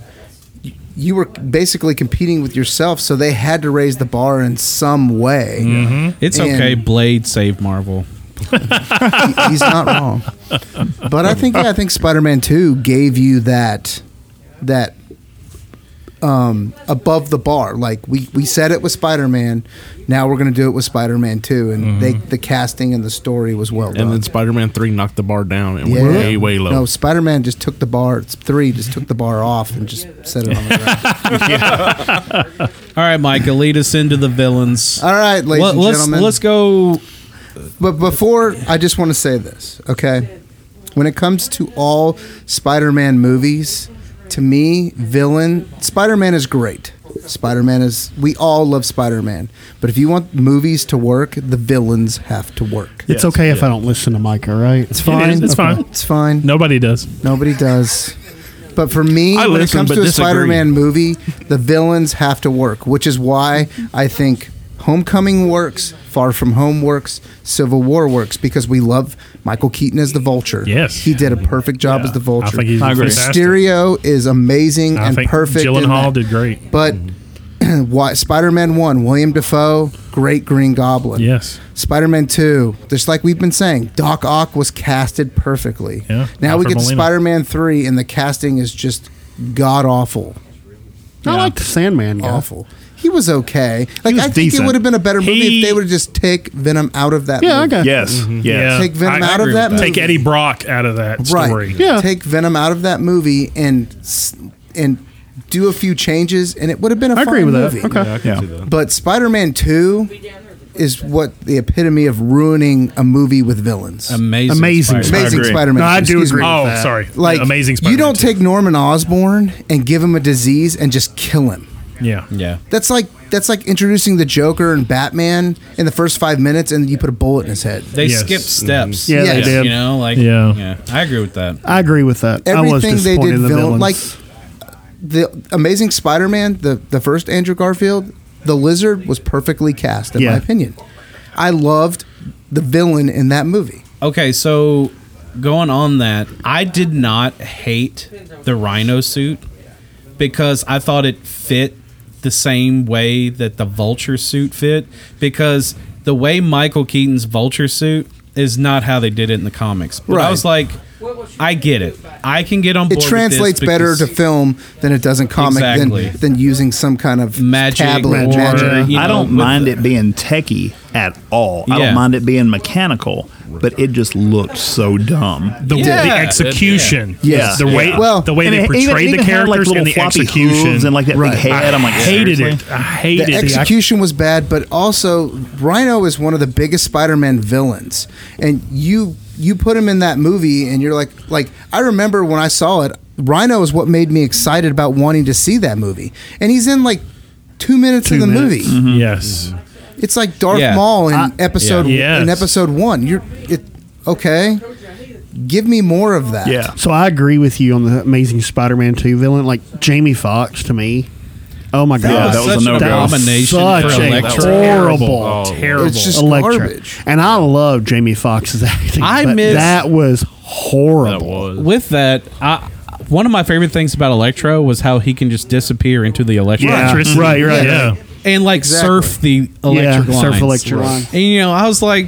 S10: y- you were basically competing with yourself. So they had to raise the bar in some way.
S12: Mm-hmm.
S11: It's
S10: And
S11: okay. Blade saved Marvel.
S10: he's not wrong. But I think yeah, I think Spider-Man Two gave you that that um, above the bar. Like we we said it with Spider-Man, now we're going to do it with Spider-Man Two, and they the casting and the story was well done.
S3: Mm-hmm. And then Spider Man 3 knocked the bar down and went way, way low.
S10: No, Spider-Man just took the bar. Three just took the bar off and just set it on the ground.
S11: All right, Micah, lead us into the villains.
S10: All right, ladies
S11: Let-
S10: and
S11: let's-
S10: gentlemen.
S11: Let's go.
S10: But before, I just want to say this, okay? When it comes to all Spider Man movies, to me, villain, Spider Man is great. Spider Man is, we all love Spider Man. But if you want movies to work, the villains have to work.
S6: It's okay if I don't listen to Micah, right?
S10: It's fine.
S6: Okay.
S10: It's fine.
S12: Nobody does.
S10: Nobody does. But for me,
S6: I
S10: when it
S6: listen,
S10: comes
S6: but
S10: to a
S6: disagree.
S10: Spider-Man movie, the villains have to work, which is why I think Homecoming works, Far From Home works, Civil War works because we love Michael Keaton as the Vulture. Yes, he did a perfect job as the Vulture.
S12: think he's I agree. fantastic.
S10: Mysterio is amazing
S12: I
S10: and
S12: think
S10: perfect. in
S12: Gyllenhaal
S10: that.
S12: did great.
S10: But why Spider-Man One, William Defoe, great Green Goblin.
S12: Yes.
S10: Spider-Man Two, just like we've been saying, Doc Ock was casted perfectly.
S12: Yeah.
S10: Now we
S12: Alfred
S10: get to
S12: Molina.
S10: Spider-Man three, and the casting is just god awful.
S6: I like the Sandman guy.
S10: Awful. He was okay. Like
S6: was
S10: I think
S6: decent.
S10: it would have been a better movie
S6: He-
S10: if they would have just take Venom out of that.
S6: Yeah, I
S10: movie.
S6: got-
S9: Yes,
S11: Mm-hmm.
S10: Mhm.
S9: yes.
S10: Take Venom out of that.
S12: Take
S10: movie.
S12: Eddie Brock out of that story.
S10: Right. Take Venom out of that movie and s- and do a few changes, and it would have been a
S6: I
S10: fine
S6: agree with that.
S10: movie.
S6: Okay. Yeah, I can Yeah. see
S3: that.
S10: But Spider-Man Two is what the epitome of ruining a movie with villains.
S11: Amazing
S10: amazing,
S11: Spider-Man. I agree.
S10: Spider-Man.
S11: No, I do
S10: excuse
S11: agree
S10: me.
S11: with Oh, that. sorry.
S10: Like
S11: Amazing
S10: You don't take Norman Osborn and give him a disease and just kill him.
S12: Yeah.
S11: Yeah.
S10: That's like that's like introducing the Joker and Batman in the first five minutes, and you put a bullet in his head.
S11: They skip
S3: Mm-hmm.
S11: steps.
S10: Yeah, they did.
S11: You know, like
S10: Yeah.
S11: yeah. I agree with that.
S6: I agree with that. I was
S10: everything they
S6: disappointed
S10: did
S6: in the
S10: villain
S6: villains.
S10: like the Amazing Spider-Man, the the first Andrew Garfield, the Lizard was perfectly cast in
S11: Yeah.
S10: my opinion. I loved the villain in that movie.
S11: Okay, so going on that, I did not hate the Rhino suit because I thought it fit the same way that the Vulture suit fit because the way Michael Keaton's Vulture suit is not how they did it in the comics. But I
S10: Right.
S11: was like, I get it. I can get on board.
S10: It translates better to film than it does in comic
S11: Exactly.
S10: than, than using some kind of
S11: Magic
S10: tablet
S11: or,
S10: magic.
S9: I don't mind it being techie at all. I
S10: Yeah.
S9: don't mind it being mechanical, but it just looked so dumb.
S12: The- Yeah. the execution.
S9: yeah,
S12: The way- Well, the way
S9: and
S12: they
S9: it even-
S12: portrayed
S9: it
S12: the
S9: even had, like,
S12: characters
S9: little
S12: and the
S9: floppy
S12: execution.
S9: hooves and like that
S12: Right.
S9: big head.
S12: I
S9: I'm like,
S12: hated
S9: seriously?
S12: it. I hated
S10: the
S12: it.
S10: execution was bad, but also Rhino is one of the biggest Spider-Man villains, and you you put him in that movie, and you're like, like I remember when I saw it, Rhino is what made me excited about wanting to see that movie, and he's in like two minutes of the movie.
S12: Mhm. Yes.
S10: It's like Darth
S12: Yeah.
S10: Maul in
S12: I-
S10: episode
S12: yeah.
S10: in
S12: Yes.
S10: episode one. You're it, okay. Give me more of that.
S6: So I agree with you on the Amazing Spider-Man two villain, like Jamie Fox to me. Oh my god,
S12: Yeah, that was a Such no-go. an abomination
S6: Such
S12: for
S6: a
S12: Electra.
S6: horrible,
S12: Terrible. Terrible.
S6: It's
S12: It's
S6: just
S12: just
S6: Electra. garbage. And I love Jamie Fox's acting.
S11: I
S6: but
S11: miss-
S6: that was horrible.
S11: With that, I, one of my favorite things about Electro was how he can just disappear into the electric.
S6: Yeah, Electricity. right, right, yeah.
S11: And like
S6: Exactly.
S11: surf the
S6: Yeah,
S11: electric
S6: surf
S11: lines.
S6: electric line.
S11: And you know, I was like,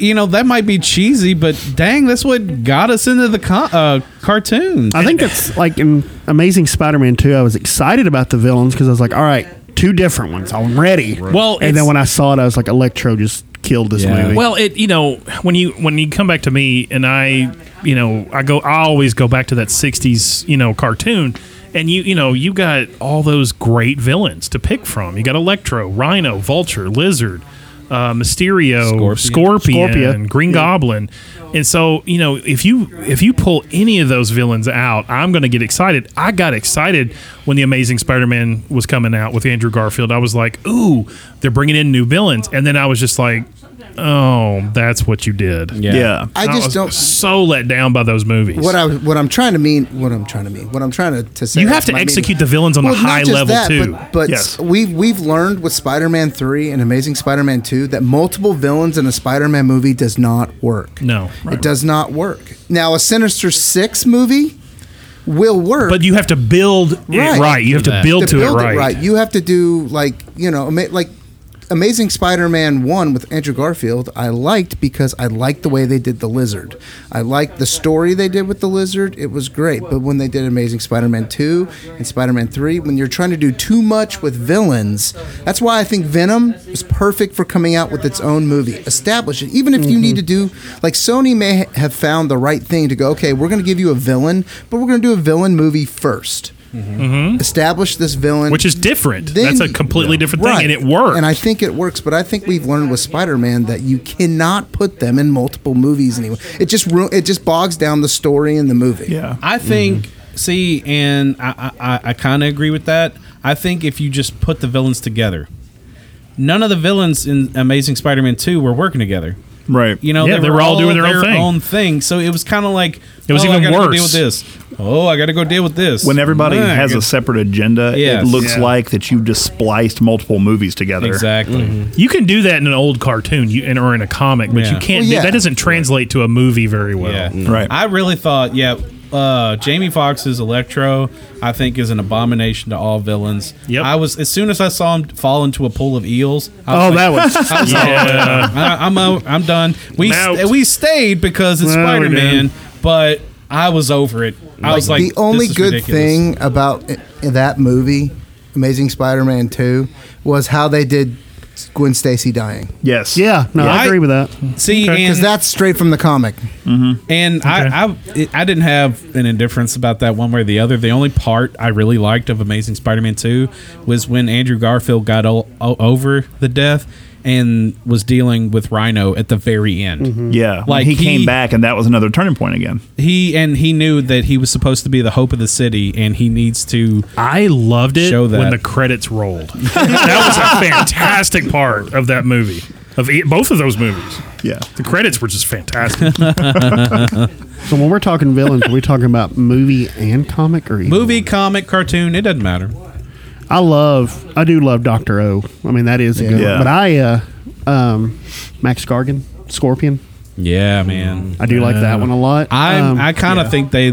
S11: you know, that might be cheesy, but dang, that's what got us into the con- uh, cartoon.
S6: I think it's like in Amazing Spider-Man 2, I was excited about the villains because I was like, all right, two different ones. I'm ready.
S12: Well,
S6: and then
S12: it's-
S6: when I saw it, I was like, Electro just killed this movie.
S12: Well, it you know when you when you come back to me and I you know I go I always go back to that '60s you know cartoon. And you, you know, you got all those great villains to pick from. You got Electro, Rhino, Vulture, Lizard, uh, Mysterio, Scorpion,
S6: Scorpio.
S12: Green Goblin. And so, you know, if you if you pull any of those villains out, I'm going to get excited. I got excited when the Amazing Spider-Man was coming out with Andrew Garfield. I was like, "Ooh, they're bringing in new villains." And then I was just like, "Oh, that's what you did."
S11: Yeah.
S9: Yeah.
S10: I just
S12: was
S10: don't-
S12: so let down by those movies.
S10: What I what I'm trying to mean, what I'm trying to mean, what I'm trying to, to say.
S12: You
S10: that's
S12: have to
S10: my
S12: execute the villains on a
S10: not
S12: high
S10: just
S12: level, too.
S10: But, but
S12: Yes.
S10: we've we've learned with Spider-Man three and Amazing Spider-Man two that multiple villains in a Spider-Man movie does not work.
S12: No.
S10: It does not work. Now a Sinister Six movie will work,
S12: But you have to build it right. You have to build to, it, right.
S10: You have to do like you know, ama- like Amazing Spider-Man one with Andrew Garfield. I liked because I liked the way they did the lizard. I liked the story they did with the lizard. It was great. But when they did Amazing Spider-Man two and Spider-Man three, when you're trying to do too much with villains, that's why I think Venom is perfect for coming out with its own movie. Establish it, even if you need to do like Sony may ha- have found the right thing to go. Okay, we're going to give you a villain, but we're going to do a villain movie first establish this villain,
S12: Which is different.
S10: Then
S12: That's a
S10: you-
S12: completely different thing, and it works.
S10: And I think it works, but I think we've learned with Spider-Man that you cannot put them in multiple movies anymore. It just ru- it just bogs down the story in the movie. Yeah,
S11: I think. See, and I I, I, I kind of agree with that. I think if you just put the villains together, none of the villains in Amazing Spider-Man Two were working together.
S9: Right.
S11: You know,
S12: Yeah,
S11: they, were, all doing their, own, thing. So it was kind of like
S9: It was
S11: oh, I
S9: even
S11: gotta go Deal
S9: worse.
S11: with this. Oh, I got to go deal with this.
S9: When everybody
S11: Man, I
S9: has a
S11: gotta-
S9: separate agenda,
S11: Yes.
S9: it looks
S11: Yeah.
S9: like that you've just spliced multiple movies together.
S11: Exactly.
S12: You can do that in an old cartoon, you and- or in a comic, but
S11: Yeah.
S12: you can't.
S11: Well,
S12: do-
S11: yeah.
S12: that doesn't translate to a movie very well.
S11: Yeah. I really thought, yeah, uh, Jamie Foxx's Electro, I think, is an abomination to all villains. Yep. I was as soon as I saw him fall into a pool of eels. I
S6: Oh,
S11: was
S6: that
S11: like-
S6: was-
S11: I was like,
S6: Yeah.
S11: I, am out, I'm done. We
S6: I'm
S11: st-
S6: out.
S11: we stayed because it's
S10: Well, we
S11: Spider Man, but I was over it. I was like,
S10: the only
S11: this is
S10: good
S11: ridiculous.
S10: thing about i- that movie, Amazing Spider-Man two, was how they did Gwen Stacy dying.
S9: Yes.
S6: Yeah. No,
S11: Yeah.
S6: I,
S11: I-
S6: agree with that.
S11: See,
S10: because
S11: and-
S10: that's straight from the comic.
S11: And I, I, it- I didn't have an indifference about that one way or the other. The only part I really liked of Amazing Spider-Man Two was when Andrew Garfield got o- o- over the death and was dealing with Rhino at the very end.
S10: Mm-hmm.
S9: Yeah. Like
S11: like
S9: he, came back, and that was another turning point again.
S11: He and he knew that he was supposed to be the hope of the city, and he needs to.
S12: I loved it
S11: show that.
S12: when the credits rolled. that was a fantastic part of that movie, of e- both of those movies.
S9: Yeah,
S12: the credits were just fantastic.
S6: So when we're talking villains, are we talking about movie and comic or either?
S11: movie, comic, cartoon, it doesn't matter.
S6: I love, I do love Doctor O. I mean, that is a
S11: Yeah.
S6: good
S11: Yeah.
S6: one. But I, uh, um, Max Gargan, Scorpion.
S11: Yeah, man.
S6: I do like that one a lot.
S11: I
S6: Um,
S11: I kind of
S6: yeah.
S11: think they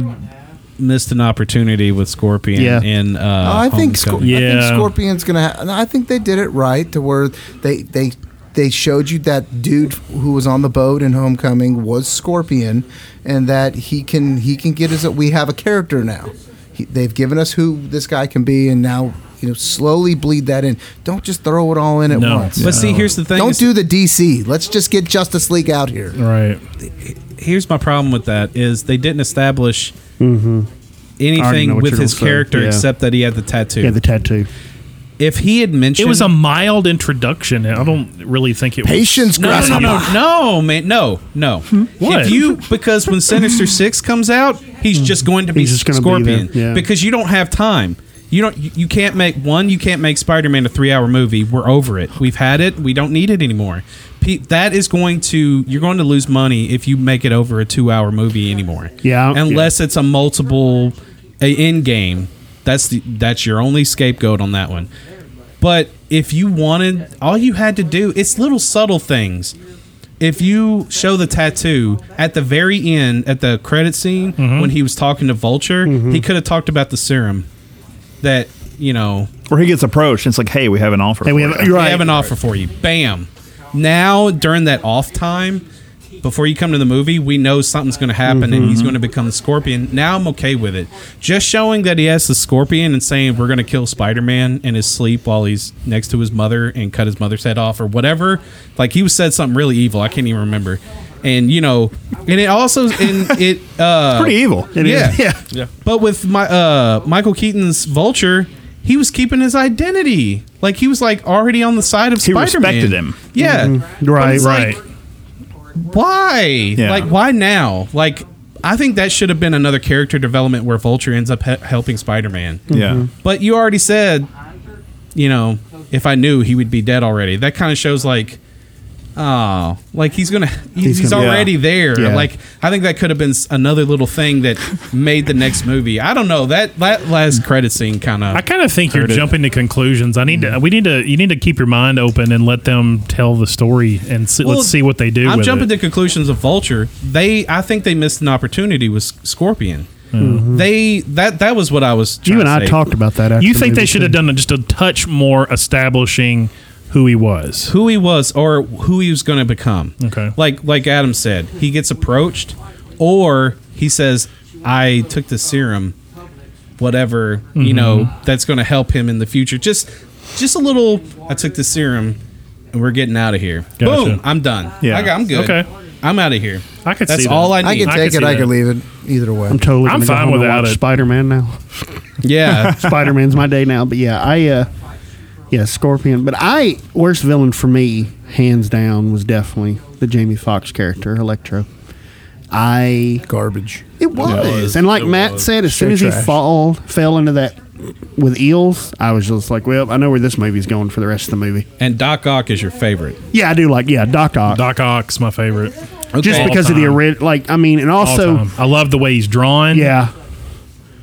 S11: missed an opportunity with Scorpion.
S6: Yeah.
S11: In uh,
S10: Oh, I think Scor-
S11: Homecoming.
S10: I think Scorpion's gonna. Ha- no, I think they did it right to where they they they showed you that dude who was on the boat in Homecoming was Scorpion, and that he can he can get his. We have a character now. He, they've given us who this guy can be, and now. You know, slowly bleed that in. Don't just throw it all in at
S11: No.
S10: once.
S11: But see, here's the thing,
S10: Don't
S11: is-
S10: do the DC. Let's just get Justice League out here.
S12: Right.
S11: Here's my problem with that is they didn't establish
S6: Mhm. I already know
S11: anything
S6: what
S11: with
S6: you're
S11: his
S6: gonna say.
S11: character
S6: Yeah.
S11: except that he had the tattoo.
S6: Yeah, the tattoo.
S11: If he had mentioned,
S12: it was a mild introduction. I don't really think it
S10: Patience,
S12: was.
S11: no, no, no, no, no, man, no, no.
S12: What?
S11: If you because when Sinister Six comes out, he's just going to be
S6: He's just gonna be
S11: Scorpion
S6: there, yeah.
S11: because you don't have time. You don't. You you can't make one. You can't make Spider Man a three hour movie. We're over it. We've had it. We don't need it anymore. Pe- That is going to. You're going to lose money if you make it over a two hour movie anymore.
S6: Yeah, I-
S11: Unless it's a multiple, a end game. That's the, that's your only scapegoat on that one. But if you wanted, all you had to do, it's little subtle things. If you show the tattoo at the very end, at the credit scene, when he was talking to Vulture, he could have talked about the serum that, you know,
S9: Where he gets approached, and it's like, hey, we have an offer.
S11: Hey, we
S9: for
S11: have-
S9: you.
S11: we have an offer for you. Bam. Now during that off time, before you come to the movie, we know something's going to happen and he's going to become the Scorpion. Now I'm okay with it. Just showing that he has the Scorpion and saying we're going to kill Spider-Man in his sleep while he's next to his mother and cut his mother's head off or whatever. Like he said something really evil. I can't even remember. And you know, and it also and it uh,
S9: pretty evil. It
S11: yeah.
S9: is.
S11: yeah, yeah. But with my uh, Michael Keaton's Vulture, he was keeping his identity. Like he was like already on the side of
S9: He
S11: Spider-Man.
S9: respected him.
S11: Yeah.
S9: Mhm.
S11: But
S9: Right,
S11: it's like,
S9: right.
S11: why?
S9: Yeah.
S11: Like why now? Like I think that should have been another character development where Vulture ends up he- helping Spider-Man.
S9: Yeah. Mhm.
S11: But you already said, you know, if I knew he would be dead already. That kind of shows like Oh, like he's gonna, he's,
S9: He's
S11: he's
S9: gonna- yeah.
S11: already there.
S9: Yeah.
S11: Like I think that could have been s- another little thing that made the next movie. I don't know that that last credit scene kind of.
S12: I kind of think you're
S11: Heard it.
S12: jumping to conclusions. I need to. We need to. You need to keep your mind open and let them tell the story and see,
S11: Well,
S12: let's see what they do.
S11: I'm
S12: with
S11: jumping
S12: it.
S11: to conclusions of Vulture. They, I think they missed an opportunity with Scorpion.
S12: Hmm.
S6: Mhm.
S11: They that that was what I was.
S6: You
S11: trying
S6: and
S11: to
S6: I
S11: say.
S6: talked about that. After
S12: you
S6: the
S12: think they
S6: movie,
S12: should have
S6: too.
S12: done just a touch more establishing who he was.
S11: who he was or who he was going to become.
S12: Okay.
S11: Like like Adam said, he gets approached, or he says, "I took the serum, whatever you
S12: Mm-hmm.
S11: know that's going to help him in the future." Just just a little. I took the serum, and we're getting out of here.
S12: Gotcha.
S11: Boom! I'm done.
S12: Yeah.
S11: I got, I'm good.
S12: Okay.
S11: I'm out of here.
S12: I could
S11: That's
S12: see that.
S11: all I need.
S10: I can take it. I can leave it. Either way,
S6: I'm totally.
S12: I'm
S6: gonna go
S12: fine
S6: home and
S12: without
S6: watch
S12: it.
S6: Spider-Man now.
S11: Yeah.
S6: Spider-Man's my day now. But yeah, I. uh Yeah, Scorpion. But I worst villain for me, hands down, was definitely the Jamie Foxx character, Electro. I
S10: garbage.
S6: It was,
S10: was.
S6: and like
S10: It
S6: Matt
S10: was.
S6: said, as soon
S10: Straight
S6: as he
S10: trash.
S6: fall fell into that with eels, I was just like, well, I know where this movie's going for the rest of the movie.
S11: And Doc Ock is your favorite.
S6: Yeah, I do like yeah, Doc Ock.
S12: Doc Ock's my favorite.
S6: Just
S12: All
S6: because of the
S12: time.
S6: ori- like I mean, and
S12: All
S6: also
S12: time. I love the way he's drawn.
S6: Yeah.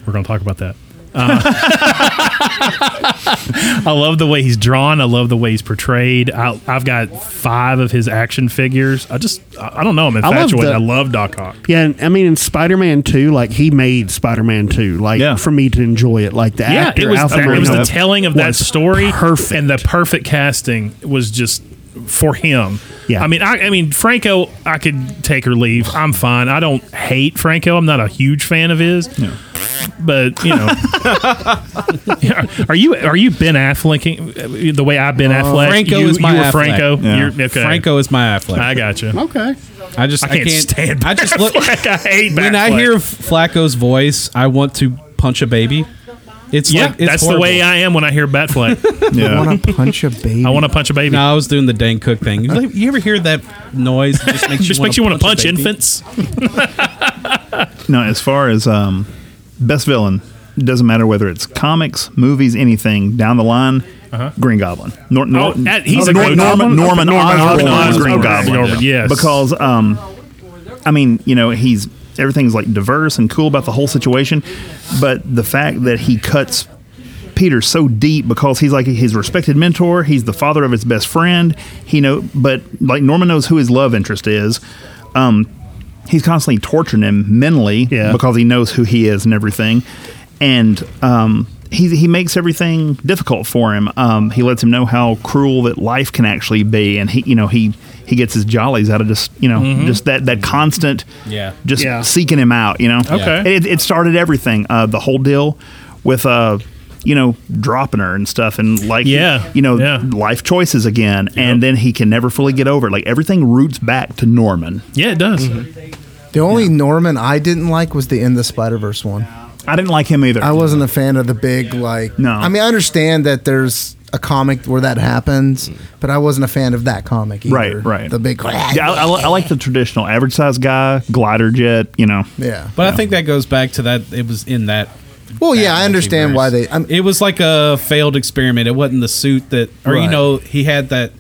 S12: We're going to talk about that. Uh, I love the way he's drawn. I love the way he's portrayed. I, I've got five of his action figures. I just, I, I don't know. I'm
S6: I love
S12: infatuated.
S6: the-
S12: I love, Doc Ock.
S6: Yeah, and, I mean, in Spider Man Two, like he made Spider Man Two, like for me to enjoy it, like the
S12: yeah,
S6: actor
S12: it was,
S6: Alfred
S12: it was the
S6: Molina
S12: telling of that
S6: was
S12: story.
S6: perfect.
S12: And the perfect casting was just for him.
S6: Yeah.
S12: I mean, I, I mean, Franco, I could take or leave. I'm fine. I don't hate Franco. I'm not a huge fan of his. But you know, Yeah, are you are you Ben Afflecking the way I've been Affleck?
S11: Uh, Franco
S12: you,
S11: is my
S12: you were
S11: Affleck.
S12: Franco.
S11: Yeah.
S12: You're, okay.
S11: Franco is my Affleck.
S12: I got you.
S6: Okay.
S11: I just
S12: I can't stand
S11: I just look.
S12: I hate
S11: when I
S12: Affleck.
S11: hear Flacco's voice, I want to punch a baby. It's
S12: yeah,
S11: like, it's
S12: that's the way I am when I hear Batfleck.
S10: I want to punch a baby.
S12: I want to punch a baby.
S11: No, I was doing the Dan Cook thing. You, like- you ever hear that noise? It just makes
S12: Just
S11: you
S12: makes you
S11: want
S12: wanna
S11: to punch,
S12: punch
S11: a baby?
S12: infants.
S9: No, as far as um, best villain, doesn't matter whether it's comics, movies, anything down the line. Green Goblin. Nor, nor,
S12: Uh-huh.
S9: uh,
S12: Oh, that- he's
S9: Nor-
S12: a great
S9: Norman.
S12: Goblin?
S9: Norman,
S12: Okay, Norman
S9: Osborn
S12: Osborn.
S9: is Green
S12: Okay.
S9: Goblin.
S12: Norman, yes.
S9: Because um, I mean, you know, he's everything's like diverse and cool about the whole situation, but the fact that he cuts Peter so deep because he's like his respected mentor, he's the father of his best friend. He know, but like Norman knows who his love interest is. Um, he's constantly torturing him mentally because he knows who he is and everything, and um. He, he makes everything difficult for him. Um, he lets him know how cruel that life can actually be, and he you know he he gets his jollies out of just you know
S11: Mhm.
S9: just that that constant
S11: Yeah.
S9: just
S11: Yeah.
S9: seeking him out you know
S11: Okay.
S9: And it, it started everything uh, the whole deal with uh you know dropping her and stuff and like
S12: Yeah.
S9: you know
S12: Yeah.
S9: life choices again and then he can never fully get over it like everything roots back to norman
S12: Yeah, it does.
S11: Mm-hmm.
S10: The only Norman I didn't like was the In the Spider Verse one.
S9: I didn't like him either.
S10: I wasn't a fan of the big like. No. I mean, I understand that there's a comic where that happens,
S11: Mm.
S10: but I wasn't a fan of that comic either.
S9: Right, right.
S10: The big
S9: Yeah, I, I, li- I like the traditional average size guy, glider jet, you know.
S10: Yeah.
S11: But I think that goes back to that. It was in that.
S10: Well, yeah, I understand why they.
S11: it was like a failed experiment. It wasn't the suit that, or you
S10: Right.
S11: know, he had that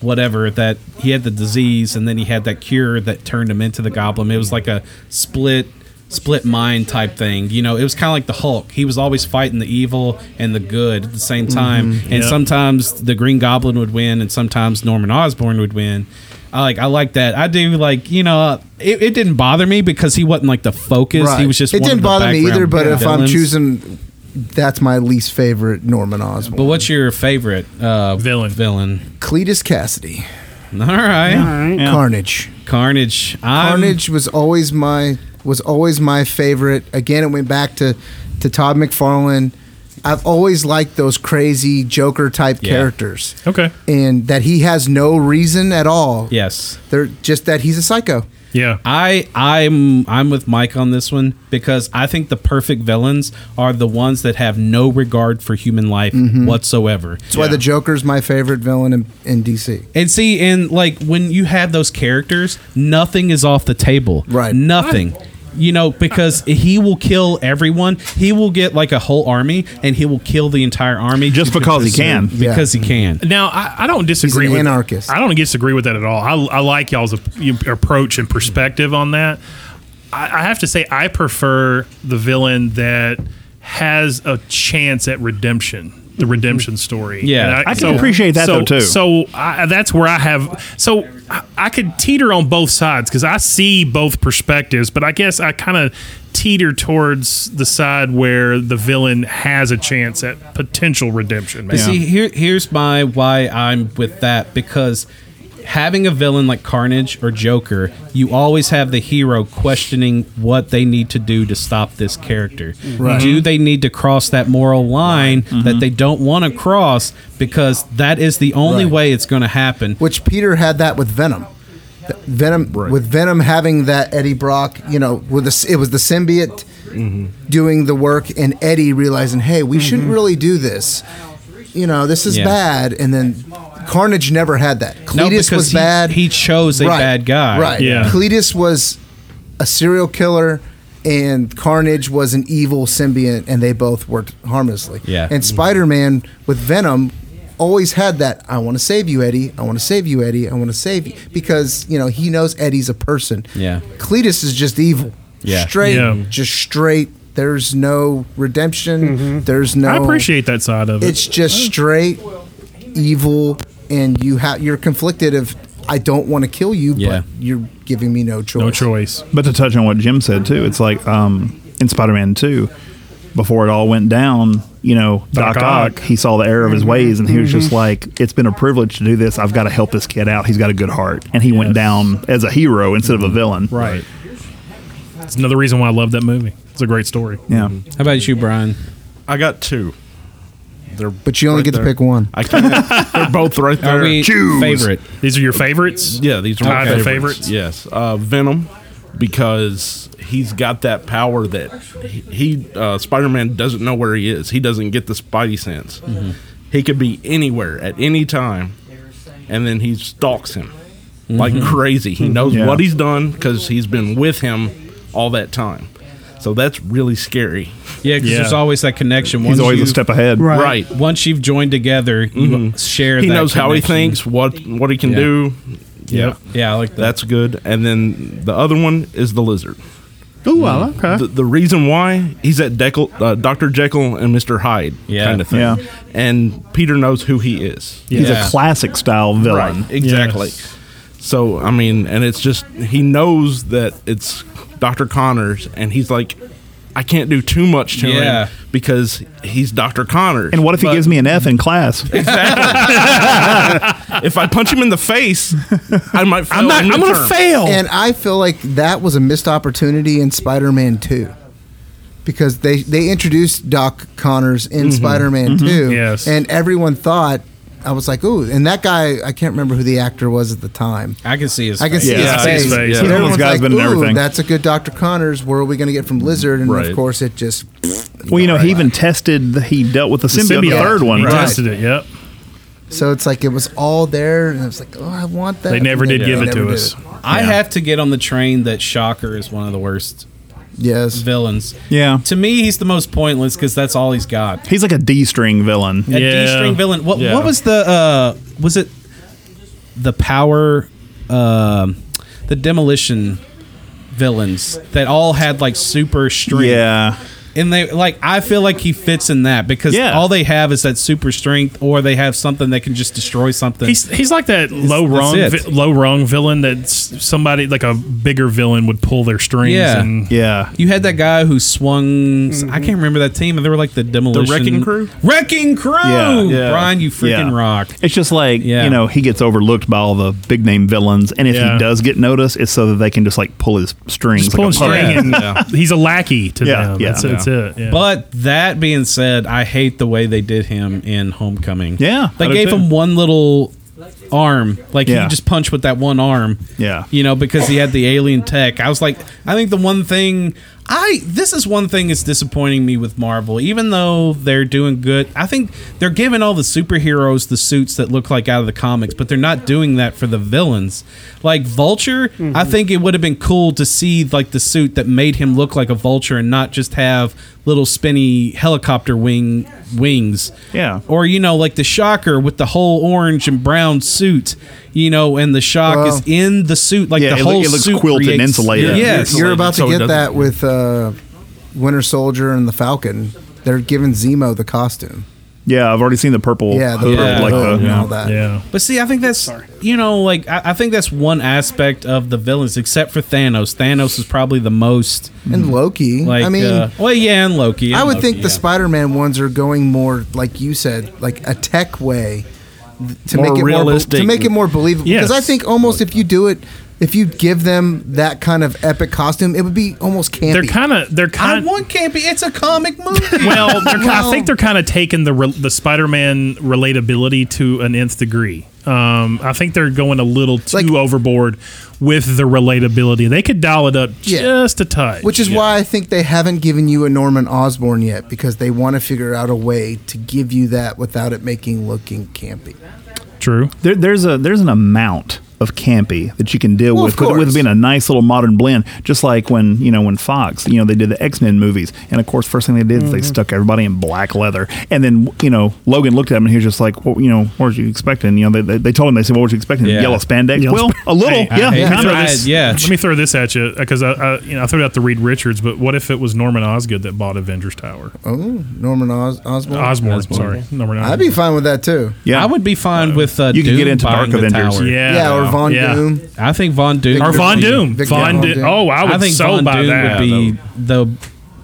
S11: whatever that he had the disease, and then he had that cure that turned him into the Goblin. It was like a split. Split mind type thing, you know. It was kind of like the Hulk. He was always fighting the evil and the good at the same
S10: Mm-hmm.
S11: time,
S17: Mhm.
S11: and
S17: Yep.
S11: sometimes the Green Goblin would win, and sometimes Norman Osborn would win. I like I like that. I do like you know it, it didn't bother me because he wasn't like the focus. He was just
S10: It
S11: one of
S10: didn't
S11: the
S10: bother me either,
S11: background
S10: but if I'm
S11: villains.
S10: choosing, that's my least favorite Norman Osborn.
S11: But what's your favorite uh, villain? Villain.
S10: Cletus Cassidy.
S11: All right. Yeah.
S10: Carnage.
S11: Carnage. I'm-
S10: Carnage was always my was always my favorite. Again, it went back to to Todd McFarlane. I've always liked those crazy Joker type
S11: Yeah.
S10: characters.
S12: Okay.
S10: And that he has no reason at all.
S11: Yes.
S10: They're just that he's a psycho.
S12: Yeah.
S11: I I'm I'm with Mike on this one because I think the perfect villains are the ones that have no regard for human life
S10: Mhm.
S11: whatsoever.
S10: That's why the Joker's my favorite villain in, in DC.
S11: And see, and like when you have those characters, nothing is off the table. Right. Nothing. You know, because he will kill everyone. He will get like a whole army, and he will kill the entire army just
S9: because he can.
S11: Because he can.
S12: Now, I, I don't disagree
S11: an
S12: with
S11: anarchist.
S12: I don't disagree with that at all. I, I like y'all's ap- you- approach and perspective on that. I, I have to say, I prefer the villain that has a chance at redemption. The redemption story.
S9: Yeah.
S12: And
S9: I can appreciate that,
S12: so-
S9: though, too.
S12: So I, that's where I have. So I, I could teeter on both sides because I see both perspectives, but I guess I kind of teeter towards the side where the villain has a chance at potential redemption.
S11: But see, here, here's my why I'm with that because having a villain like Carnage or Joker, you always have the hero questioning what they need to do to stop this character.
S17: Right.
S11: Do they need to cross that moral line that they don't want to cross because that is the only way it's going to happen?
S10: Which Peter had that with Venom. Th- Venom with Venom having that Eddie Brock, you know, with the, s- it was the symbiote
S11: Mm-hmm.
S10: doing the work, and Eddie realizing, hey, we shouldn't really do this. You know, this is
S11: Yeah.
S10: bad. And then Carnage never had that. Cletus
S11: No, because
S10: was
S11: he-
S10: bad.
S11: He chose a bad guy.
S10: Right. Cletus was a serial killer, and Carnage was an evil symbiote, and they both worked harmlessly.
S11: Yeah.
S10: And Spider Man with Venom always had that I want to save you, Eddie. I want to save you, Eddie. I want to save you. Because, you know, he knows Eddie's a person.
S11: Yeah.
S10: Cletus is just evil.
S11: Yeah.
S10: Straight.
S12: Yeah.
S10: Just straight. There's no redemption. There's no.
S12: Mm-hmm. I appreciate that side of it.
S10: It's just straight evil, and you have you're conflicted of I don't want to kill you,
S9: Yeah.
S10: but you're giving me no choice.
S12: choice.
S9: But to touch on what Jim said too, it's like um, in Spider-Man Two, before it all went down, you know,
S12: Doc
S9: Doc,
S12: Ock.
S9: Ock, he saw the error of
S6: Mm-hmm.
S9: his ways, and he was just like, "It's been a privilege to do this. I've got to help this kid out. He's got a good heart." And he went down as a hero instead of a villain.
S12: Right. It's another reason why I love that movie. It's a great story.
S9: Yeah.
S11: How about you, Brian?
S3: I got two. They're
S10: but you only get to pick one.
S3: I can't. they're both right
S12: Are
S3: there.
S12: we favorite? These are your favorites?
S3: Yeah, these are my
S12: Tied for
S3: favorites.
S12: favorites?
S3: Yes, uh, Venom because he's got that power that he uh, Spider-Man doesn't know where he is. He doesn't get the Spidey sense.
S17: Mhm.
S3: He could be anywhere at any time, and then he stalks him like
S17: Mhm.
S3: crazy. He knows
S17: Yeah.
S3: what he's done because he's been with him all that time. So that's really scary.
S11: Yeah, because there's always that connection.
S3: He's always a
S11: you've-
S3: step ahead. Right. Mm-hmm.
S11: Once you've joined together, you share.
S3: He
S11: that
S3: knows how he
S11: connection.
S3: thinks, what what he can
S11: Yeah.
S3: do.
S11: Yep. Yeah, I like that.
S3: That's good. And then the other one is the lizard.
S6: Ooh, I like her.
S3: The, the reason why he's at Deckle, uh, Dr. Jekyll and Mr. Hyde
S11: Yeah.
S3: kind of thing.
S9: Yeah.
S3: And Peter knows who he is.
S9: He's a classic style villain.
S3: Right, exactly. So, I mean, and it's just, he knows that it's Dr. Connors, and he's like, I can't do too much to
S9: Yeah.
S3: him because he's Dr. Connors.
S9: And what if he
S3: But-
S9: gives me an F in class?
S3: if I punch him in the face, I might. Fail midterm.
S10: And I feel like that was a missed opportunity in Spider-Man 2. Because they they introduced Doc Connors in
S9: Mhm.
S10: Spider-Man
S9: Mhm.
S10: 2
S9: Yes.
S10: and everyone thought I was like, "Ooh," and that guy, I can't remember who the actor was at the time.
S11: I can see his.
S10: I can
S11: face.
S10: see his face.
S11: Yeah.
S10: And everyone's like, "Ooh, That's a good Dr. Connors. Where are we going to get from Lizard? And
S9: Right.
S10: of course, it just
S9: Well, you know, he even tested. the- He dealt with the, symbiote, in the third one.
S10: Right.
S9: Right.
S12: Yep.
S10: So it's like it was all there, and I was like, oh, I want that.
S12: They never
S10: And
S12: did give it
S10: never
S12: to
S10: did
S12: us.
S11: I have to get on the train that Shocker is one of the worst
S10: yes
S11: villains.
S9: Yeah.
S11: To me, he's the most pointless because that's all he's got.
S9: He's like a D string villain.
S11: A D-string villain. What, what was the uh was it the power um the demolition villains that all had like super strength.
S9: Yeah.
S11: And they like I feel like he fits in that because
S12: Yeah.
S11: all they have is that super strength or they have something that can just destroy something.
S12: He's, he's like that
S11: It's-
S12: low
S11: that's
S12: wrong
S11: it.
S12: vi- low wrong villain that s- somebody like a bigger villain would pull their strings.
S11: Yeah.
S12: and
S9: yeah.
S11: You had that guy who swung. I can't remember that team, and they were like the demolition,
S9: Wrecking Crew?
S11: wrecking crew. Brian, you
S9: Yeah.
S11: freaking rock.
S9: It's just like,
S11: Yeah.
S9: you know, he gets overlooked by all the big name villains. And if
S11: Yeah.
S9: he does get noticed, it's so that they can just like pull his strings.
S12: Just pull
S9: like
S12: his string and he's a lackey to
S9: Yeah,
S12: them.
S9: yeah.
S12: that's, that's
S9: Yeah.
S12: it. Yeah.
S11: But that being said, I hate the way they did him in Homecoming.
S9: Yeah, I
S11: they
S9: do
S11: gave
S9: too.
S11: him one little arm, like he
S9: Yeah.
S11: could just punch with that one arm.
S9: Yeah.
S11: you know, because he had the alien tech. I was like, I think the one thing I this is one thing that's disappointing me with Marvel, even though they're doing good. I think they're giving all the superheroes the suits that look like out of the comics, but they're not doing that for the villains. Like Vulture, I think it would have been cool to see like the suit that made him look like a vulture and not just have little spinny helicopter wing wings.
S9: Yeah.
S11: Or you know, like the Shocker with the whole orange and brown suit, you know, and the shock is
S10: Wow.
S11: in the suit, like
S9: Yeah,
S11: the
S9: it look-
S11: whole
S9: it looks
S11: suit
S9: quilted and
S11: creates,
S9: insulated.
S11: Yes,
S10: You're about to
S9: so it
S10: get
S9: doesn't-
S10: that with uh, Winter Soldier and the Falcon. They're giving Zemo the costume.
S9: Yeah, I've already seen the purple.
S10: Yeah, the
S9: hood,
S10: purple
S9: like
S10: hood
S9: the,
S10: and all that.
S12: Yeah.
S11: But see, I think that's you know, like I, I think that's one aspect of the villains, except for Thanos. Thanos is probably the most
S10: and Loki.
S11: Hmm. Like,
S10: Mm, I mean,
S11: uh, well, yeah, and Loki. and
S10: I would
S11: Loki,
S10: think the
S11: yeah.
S10: Spider-Man ones are going more, like you said, like a tech way th- to
S9: More
S10: make it
S9: realistic.
S10: more be- to make it more believable. Because I
S9: Yes.
S10: think almost if you do it, if you give them that kind of epic costume, it would be almost campy.
S12: They're kind of they're
S11: I
S12: kind.
S11: want campy. It's a comic movie.
S12: well, they're, ki- I
S11: Well-
S12: think they're kind of taking the re- the Spider-Man relatability to an nth degree. Um, I think they're going a little too overboard with the relatability. They could dial it up
S10: Yeah.
S12: just a touch,
S10: Which is why I think they haven't given you a Norman Osborn yet because they want to figure out a way to give you that without it making looking campy.
S12: True.
S9: There, there's a there's an amount of campy that you can deal
S10: Well,
S9: with,
S10: of
S9: with with
S10: course.
S9: being a nice little modern blend. Just like when you know when Fox, you know they did the X Men movies, and of course first thing they did is they
S12: Mhm.
S9: stuck everybody in black leather, and then you know Logan looked at him and he was just like, well, you know, what were you expecting? You know, they, they, they told him they said, what were you expecting?
S12: Yeah.
S9: Yellow spandex.
S12: Yellow
S9: well,
S12: sp-
S9: a little,
S12: Hey, I-
S9: yeah. Kinda.
S12: hey, let me throw
S9: I-
S12: this- Let me throw this at you because I, I, you know, I threw it out to Reed Richards, but what if it was Norman Osgood that bought Avengers Tower?
S10: Oh, Norman Os- Osborn.
S12: Osborn, sorry, Norman.
S10: I'd be fine with that too.
S9: Yeah,
S11: I would be fine with uh,
S12: you could
S11: Doom
S12: get into Dark
S11: buying the
S12: Avengers.
S11: tower.
S12: Yeah.
S10: Yeah, or Von
S12: Yeah.
S10: Doom.
S11: I think Von Doom
S12: Or
S11: would
S12: Von
S11: be-
S12: Doom. Victor Von Von Doom. Doom. Oh, I would so
S11: Von
S12: buy
S11: Doom
S12: that.
S11: Would be the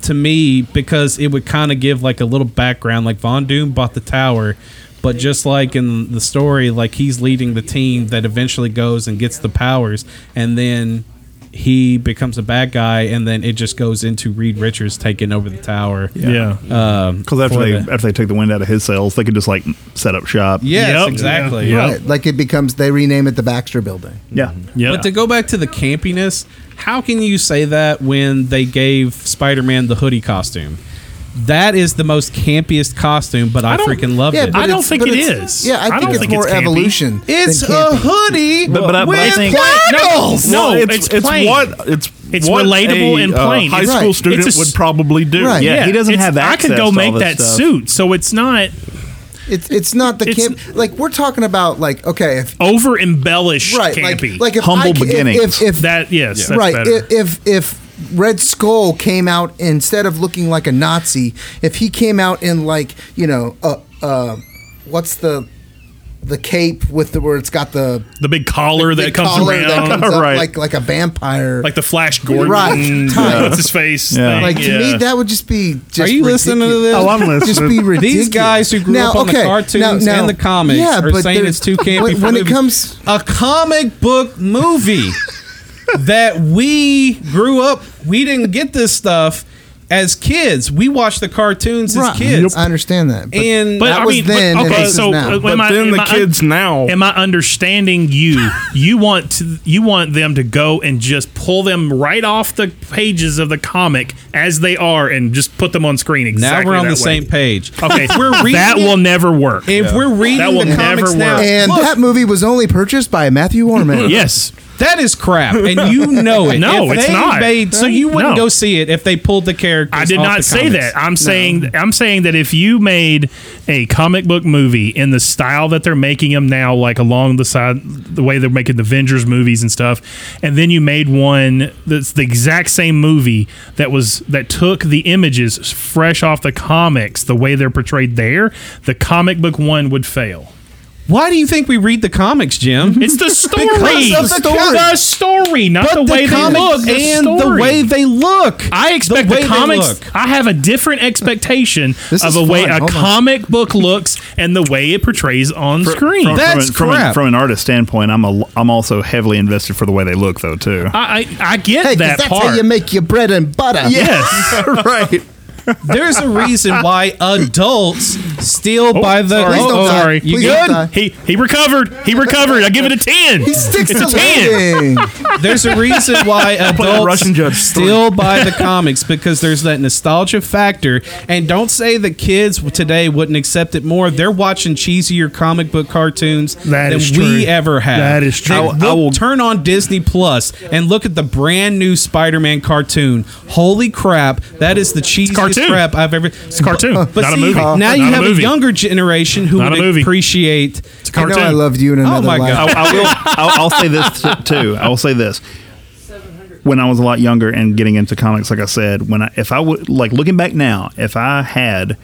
S11: to me because it would kind of give like a little background. Like Von Doom bought the tower, but just like in the story, like he's leading the team that eventually goes and gets the powers, and then he becomes a bad guy, and then it just goes into Reed Richards taking over the tower.
S12: Uh,
S11: Um,
S9: Because after
S11: for
S9: they
S11: the-
S9: after they took the wind out of his sails, they could just like set up shop.
S11: Yes, Yep. exactly. Yep.
S10: Right, Like it becomes they rename it the Baxter Building.
S9: Yeah.
S11: But to go back to the campiness, how can you say that when they gave Spider-Man the hoodie costume? That is the most campiest costume, but I,
S12: I don't-
S11: freaking love
S12: yeah,
S11: it.
S12: but I don't it's- think but it it's- is. yeah, I I think don't it's think more it's campy. evolution
S11: It's
S12: than
S11: a
S12: campy.
S11: hoodie,
S12: But- but I- but I
S11: with
S12: think-
S11: goggles.
S12: No, it's- it's plain.
S19: what it's
S12: It's
S19: what
S12: relatable
S19: a,
S12: and
S19: uh,
S12: plain.
S19: high
S12: It's-
S19: school
S12: Right.
S19: student
S12: It's a s-
S19: would probably do.
S10: Right. Yeah, he doesn't have
S12: I could
S10: access
S12: go
S10: to
S12: make
S10: all
S12: that
S10: this stuff.
S12: suit, so it's not
S10: It's it's not the
S12: It's-
S10: camp. Like we're talking about like okay if
S12: over embellished
S10: right
S12: campy.
S10: like like if I, ca- if- if, if
S12: that yes, that's
S10: right
S12: better.
S10: if, if if Red Skull came out instead of looking like a Nazi if he came out in like you know uh, uh what's the the cape with the where it's got the
S12: the big collar
S10: big
S12: that comes
S10: collar
S12: around,
S10: that comes up
S12: right?
S10: like like a vampire
S12: Like the Flash Gordon, uh,
S10: Right, tight.
S12: what's his face? thing.
S10: Like to me,
S12: Yeah.
S10: that would just be. Just
S11: Are you listening to
S10: ridiculous.
S11: this?
S10: Just be ridiculous.
S11: These guys who grew
S10: Now,
S11: up on
S10: okay,
S11: the cartoons
S10: now- now-
S11: and the comics
S10: yeah,
S11: are
S10: but
S11: saying
S10: there-
S11: it's too campy.
S10: When,
S11: for
S10: when it
S11: movies.
S10: comes,
S11: a comic book movie that we grew up, we didn't get this stuff. as kids, we watched the cartoons
S10: Right.
S11: as kids.
S10: I understand that. But,
S11: and
S10: that was then, and this is now.
S12: uh, am I- am I un- Am I understanding you? you want to, you want them to go and just pull them right off the pages of the comic as they are and just put them on screen
S11: now
S12: exactly.
S11: we're on the
S12: that way.
S11: same page.
S12: Okay,
S11: if we're reading
S12: that
S11: it-
S12: will never work.
S11: If we're reading
S12: that will
S11: the
S12: never
S11: comics
S12: work.
S11: now-
S10: and
S11: Look.
S10: that movie was only purchased by Matthew Warman.
S12: yes.
S11: That is crap, and you know it.
S12: No,
S11: If
S12: it's
S11: they
S12: not.
S11: made- so you wouldn't
S12: No.
S11: go see it if they pulled the characters.
S12: I did
S11: off the
S12: not say
S11: comics.
S12: that. I'm saying I'm saying that if you made a comic book movie in the style that they're making them now, like along the side the way they're making the Avengers movies and stuff, and then you made one that's the exact same movie that was that took the images fresh off the comics, the way they're portrayed there, the comic book one would fail.
S11: Why do you think we read the comics, Jim?
S12: It's the story.
S11: Because of the story.
S12: The story, Mhm. not
S11: But
S12: the
S11: the
S12: way they
S11: comic
S12: look. the
S11: and the
S12: story.
S11: way they look.
S12: I expect
S11: The
S12: the,
S11: way they
S12: comics.
S11: look.
S12: I have a different expectation
S11: This
S12: of
S11: is
S12: a way
S11: fun.
S12: a
S11: Hold on.
S12: comic book looks and the way it portrays on screen.
S9: From, from, an- From, an- from an artist standpoint, I'm a, I'm also heavily invested for the way they look, though. Too.
S12: I, I I get
S10: Hey, 'cause
S12: that
S10: that's
S12: part.
S10: how you make your bread and butter.
S12: yes,
S9: right.
S11: There's a reason why adults steal by the.
S12: sorry.
S11: Oh,
S12: Please don't
S11: oh,
S12: die.
S11: sorry. You
S12: Please
S11: good?
S12: don't die. He he recovered. He recovered. I give it a ten. He
S10: sticks
S12: it's
S10: to
S12: a ten.
S11: There's a reason
S12: Play
S11: why
S12: the
S11: adults
S12: Russian judge story.
S11: still buy the comics because there's that nostalgia factor. And don't say the kids today wouldn't accept it more. They're watching cheesier comic book cartoons than
S6: is true.
S11: we ever have.
S6: That is true. I
S11: They
S6: will- I
S11: will turn on Disney Plus and look at the brand new Spider-Man cartoon. Holy crap! That is the cheesiest
S12: cartoon.
S11: crap I've ever. It's
S12: a cartoon,
S11: But
S12: not a
S11: see,
S12: movie.
S11: Now
S12: Not
S11: you
S12: a
S11: have a
S12: movie.
S11: younger generation who
S12: Not a
S11: would
S12: movie.
S11: appreciate.
S12: It's a
S10: I know I loved you in
S11: Oh
S10: another
S11: my
S10: life.
S11: God.
S9: I will. I'll, I'll say this t- too. I will say this. When I was a lot younger and getting into comics, like I said, when I, if I would like looking back now, if I had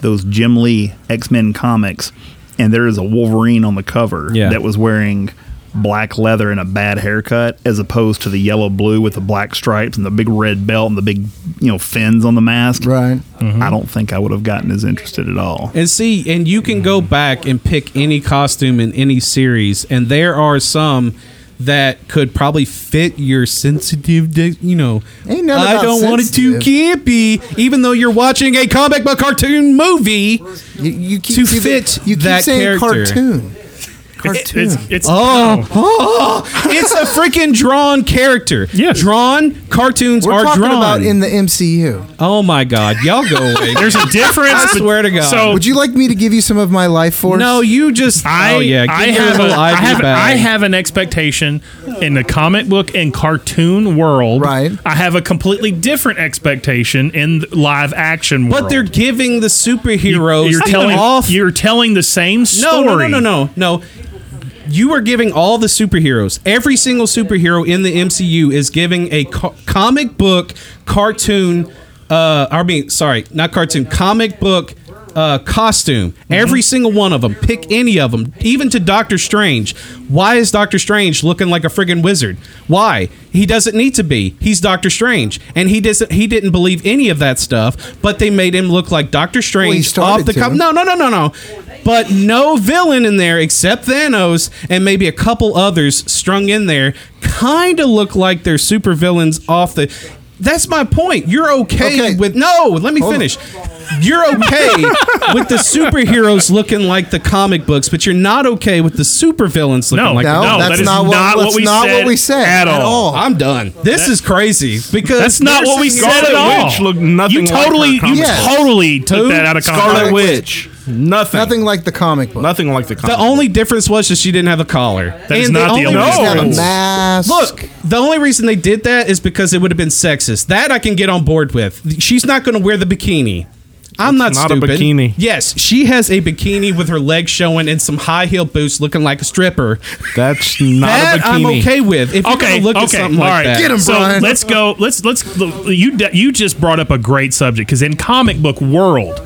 S9: those Jim Lee X Men comics, and there is a Wolverine on the cover
S11: Yeah.
S9: that was wearing black leather and a bad haircut, as opposed to the yellow blue with the black stripes and the big red belt and the big you know fins on the mask.
S10: Right.
S9: I don't think I would have gotten as interested at all.
S11: And see, and you can go back and pick any costume in any series, and there are some that could probably fit your sensitive, di- you know.
S10: Ain't nothing
S11: I
S10: about
S11: don't want it too campy, even though you're watching a comic book cartoon movie
S10: You, you keep,
S11: to
S10: keep-
S11: fit
S10: you keep
S11: that
S10: saying
S11: character.
S10: cartoon. Cartoon.
S12: It's, it's
S11: Oh, oh, it's a freaking drawn character.
S12: Yes.
S11: Drawn cartoons
S10: We're
S11: are
S10: talking
S11: drawn.
S10: about in the MCU.
S11: oh my God, y'all go away.
S12: There's a difference.
S11: I swear to God.
S12: So
S10: Would you like me to give you some of my life force?
S11: no, you just.
S12: I,
S11: oh yeah,
S12: I
S11: give me
S12: have, a,
S11: little
S12: I,
S11: ivory
S12: have
S11: bag.
S12: I have an expectation in the comic book and cartoon world.
S10: Right.
S12: I have a completely different expectation in the live action world.
S11: But they're giving the superheroes
S12: you're
S11: the
S12: telling
S11: off.
S12: you're telling the same
S11: no,
S12: story.
S11: no, no, no, no, no. You are giving all the superheroes. Every single superhero in the MCU is giving a co- comic book cartoon. Uh, I mean, sorry, not cartoon. Comic book. Uh, costume.
S10: Mm-hmm.
S11: Every single one of them. Pick any of them. Even to Doctor Strange. Why is Doctor Strange looking like a friggin' wizard? Why? He doesn't need to be. He's Doctor Strange, and he doesn't. He didn't believe any of that stuff. But they made him look like Doctor Strange off
S10: started
S11: the
S10: to.
S11: cuff. No, no, no, no, no. But no villain in there except Thanos and maybe a couple others strung in there kind of look like they're super villains off the. That's my point. You're okay,
S10: Okay.
S11: with. No, let me finish. You're okay with the superheroes looking like the comic books, but you're not okay with the supervillains looking
S12: No,
S11: like
S10: No,
S11: the
S12: No,
S10: that's
S12: that is
S10: not what,
S12: not
S10: that's
S12: what we
S10: not what
S12: said
S10: we said
S12: at all.
S11: I'm done. This is crazy because
S12: That's not
S11: they're
S12: what we
S11: sitting
S12: said at
S11: here-
S12: all.
S19: Witch looked nothing
S12: you
S19: like her
S12: totally, you
S19: comic
S10: Yes. book.
S12: totally took
S11: Who?
S12: that out of context.
S19: Scarlet Witch. Nothing.
S10: Nothing like the comic book.
S19: Nothing like the
S11: The
S19: comic.
S11: only difference was that she didn't have a collar.
S12: That is
S11: And
S12: not the
S11: only
S12: only
S10: She's got a
S12: difference.
S10: mask.
S11: Look, the only reason they did that is because it would have been sexist. That I can get on board with. She's not going to wear the bikini. I'm not,
S19: It's not a
S11: stupid.
S19: bikini.
S11: Yes, she has a bikini with her legs showing and some high heel boots, looking like a stripper.
S19: That's not
S11: that
S19: a
S11: I'm
S19: bikini.
S11: okay with. If you're
S12: Okay.
S11: gonna look
S12: okay.
S11: at something
S12: all
S11: like
S12: right.
S11: that,
S10: Get 'em,
S12: so
S10: Brian.
S12: let's go. Let's let's. You de- you just brought up a great subject because in comic book world,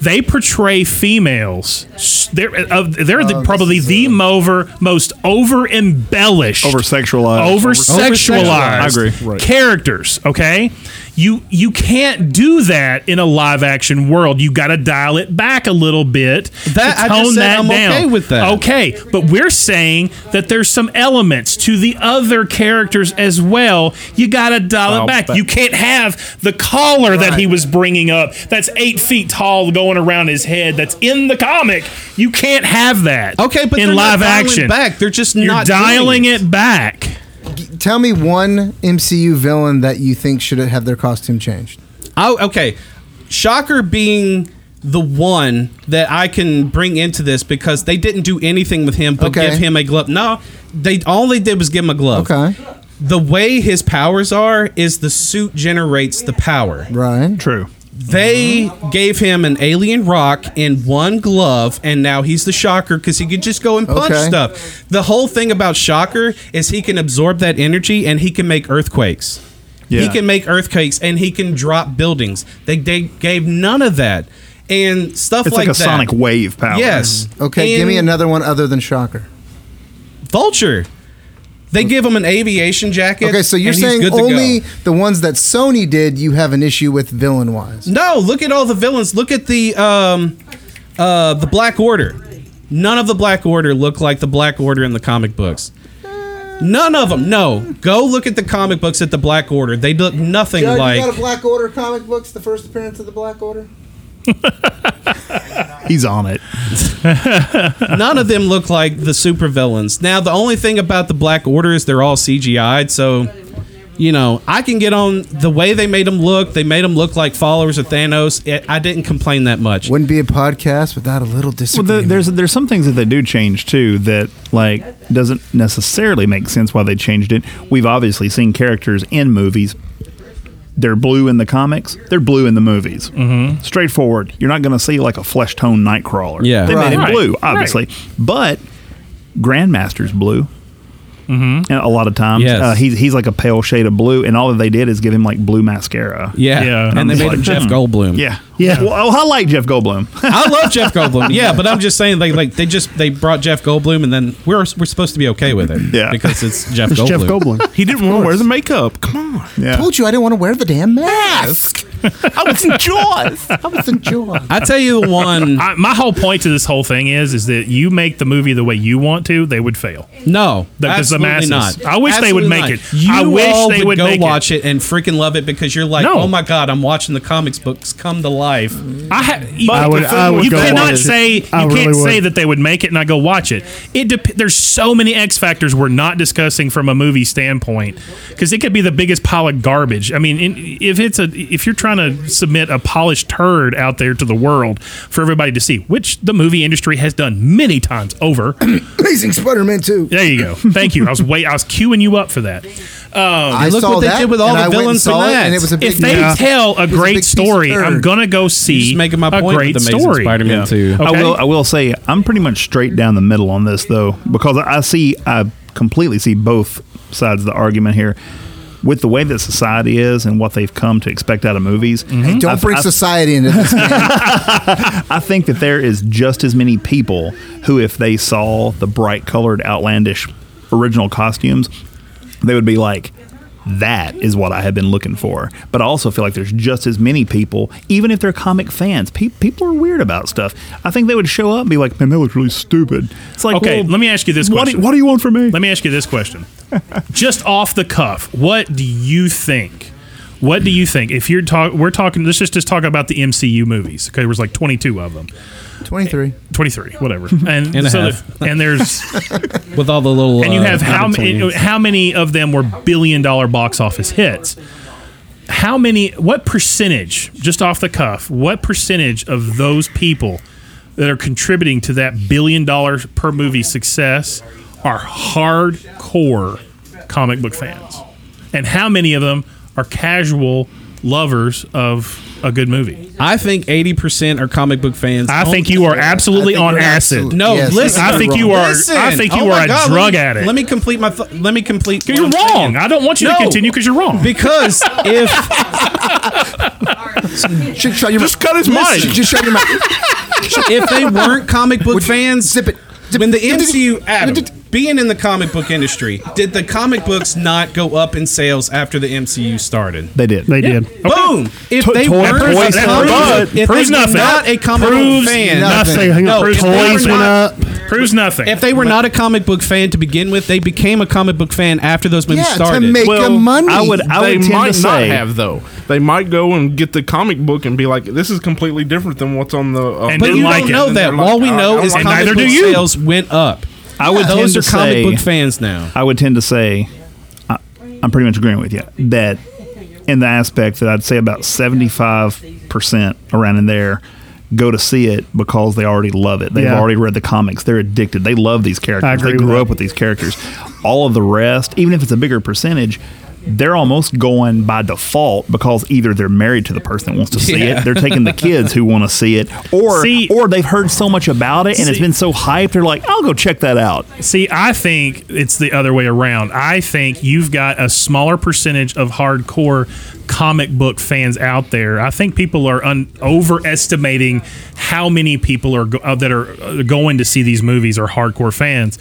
S12: they portray females. s- They're uh, they're
S10: Oh,
S12: the, probably
S10: uh,
S12: the mover, most over embellished,
S9: Over sexualized.
S12: over
S9: Over-sexualized.
S12: sexualized
S9: I agree. Right.
S12: characters. Okay, you you can't do that in a live action world. You got to dial it back a little bit.
S11: That-
S12: to
S11: I just said I'm okay with that.
S12: Okay, but we're saying that there's some elements to the other characters as well. You got to dial
S3: Dial
S12: it back.
S3: back.
S12: You can't have the collar that he was bringing up. That's eight feet tall, going around his head. That's in the comic. You can't have that.
S11: Okay, but
S12: in
S11: they're
S12: live
S11: not dialing
S12: action,
S11: back. They're just
S12: You're
S11: not doing
S12: dialing it back.
S10: Tell me one MCU villain that you think should have their costume changed.
S11: Oh, okay. Shocker being the one that I can bring into this because they didn't do anything with him but
S10: Okay.
S11: give him a glove. No, they all they did was give him a glove.
S10: Okay.
S11: The way his powers are is the suit generates the power.
S10: Right.
S9: True.
S11: They gave him an alien rock in one glove, and now he's the Shocker because he could just go and punch
S10: Okay.
S11: stuff. The whole thing about Shocker is he can absorb that energy and he can make earthquakes. He
S17: Yeah.
S11: can make earthquakes and he can drop buildings. They, they gave none of that. And stuff
S10: It's
S11: like,
S10: like a
S11: that.
S10: sonic
S9: wave power.
S11: Yes.
S10: Mm-hmm. Okay, give
S11: And-
S10: me another one other than Shocker.
S11: Vulture. They give him an aviation jacket.
S10: Okay, so you're
S11: and he's
S10: saying
S11: good to
S10: only
S11: go.
S10: the ones that Sony did you have an issue with villain wise.
S11: No, look at all the villains. Look at the um, uh, the Black Order. None of the Black Order look like the Black Order in the comic books. None of them. No, go look at the comic books at the Black Order. They look nothing like.
S10: Black Order comic books, the first appearance of the Black Order?
S9: He's on it.
S11: None of them look like the supervillains. Now, the only thing about the Black Order is they're all CGI'd, so you know I can get on the way they made them look. They made them look like followers of Thanos. It, I didn't complain that much.
S10: Wouldn't be a podcast without a little
S9: Well,
S10: disagreement.
S9: there, there's there's some things that they do change too that like doesn't necessarily make sense why they changed it. We've obviously seen characters in movies. They're blue in the comics. They're blue in the movies. Mm-hmm. Straightforward. You're not going to see like a flesh tone Nightcrawler.
S17: Yeah.
S9: they
S17: Right.
S9: made him
S17: Right.
S9: blue, obviously. But Grandmaster's blue. Mm-hmm. And a lot of times,
S17: Yes.
S9: uh, he's he's like a pale shade of blue, and all that they did is give him like blue mascara.
S11: Yeah. Yeah. And
S9: I'm
S11: they
S9: just
S11: made him Jeff
S9: hmm.
S11: Goldblum.
S9: Yeah, yeah. Well, oh, I like Jeff Goldblum.
S11: I love Jeff Goldblum. Yeah, but I'm just saying, like, like they just they brought Jeff Goldblum, and then we're we're supposed to be okay with it, yeah, because it's Jeff Goldblum.
S3: he didn't want to wear the makeup. Come on.
S9: Yeah.
S10: Told you I didn't want to wear the damn mask.
S9: I was in Jaws.
S10: I was in Jaws.
S11: I tell you one.
S12: I, my whole point to this whole thing is, is that you make the movie the way you want to, they would fail.
S11: No,
S12: because the
S11: absolutely
S12: masses.
S11: not.
S12: I wish they would
S11: Absolutely
S12: make
S11: not.
S12: it.
S11: You
S12: I wish
S11: all
S12: they
S11: would,
S12: would
S11: go
S12: make it.
S11: watch it. and freaking love it because you're like,
S12: No.
S11: oh my god, I'm watching the comics books come to life.
S12: I, ha- you,
S11: I would- I would
S12: you
S11: go watch
S12: cannot
S11: it.
S12: say you
S11: I
S12: can't
S11: really would.
S12: say that they would make it and I go watch it. It dep there's so many X factors we're not discussing from a movie standpoint because it could be the biggest pile of garbage. I mean, in, if it's a if you're trying to submit a polished turd out there to the world for everybody to see, which the movie industry has done many times over.
S10: Amazing Spider-Man 2.
S12: There you go. Thank you. I was wait. I was queuing you up for that. Um,
S10: I look saw what they that, did with all and the I went and villains in saw it, that. and it was a big
S12: if they
S10: Yeah.
S12: tell
S10: it was
S12: a
S10: a big
S12: great
S10: piece of
S12: story,
S10: turd.
S12: I'm gonna go see
S11: making my
S12: a
S11: point with
S12: great
S11: Amazing
S12: story.
S11: Spider-Man Yeah.
S12: Okay?
S9: I will. I will say I'm pretty much straight down the middle on this though, because I see I completely see both sides of the argument here. With the way that society is and what they've come to expect out of movies,
S10: Hey, don't
S9: I-
S10: bring
S9: I-
S10: society into this.
S9: I think that there is just as many people who, if they saw the bright colored, outlandish original costumes, they would be like, that is what I have been looking for. But I also feel like there's just as many people, even if they're comic fans, pe- people are weird about stuff. I think they would show up and be like, man, that looks really stupid. It's like,
S12: okay,
S9: well,
S12: let me ask you this
S9: what
S12: question.
S9: Do, what do you want from me?
S12: Let me ask you this question. Just off the cuff, what do you think? What do you think? If you're talk, we're talking. Let's just just talk about the MCU movies. Okay, there was like 22 of them,
S10: 23.
S12: 23, whatever, and,
S11: And a
S12: so
S11: half.
S12: the- and there's
S11: with all the little
S12: and you
S11: uh,
S12: have how many?
S11: in-betweens.
S12: How many of them were billion dollar box office hits? How many? What percentage? Just off the cuff, what percentage of those people that are contributing to that billion dollar per movie success are hardcore comic book fans, and how many of them are casual lovers of a good movie?
S11: I think eighty percent are comic book fans.
S12: I think you are absolutely
S11: I think
S12: on
S11: you're
S12: acid.
S11: absolute- No,
S12: Yes,
S11: listen.
S12: I think you are- I think you
S11: Oh my
S12: are a
S11: God,
S12: drug
S11: let me,
S12: addict.
S11: Let me complete my. Th- let me complete.
S12: You're wrong. I don't want you to continue 'cause you're wrong.
S11: Because if
S10: Shut- shut your mouth.
S11: Just cut his mic.
S10: Just shut your mouth.
S11: if they weren't comic book fans, zip it. when the MCU, Adam, being in the comic book industry, did the comic books not go up in sales after the MCU started?
S9: They did.
S6: They did.
S11: Boom! If
S6: To-
S11: they
S6: toy-
S11: weren't,
S6: toys
S11: proves,
S6: went up.
S11: if
S6: Proves
S11: they were
S6: nothing.
S11: not a comic book
S6: Proves
S11: fan,
S6: nothing. Hang on, proves
S11: if they were
S6: toys went
S11: not-
S12: Proves nothing.
S11: If they were not a comic book fan to begin with, they became a comic book fan after those movies started.
S3: I would. I
S11: They
S3: would tend
S11: might
S3: to
S11: not
S3: say.
S11: have.
S3: have though. They might go and get the comic book and be like, "This is completely different than what's on the." Uh,
S11: but you don't know that. All
S12: "Oh,
S11: we know is comic book sales went up.
S9: I would
S11: Those
S9: tend
S11: are
S9: to
S11: comic
S9: say-
S11: book fans now.
S9: I would tend to say, I, I'm pretty much agreeing with you that in the aspect that I'd say about 75% around in there go to see it because they already love it. They've
S6: Yeah.
S9: already read the comics. They're addicted. They love these characters.
S6: I agree
S9: they
S6: with
S9: grew
S6: that.
S9: up with these characters. All of the rest, even if it's a bigger percentage, they're almost going by default because either they're married to the person that wants to see
S12: Yeah.
S9: it, they're taking the kids who want to see it, or
S12: See-
S9: or they've heard so much about it and it's
S12: See-
S9: been so hyped they're like, "I'll go check that out."
S12: See, I think it's the other way around. I think you've got a smaller percentage of hardcore comic book fans out there. I think people are un- overestimating how many people are go- uh, that are uh, going to see these movies are hardcore fans.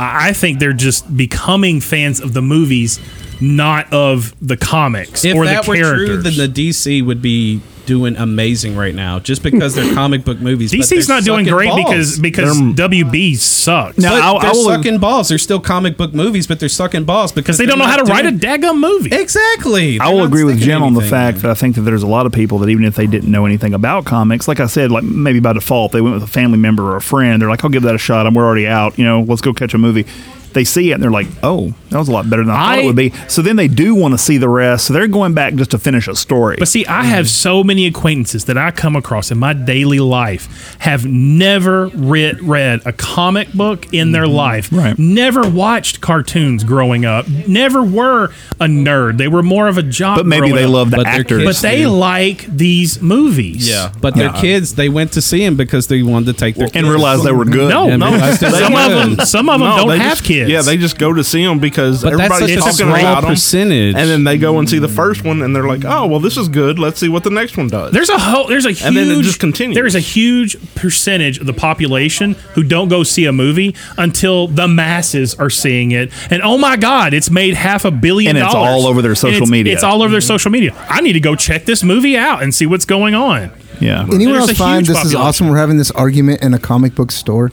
S12: I-, I think they're just becoming fans of the movies, not of the comics
S11: If
S12: or
S11: that
S12: the
S11: were
S12: characters.
S11: true, then the DC would be doing amazing right now, just because they're comic book movies. but
S12: DC's
S11: they're
S12: not doing
S11: sucking
S12: great
S11: balls.
S12: because because WB sucks.
S11: But they're sucking balls. They're still comic book movies, but they're sucking balls because
S12: they don't know
S11: they're
S12: how to
S11: not
S12: write a
S11: doing-
S12: daggum movie.
S11: Exactly.
S9: I will agree with Jim on the fact that I think that there's a lot of people that even if they didn't know anything about comics, like I said, like maybe by default they went with a family member or a friend. They're like, "I'll give that a shot. I'm we're already out. You know, let's go catch a movie." They see it and they're like, "Oh, that was a lot better than I, thought
S12: I-
S9: it would be." So then they do want to see the rest. So they're going back just to finish a story.
S12: But see, I have so many acquaintances that I come across in my daily life have never read read a comic book in their life. Right. Never watched cartoons growing up. Never were a nerd. They were more of a job.
S9: But maybe they love the But their
S11: actors.
S12: But they
S11: do.
S12: like these movies.
S11: Yeah, but their kids, they went to see him because they wanted to take their
S9: And realized they were good.
S12: No,
S11: And
S12: no.
S11: realized they were
S12: Some of
S11: good.
S12: them- some of them don't
S3: they
S12: have
S3: just-
S12: kids.
S3: Yeah, they just go to see them because
S11: But that's
S3: everybody's
S11: such a
S3: talking
S11: small
S3: about them.
S11: percentage.
S3: And then they go and see the first one, and they're like, "Oh, well, this is good. Let's see what the next one does."
S12: There's a whole. There's a huge.
S3: And then it just continues.
S12: There is a huge percentage of the population who don't go see a movie until the masses are seeing it, and oh my God, it's made half a billion.
S9: And it's
S12: dollars.
S9: all over their
S12: And
S9: social
S12: it's-
S9: media.
S12: It's all over their social media. I need to go check this movie out and see what's going on.
S9: yeah.
S10: Anyone
S12: There's
S10: else
S12: a
S10: find
S12: huge
S10: this is
S12: population.
S10: awesome? We're having this argument in a comic book store,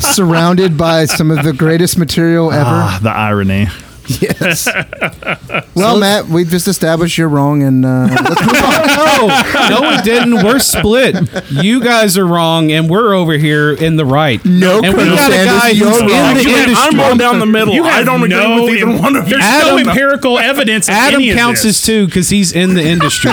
S10: surrounded by some of the greatest material ever.
S9: Ah, the irony.
S10: Yes. well, Matt, we've just established you're wrong, and uh, let's move on.
S11: no, no, we didn't. We're split. You guys are wrong, and we're over here in the right.
S10: No,
S11: and we
S12: Colonel
S11: got a
S12: Sanders,
S11: guy
S12: you're
S11: who's in
S12: wrong.
S11: the
S12: You have-
S11: industry.
S12: I'm going down
S3: the middle.
S12: You have no em- There's
S11: Adam-
S12: no empirical evidence. in
S11: Adam
S12: any of
S11: counts
S12: this.
S11: as two because he's in the industry.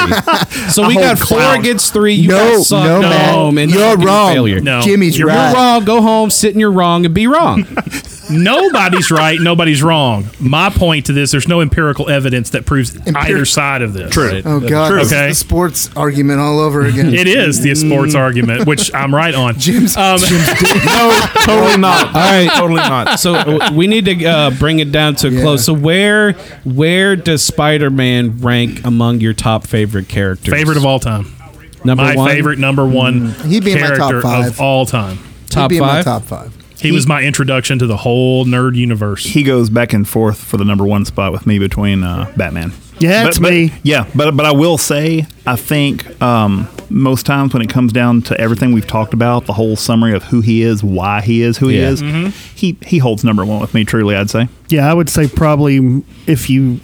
S11: so
S12: A
S11: we
S12: whole
S11: got four
S12: clown.
S11: against three. You
S12: No,
S11: guys suck.
S12: no,
S11: Go
S12: Matt.
S11: home and
S12: You're
S11: fucking
S12: wrong.
S11: Failure.
S12: No. Jimmy's
S11: you're
S12: right.
S11: wrong. Go home, sit in your wrong, and be wrong.
S12: Nobody's right. Nobody's wrong. My point to this: there's no empirical evidence that proves either side of this.
S9: True.
S10: Oh God, this is
S12: Okay.
S10: the sports argument all over again.
S12: It is Um, the sports argument, which I'm right on. Jim's,
S3: no, totally not.
S11: All right,
S3: totally not.
S11: So uh, we need to uh, bring it down to a close. So where where does Spider Man rank among your top favorite characters?
S12: favorite of all time.
S11: Number
S12: my
S11: one?
S12: favorite number one
S10: Mm, He'd be in my top
S12: character
S10: five.
S12: of all time.
S10: He'd be in my top five.
S12: He, was my introduction to the whole nerd universe.
S9: He goes back and forth for the number one spot with me between uh, Batman.
S6: Yeah,
S9: but,
S6: it's
S9: but-
S6: me.
S9: Yeah, but but I will say I think um, most times when it comes down to everything we've talked about, the whole summary of who he is, why he is who he
S6: Yeah.
S9: is, he he holds number one with me. Truly, I'd say
S6: Yeah, I would say probably if you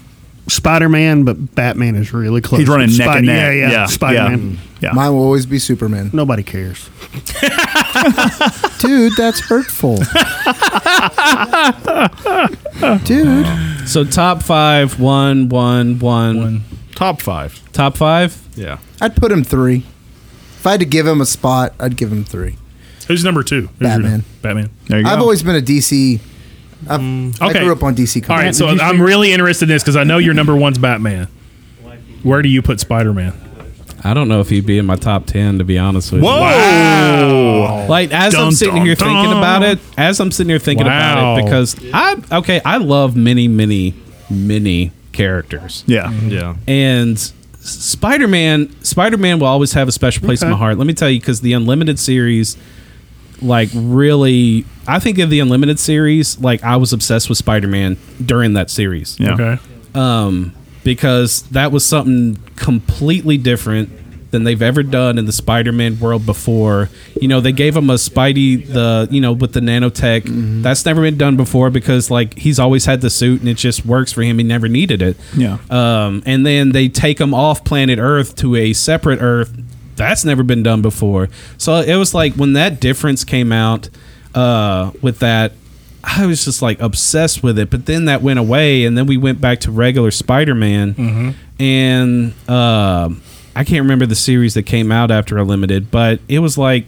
S6: Spider Man, but Batman is really close.
S9: He's running neck
S6: Spi-
S9: and neck.
S6: Yeah, yeah,
S9: Yeah,
S6: Spider Man.
S9: Yeah.
S10: Mine will always be Superman.
S6: Nobody cares.
S10: Dude, that's hurtful. Dude.
S11: So top five, one, one, one.
S3: Top five.
S11: Top five.
S3: Yeah.
S10: I'd put him three. If I had to give him a spot, I'd give him three.
S12: Who's number two? Who's your-
S10: Batman.
S12: Batman.
S10: I've always been a DC. I've, I
S12: Mm. Okay.
S10: grew up on DC comics.
S12: All right, so I'm really interested in this because I know your number one's Batman. Where do you put Spider Man?
S11: I don't know if he'd be in my top ten to be honest with you.
S12: Wow.
S11: Like as I'm
S12: Dun,
S11: sitting
S12: dun,
S11: here
S12: dun.
S11: thinking about it, as I'm sitting here thinking about
S12: Wow.
S11: it, because I okay, I love many, many, many characters.
S9: Yeah.
S3: Yeah.
S11: and Spider Man, Spider Man will always have a special place in
S3: Okay.
S11: my heart. Let me tell you, because the Unlimited series, like really I think of the Unlimited series, like I was obsessed with Spider Man during that series.
S12: Yeah. Okay.
S11: Um, because that was something completely different than they've ever done in the Spider Man world before. You know, they gave him a Spidey the you know, with the nanotech. Mm-hmm. That's never been done before because like he's always had the suit and it just works for him. He never needed it.
S9: Yeah.
S11: Um, and then they take him off planet Earth to a separate Earth that's never been done before. So it was like when that difference came out uh, with that, I was just like obsessed with it. But then that went away, and then we went back to regular Spider Man, mm-hmm. and uh, I can't remember the series that came out after Unlimited, but it was like.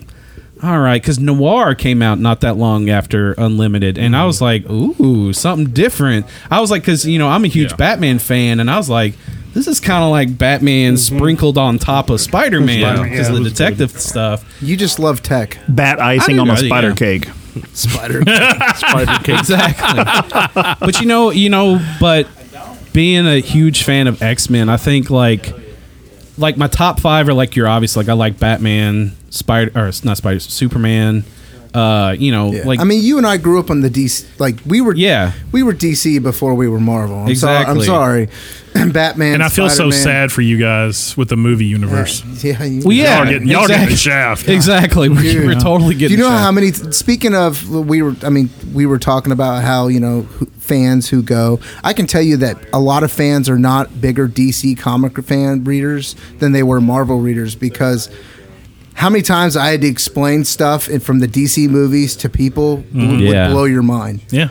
S11: All right, because Noir came out not that long after Unlimited, and mm-hmm. I was like, "Ooh, something different." I was like, "Because you know I'm a huge yeah. Batman fan," and I was like, this is kind of like Batman mm-hmm. sprinkled on top of Spider Man because yeah, of the detective good. stuff.
S10: You just love tech.
S9: Bat icing on a spider yeah. cake.
S10: Spider cake.
S11: spider cake. Exactly. but you know, you know, but being a huge fan of X Men, I think like like my top five are like you're obvious. Like I like Batman, Spider, or not Spider, Superman. Uh, you know,
S10: yeah.
S11: like
S10: I mean, you and I grew up on the DC. Like we were,
S11: yeah,
S10: we were DC before we were Marvel. I'm exactly. So, I'm sorry, Batman.
S12: And I feel
S10: Spider-Man.
S12: so sad for you guys with the movie universe.
S10: yeah, yeah, you,
S11: well, yeah,
S12: y'all are getting, y'all exactly. getting the shaft.
S11: Exactly, we yeah. were totally getting. Do
S10: you know how many? Speaking of, we were. I mean, we were talking about how you know fans who go. I can tell you that a lot of fans are not bigger DC comic fan readers than they were Marvel readers because how many times I had to explain stuff and from the DC movies to people
S11: Mm-hmm.
S10: mm, would yeah. blow your mind.
S12: Yeah.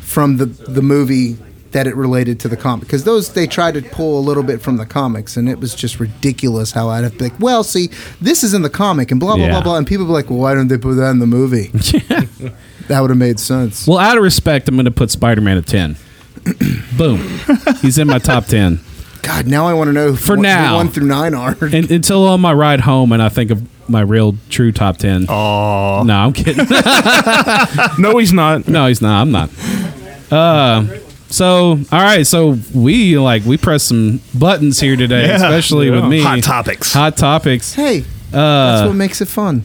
S10: From the the movie that it related to the comic because those they tried to pull a little bit from the comics and it was just ridiculous how I'd have been like, well, see, this is in the comic and blah blah yeah. blah blah, and people be like, well, why don't they put that in the movie? that would have made sense.
S11: Well, out of respect, I'm going to put Spider Man at ten. Boom, he's in my top ten.
S10: God, now I want to know
S11: for
S10: one,
S11: now
S10: one through nine are
S11: and, until on my ride home and I think of my real true top ten.
S9: Oh
S11: no, I'm kidding.
S3: no, he's not.
S11: No, he's not. I'm not. Uh, so all right, so we like we press some buttons here today, yeah, especially yeah. with me.
S9: Hot topics.
S11: Hot topics.
S10: Hey, uh, that's what makes it fun.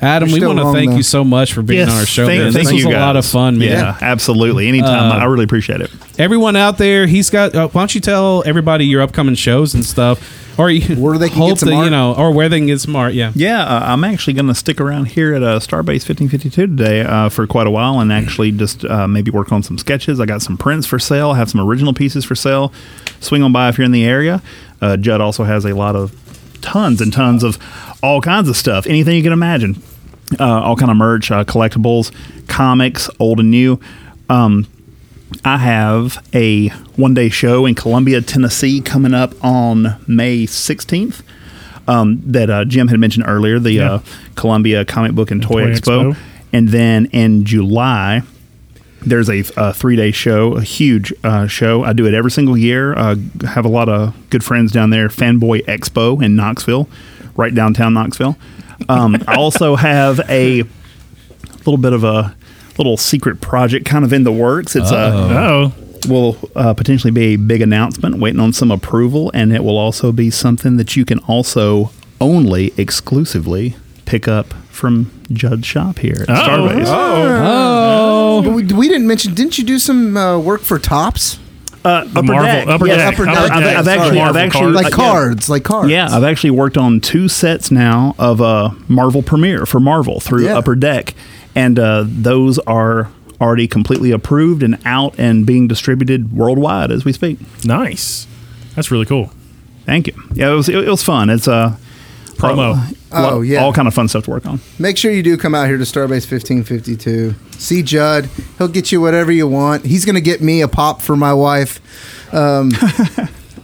S11: Adam, You're we want to thank though. you so much for being yes, on our show. Thank, man. Thank this was a guys. lot of fun, man.
S9: Yeah, absolutely. Anytime, uh, I really appreciate it.
S11: Everyone out there, he's got. Uh, why don't you tell everybody your upcoming shows and stuff, or you
S10: where they
S11: hope
S10: that, art.
S11: you know, or where they can get some art. Yeah,
S9: yeah. Uh, I'm actually going to stick around here at uh, Starbase 1552 today uh, for quite a while, and actually just uh, maybe work on some sketches. I got some prints for sale. I have some original pieces for sale. Swing on by if you're in the area. Uh, Judd also has a lot of tons and tons of all kinds of stuff, anything you can imagine. Uh, all kind of merch, uh, collectibles, comics, old and new. Um, I have a one day show in Columbia, Tennessee, coming up on May 16th. Um, that uh, Jim had mentioned earlier, the yeah. Columbia Comic Book and, and Toy, Toy Expo. Expo. and then in July, there's a, a, three day show, a huge uh, show. I do it every single year. Uh, have a lot of good friends down there. Fanboy Expo in Knoxville, right downtown Knoxville. Um, I also have a little bit of a little secret project kind of in the works. It's
S12: Uh-oh.
S9: a oh will uh, potentially be a big announcement, waiting on some approval, and it will also be something that you can also only exclusively pick up from Judd's shop here at
S12: Uh-oh.
S9: Starbase.
S11: Oh,
S10: but we, we, didn't mention. Didn't you do some uh, work for Tops?
S9: Uh, upper
S12: Marvel,
S9: deck.
S12: Upper
S9: yeah,
S12: deck. Upper deck.
S9: I've, I've, actually, I've actually,
S10: like cards, like cards.
S9: Yeah, I've actually worked on two sets now of a uh, Marvel premiere for Marvel through yeah. Upper Deck, and uh, those are already completely approved and out and being distributed worldwide as we speak.
S12: Nice, that's really cool.
S9: Thank you. Yeah, it was it, it was fun. It's a
S12: promo. Lot,
S9: oh yeah, all kind of fun stuff to work on.
S10: Make sure you do come out here to Starbase fifteen fifty two. See Judd, he'll get you whatever you want. He's gonna get me a pop for my wife. Um,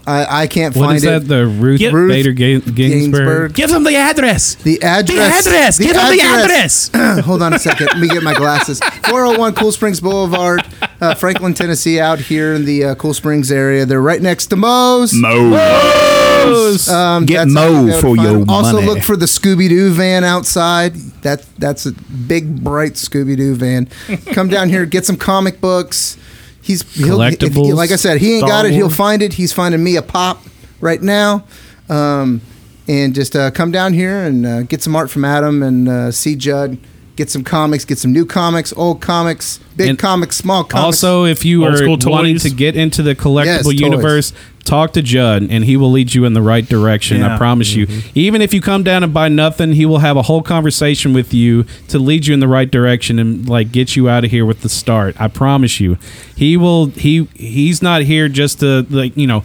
S10: I, I, can't
S11: what
S10: find
S11: is that?
S10: it.
S11: The Ruth, Ruth Bader G- Ginsburg. Ginsburg.
S17: Give them the address.
S10: The address.
S17: The address. The Give address. them the address.
S10: Hold on a second. Let me get my glasses. 401 Cool Springs Boulevard, uh, Franklin, Tennessee, out here in the uh, Cool Springs area. They're right next to Moe's.
S9: Moe's. Moe's.
S10: Um,
S9: get Moe for your money.
S10: Also, look for the Scooby Doo van outside. That That's a big, bright Scooby Doo van. Come down here, get some comic books he's he'll, if, like I said, he ain't got it. He'll find it. He's finding me a pop right now. Um, and just uh, come down here and uh, get some art from Adam and uh, see Judd Get some comics, get some new comics, old comics, big
S11: And
S10: comics, small comics.
S11: Also, if you
S10: Old
S11: are
S10: school
S11: wanting
S10: toys.
S11: to get into the
S10: Yes,
S11: collectible
S10: toys.
S11: universe, talk to Judd, and he will lead you in the right direction. I
S10: Yeah.
S11: promise
S10: Mm-hmm.
S11: you. Even if you come down and buy nothing, he will have a whole conversation with you to lead you in the right direction and like get you out of here with the start. I promise you. He will. He he's not here just to like you know.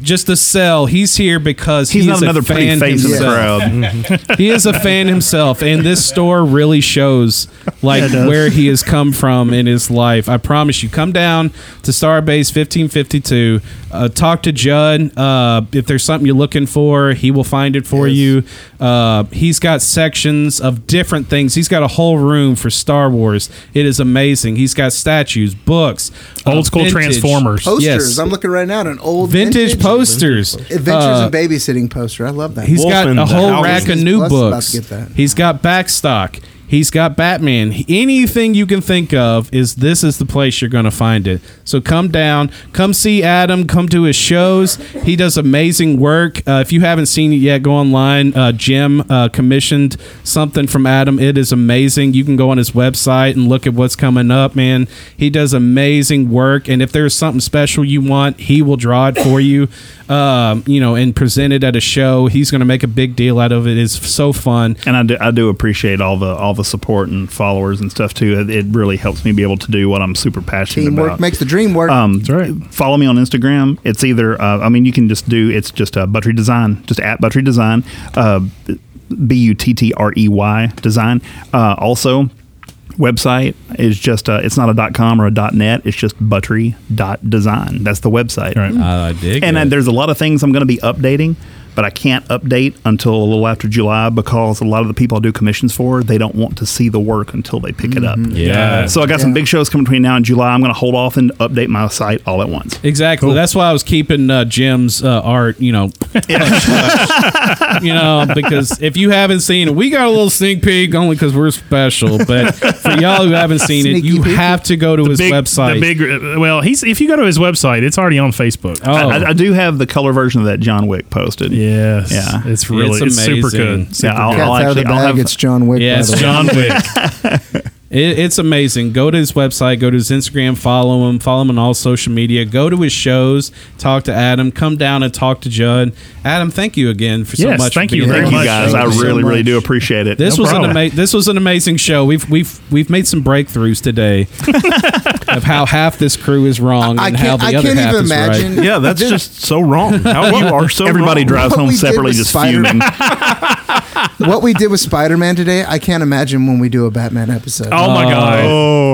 S11: Just to sell, he's here because
S9: He's
S11: he
S9: not
S11: is a
S9: another pretty
S11: fan
S9: face in the
S11: himself.
S9: crowd.
S11: he is a fan himself, and this store really shows like
S9: Yeah, it does.
S11: where he has come from in his life. I promise you. Come down to Starbase 1552. Uh, talk to Judd. Uh, if there's something you're looking for, he will find it for you. Uh, he's got sections of different things. He's got a whole room for Star Wars. It is amazing. He's got statues, books, uh,
S10: Oh,
S12: Old school
S11: vintage-
S12: Transformers.
S10: posters.
S11: Yes.
S10: I'm looking right now at an old
S11: Vintage posters.
S10: Adventures
S11: Uh,
S10: in Babysitting poster. I love that.
S11: He's got a whole rack of new
S10: Plus, about to
S11: books.
S10: get that.
S11: He's got backstock. He's got Batman. Anything you can think of is this is the place you're going to find it. So come down, come see Adam, come to his shows. He does amazing work. Uh, if you haven't seen it yet, go online. Uh, Jim uh, commissioned something from Adam. It is amazing. You can go on his website and look at what's coming up, man. He does amazing work. And if there's something special you want, he will draw it for you, um, you know, and present it at a show. He's going to make a big deal out of it. It's so fun.
S9: And I do, I do appreciate all the all the support and followers and stuff too. It, it really helps me be able to do what I'm super passionate
S10: Teamwork
S9: about.
S10: makes the dream work.
S9: Um, Follow me on Instagram. It's either uh, I mean you can just do it's just uh, Buttry Design, just at Buttry Design, uh, B U T T R E Y Design. Uh, also. Website is just uh, it's not a dot com or a dot net. It's just buttery dot design. That's the website. Mm-hmm. Right.
S11: I dig
S9: and
S11: it.
S9: then there's a lot of things I'm going to be updating, but I can't update until a little after July because a lot of the people I do commissions for, they don't want to see the work until they pick it up.
S11: Yeah.
S9: So I got some big shows coming between now and July. I'm going to hold off and update my site all at once.
S11: Exactly. That's why I was keeping uh, Jim's uh, art, you know, you know, because if you haven't seen it, we got a little sneak peek only because we're special. But for y'all who haven't seen it,
S12: Sneaky
S11: you
S12: peek.
S11: have to go to
S12: The
S11: his
S12: big- The
S11: website.
S12: big, uh, well, he's if you go to his website, it's already on Facebook.
S11: Oh.
S9: I, I do have the color version of that John Wick posted.
S12: Yes.
S9: Yeah.
S12: It's really- It's it's super amazing. good. Super
S9: yeah, I'll,
S10: Cat's
S9: I'll
S10: out of the
S9: actually, I'll
S10: bag.
S9: have
S10: it's John Wick.
S11: Yeah,
S10: by
S11: it's
S10: the way.
S11: John Wick. It, it's amazing. Go to his website, go to his Instagram, follow him, follow him on all social media, go to his shows, talk to Adam, come down and talk to Judd. Adam, thank you again for so
S9: Yes,
S11: much.
S9: thank
S11: for
S9: you
S11: being
S9: very
S11: on the
S9: much.
S11: show.
S9: Thank you so much.
S11: This
S9: No
S11: was an
S9: problem.
S11: ama- this was an amazing show. We've we've we've made some breakthroughs today of how half this crew is wrong
S10: I
S11: and how
S10: can't-
S11: the
S10: I
S11: other
S10: can't
S11: half
S10: even
S11: is
S10: imagine-
S11: right.
S10: Yeah, that's just
S11: so wrong.
S10: How you are so
S9: Everybody
S10: wrong.
S9: drives
S10: What
S9: home
S10: we did
S9: separately,
S10: with
S9: just
S10: Spider-
S9: fuming.
S10: what we did with Spider Man today, I can't imagine when we do a Batman episode.
S12: Oh my god. Mm.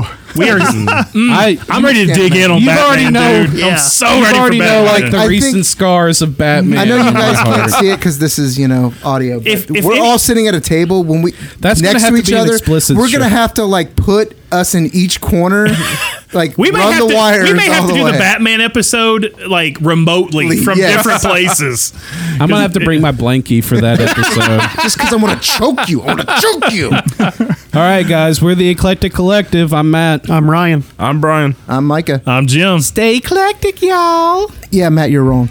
S12: Oh. We are.
S9: Mm,
S11: I,
S12: I'm ready to dig in on
S11: you already
S12: Batman,
S11: know.
S12: dude.
S11: Yeah.
S12: I'm so
S11: you
S12: ready
S11: already
S12: for
S11: know
S12: Batman.
S11: like the
S10: I think-
S11: recent scars of Batman.
S10: I know you guys
S11: in my
S10: can't
S11: heart.
S10: see it because this is you know audio. But
S11: If- if
S10: we're
S11: any-
S10: all sitting at a table when we
S11: That's gonna
S10: next
S11: have
S10: to
S11: to
S10: each
S11: be an
S10: other.
S11: explicit
S10: We're gonna
S11: show.
S10: have to like put us in each corner, like
S12: We may,
S10: run
S12: have
S10: the
S12: to,
S10: wires
S12: we may have
S10: all
S12: to do
S10: the way.
S12: the Batman episode like remotely
S10: Please.
S12: from
S10: Yes.
S12: different places.
S11: I'm gonna have to bring my blankie for that episode.
S10: Just because I want to choke you, I want to choke you.
S11: All right, guys, we're the Eclectic Collective. I'm Matt.
S6: I'm Ryan.
S3: I'm Brian.
S10: I'm Micah.
S12: I'm Jim.
S11: Stay eclectic, y'all.
S10: Yeah, Matt, you're wrong.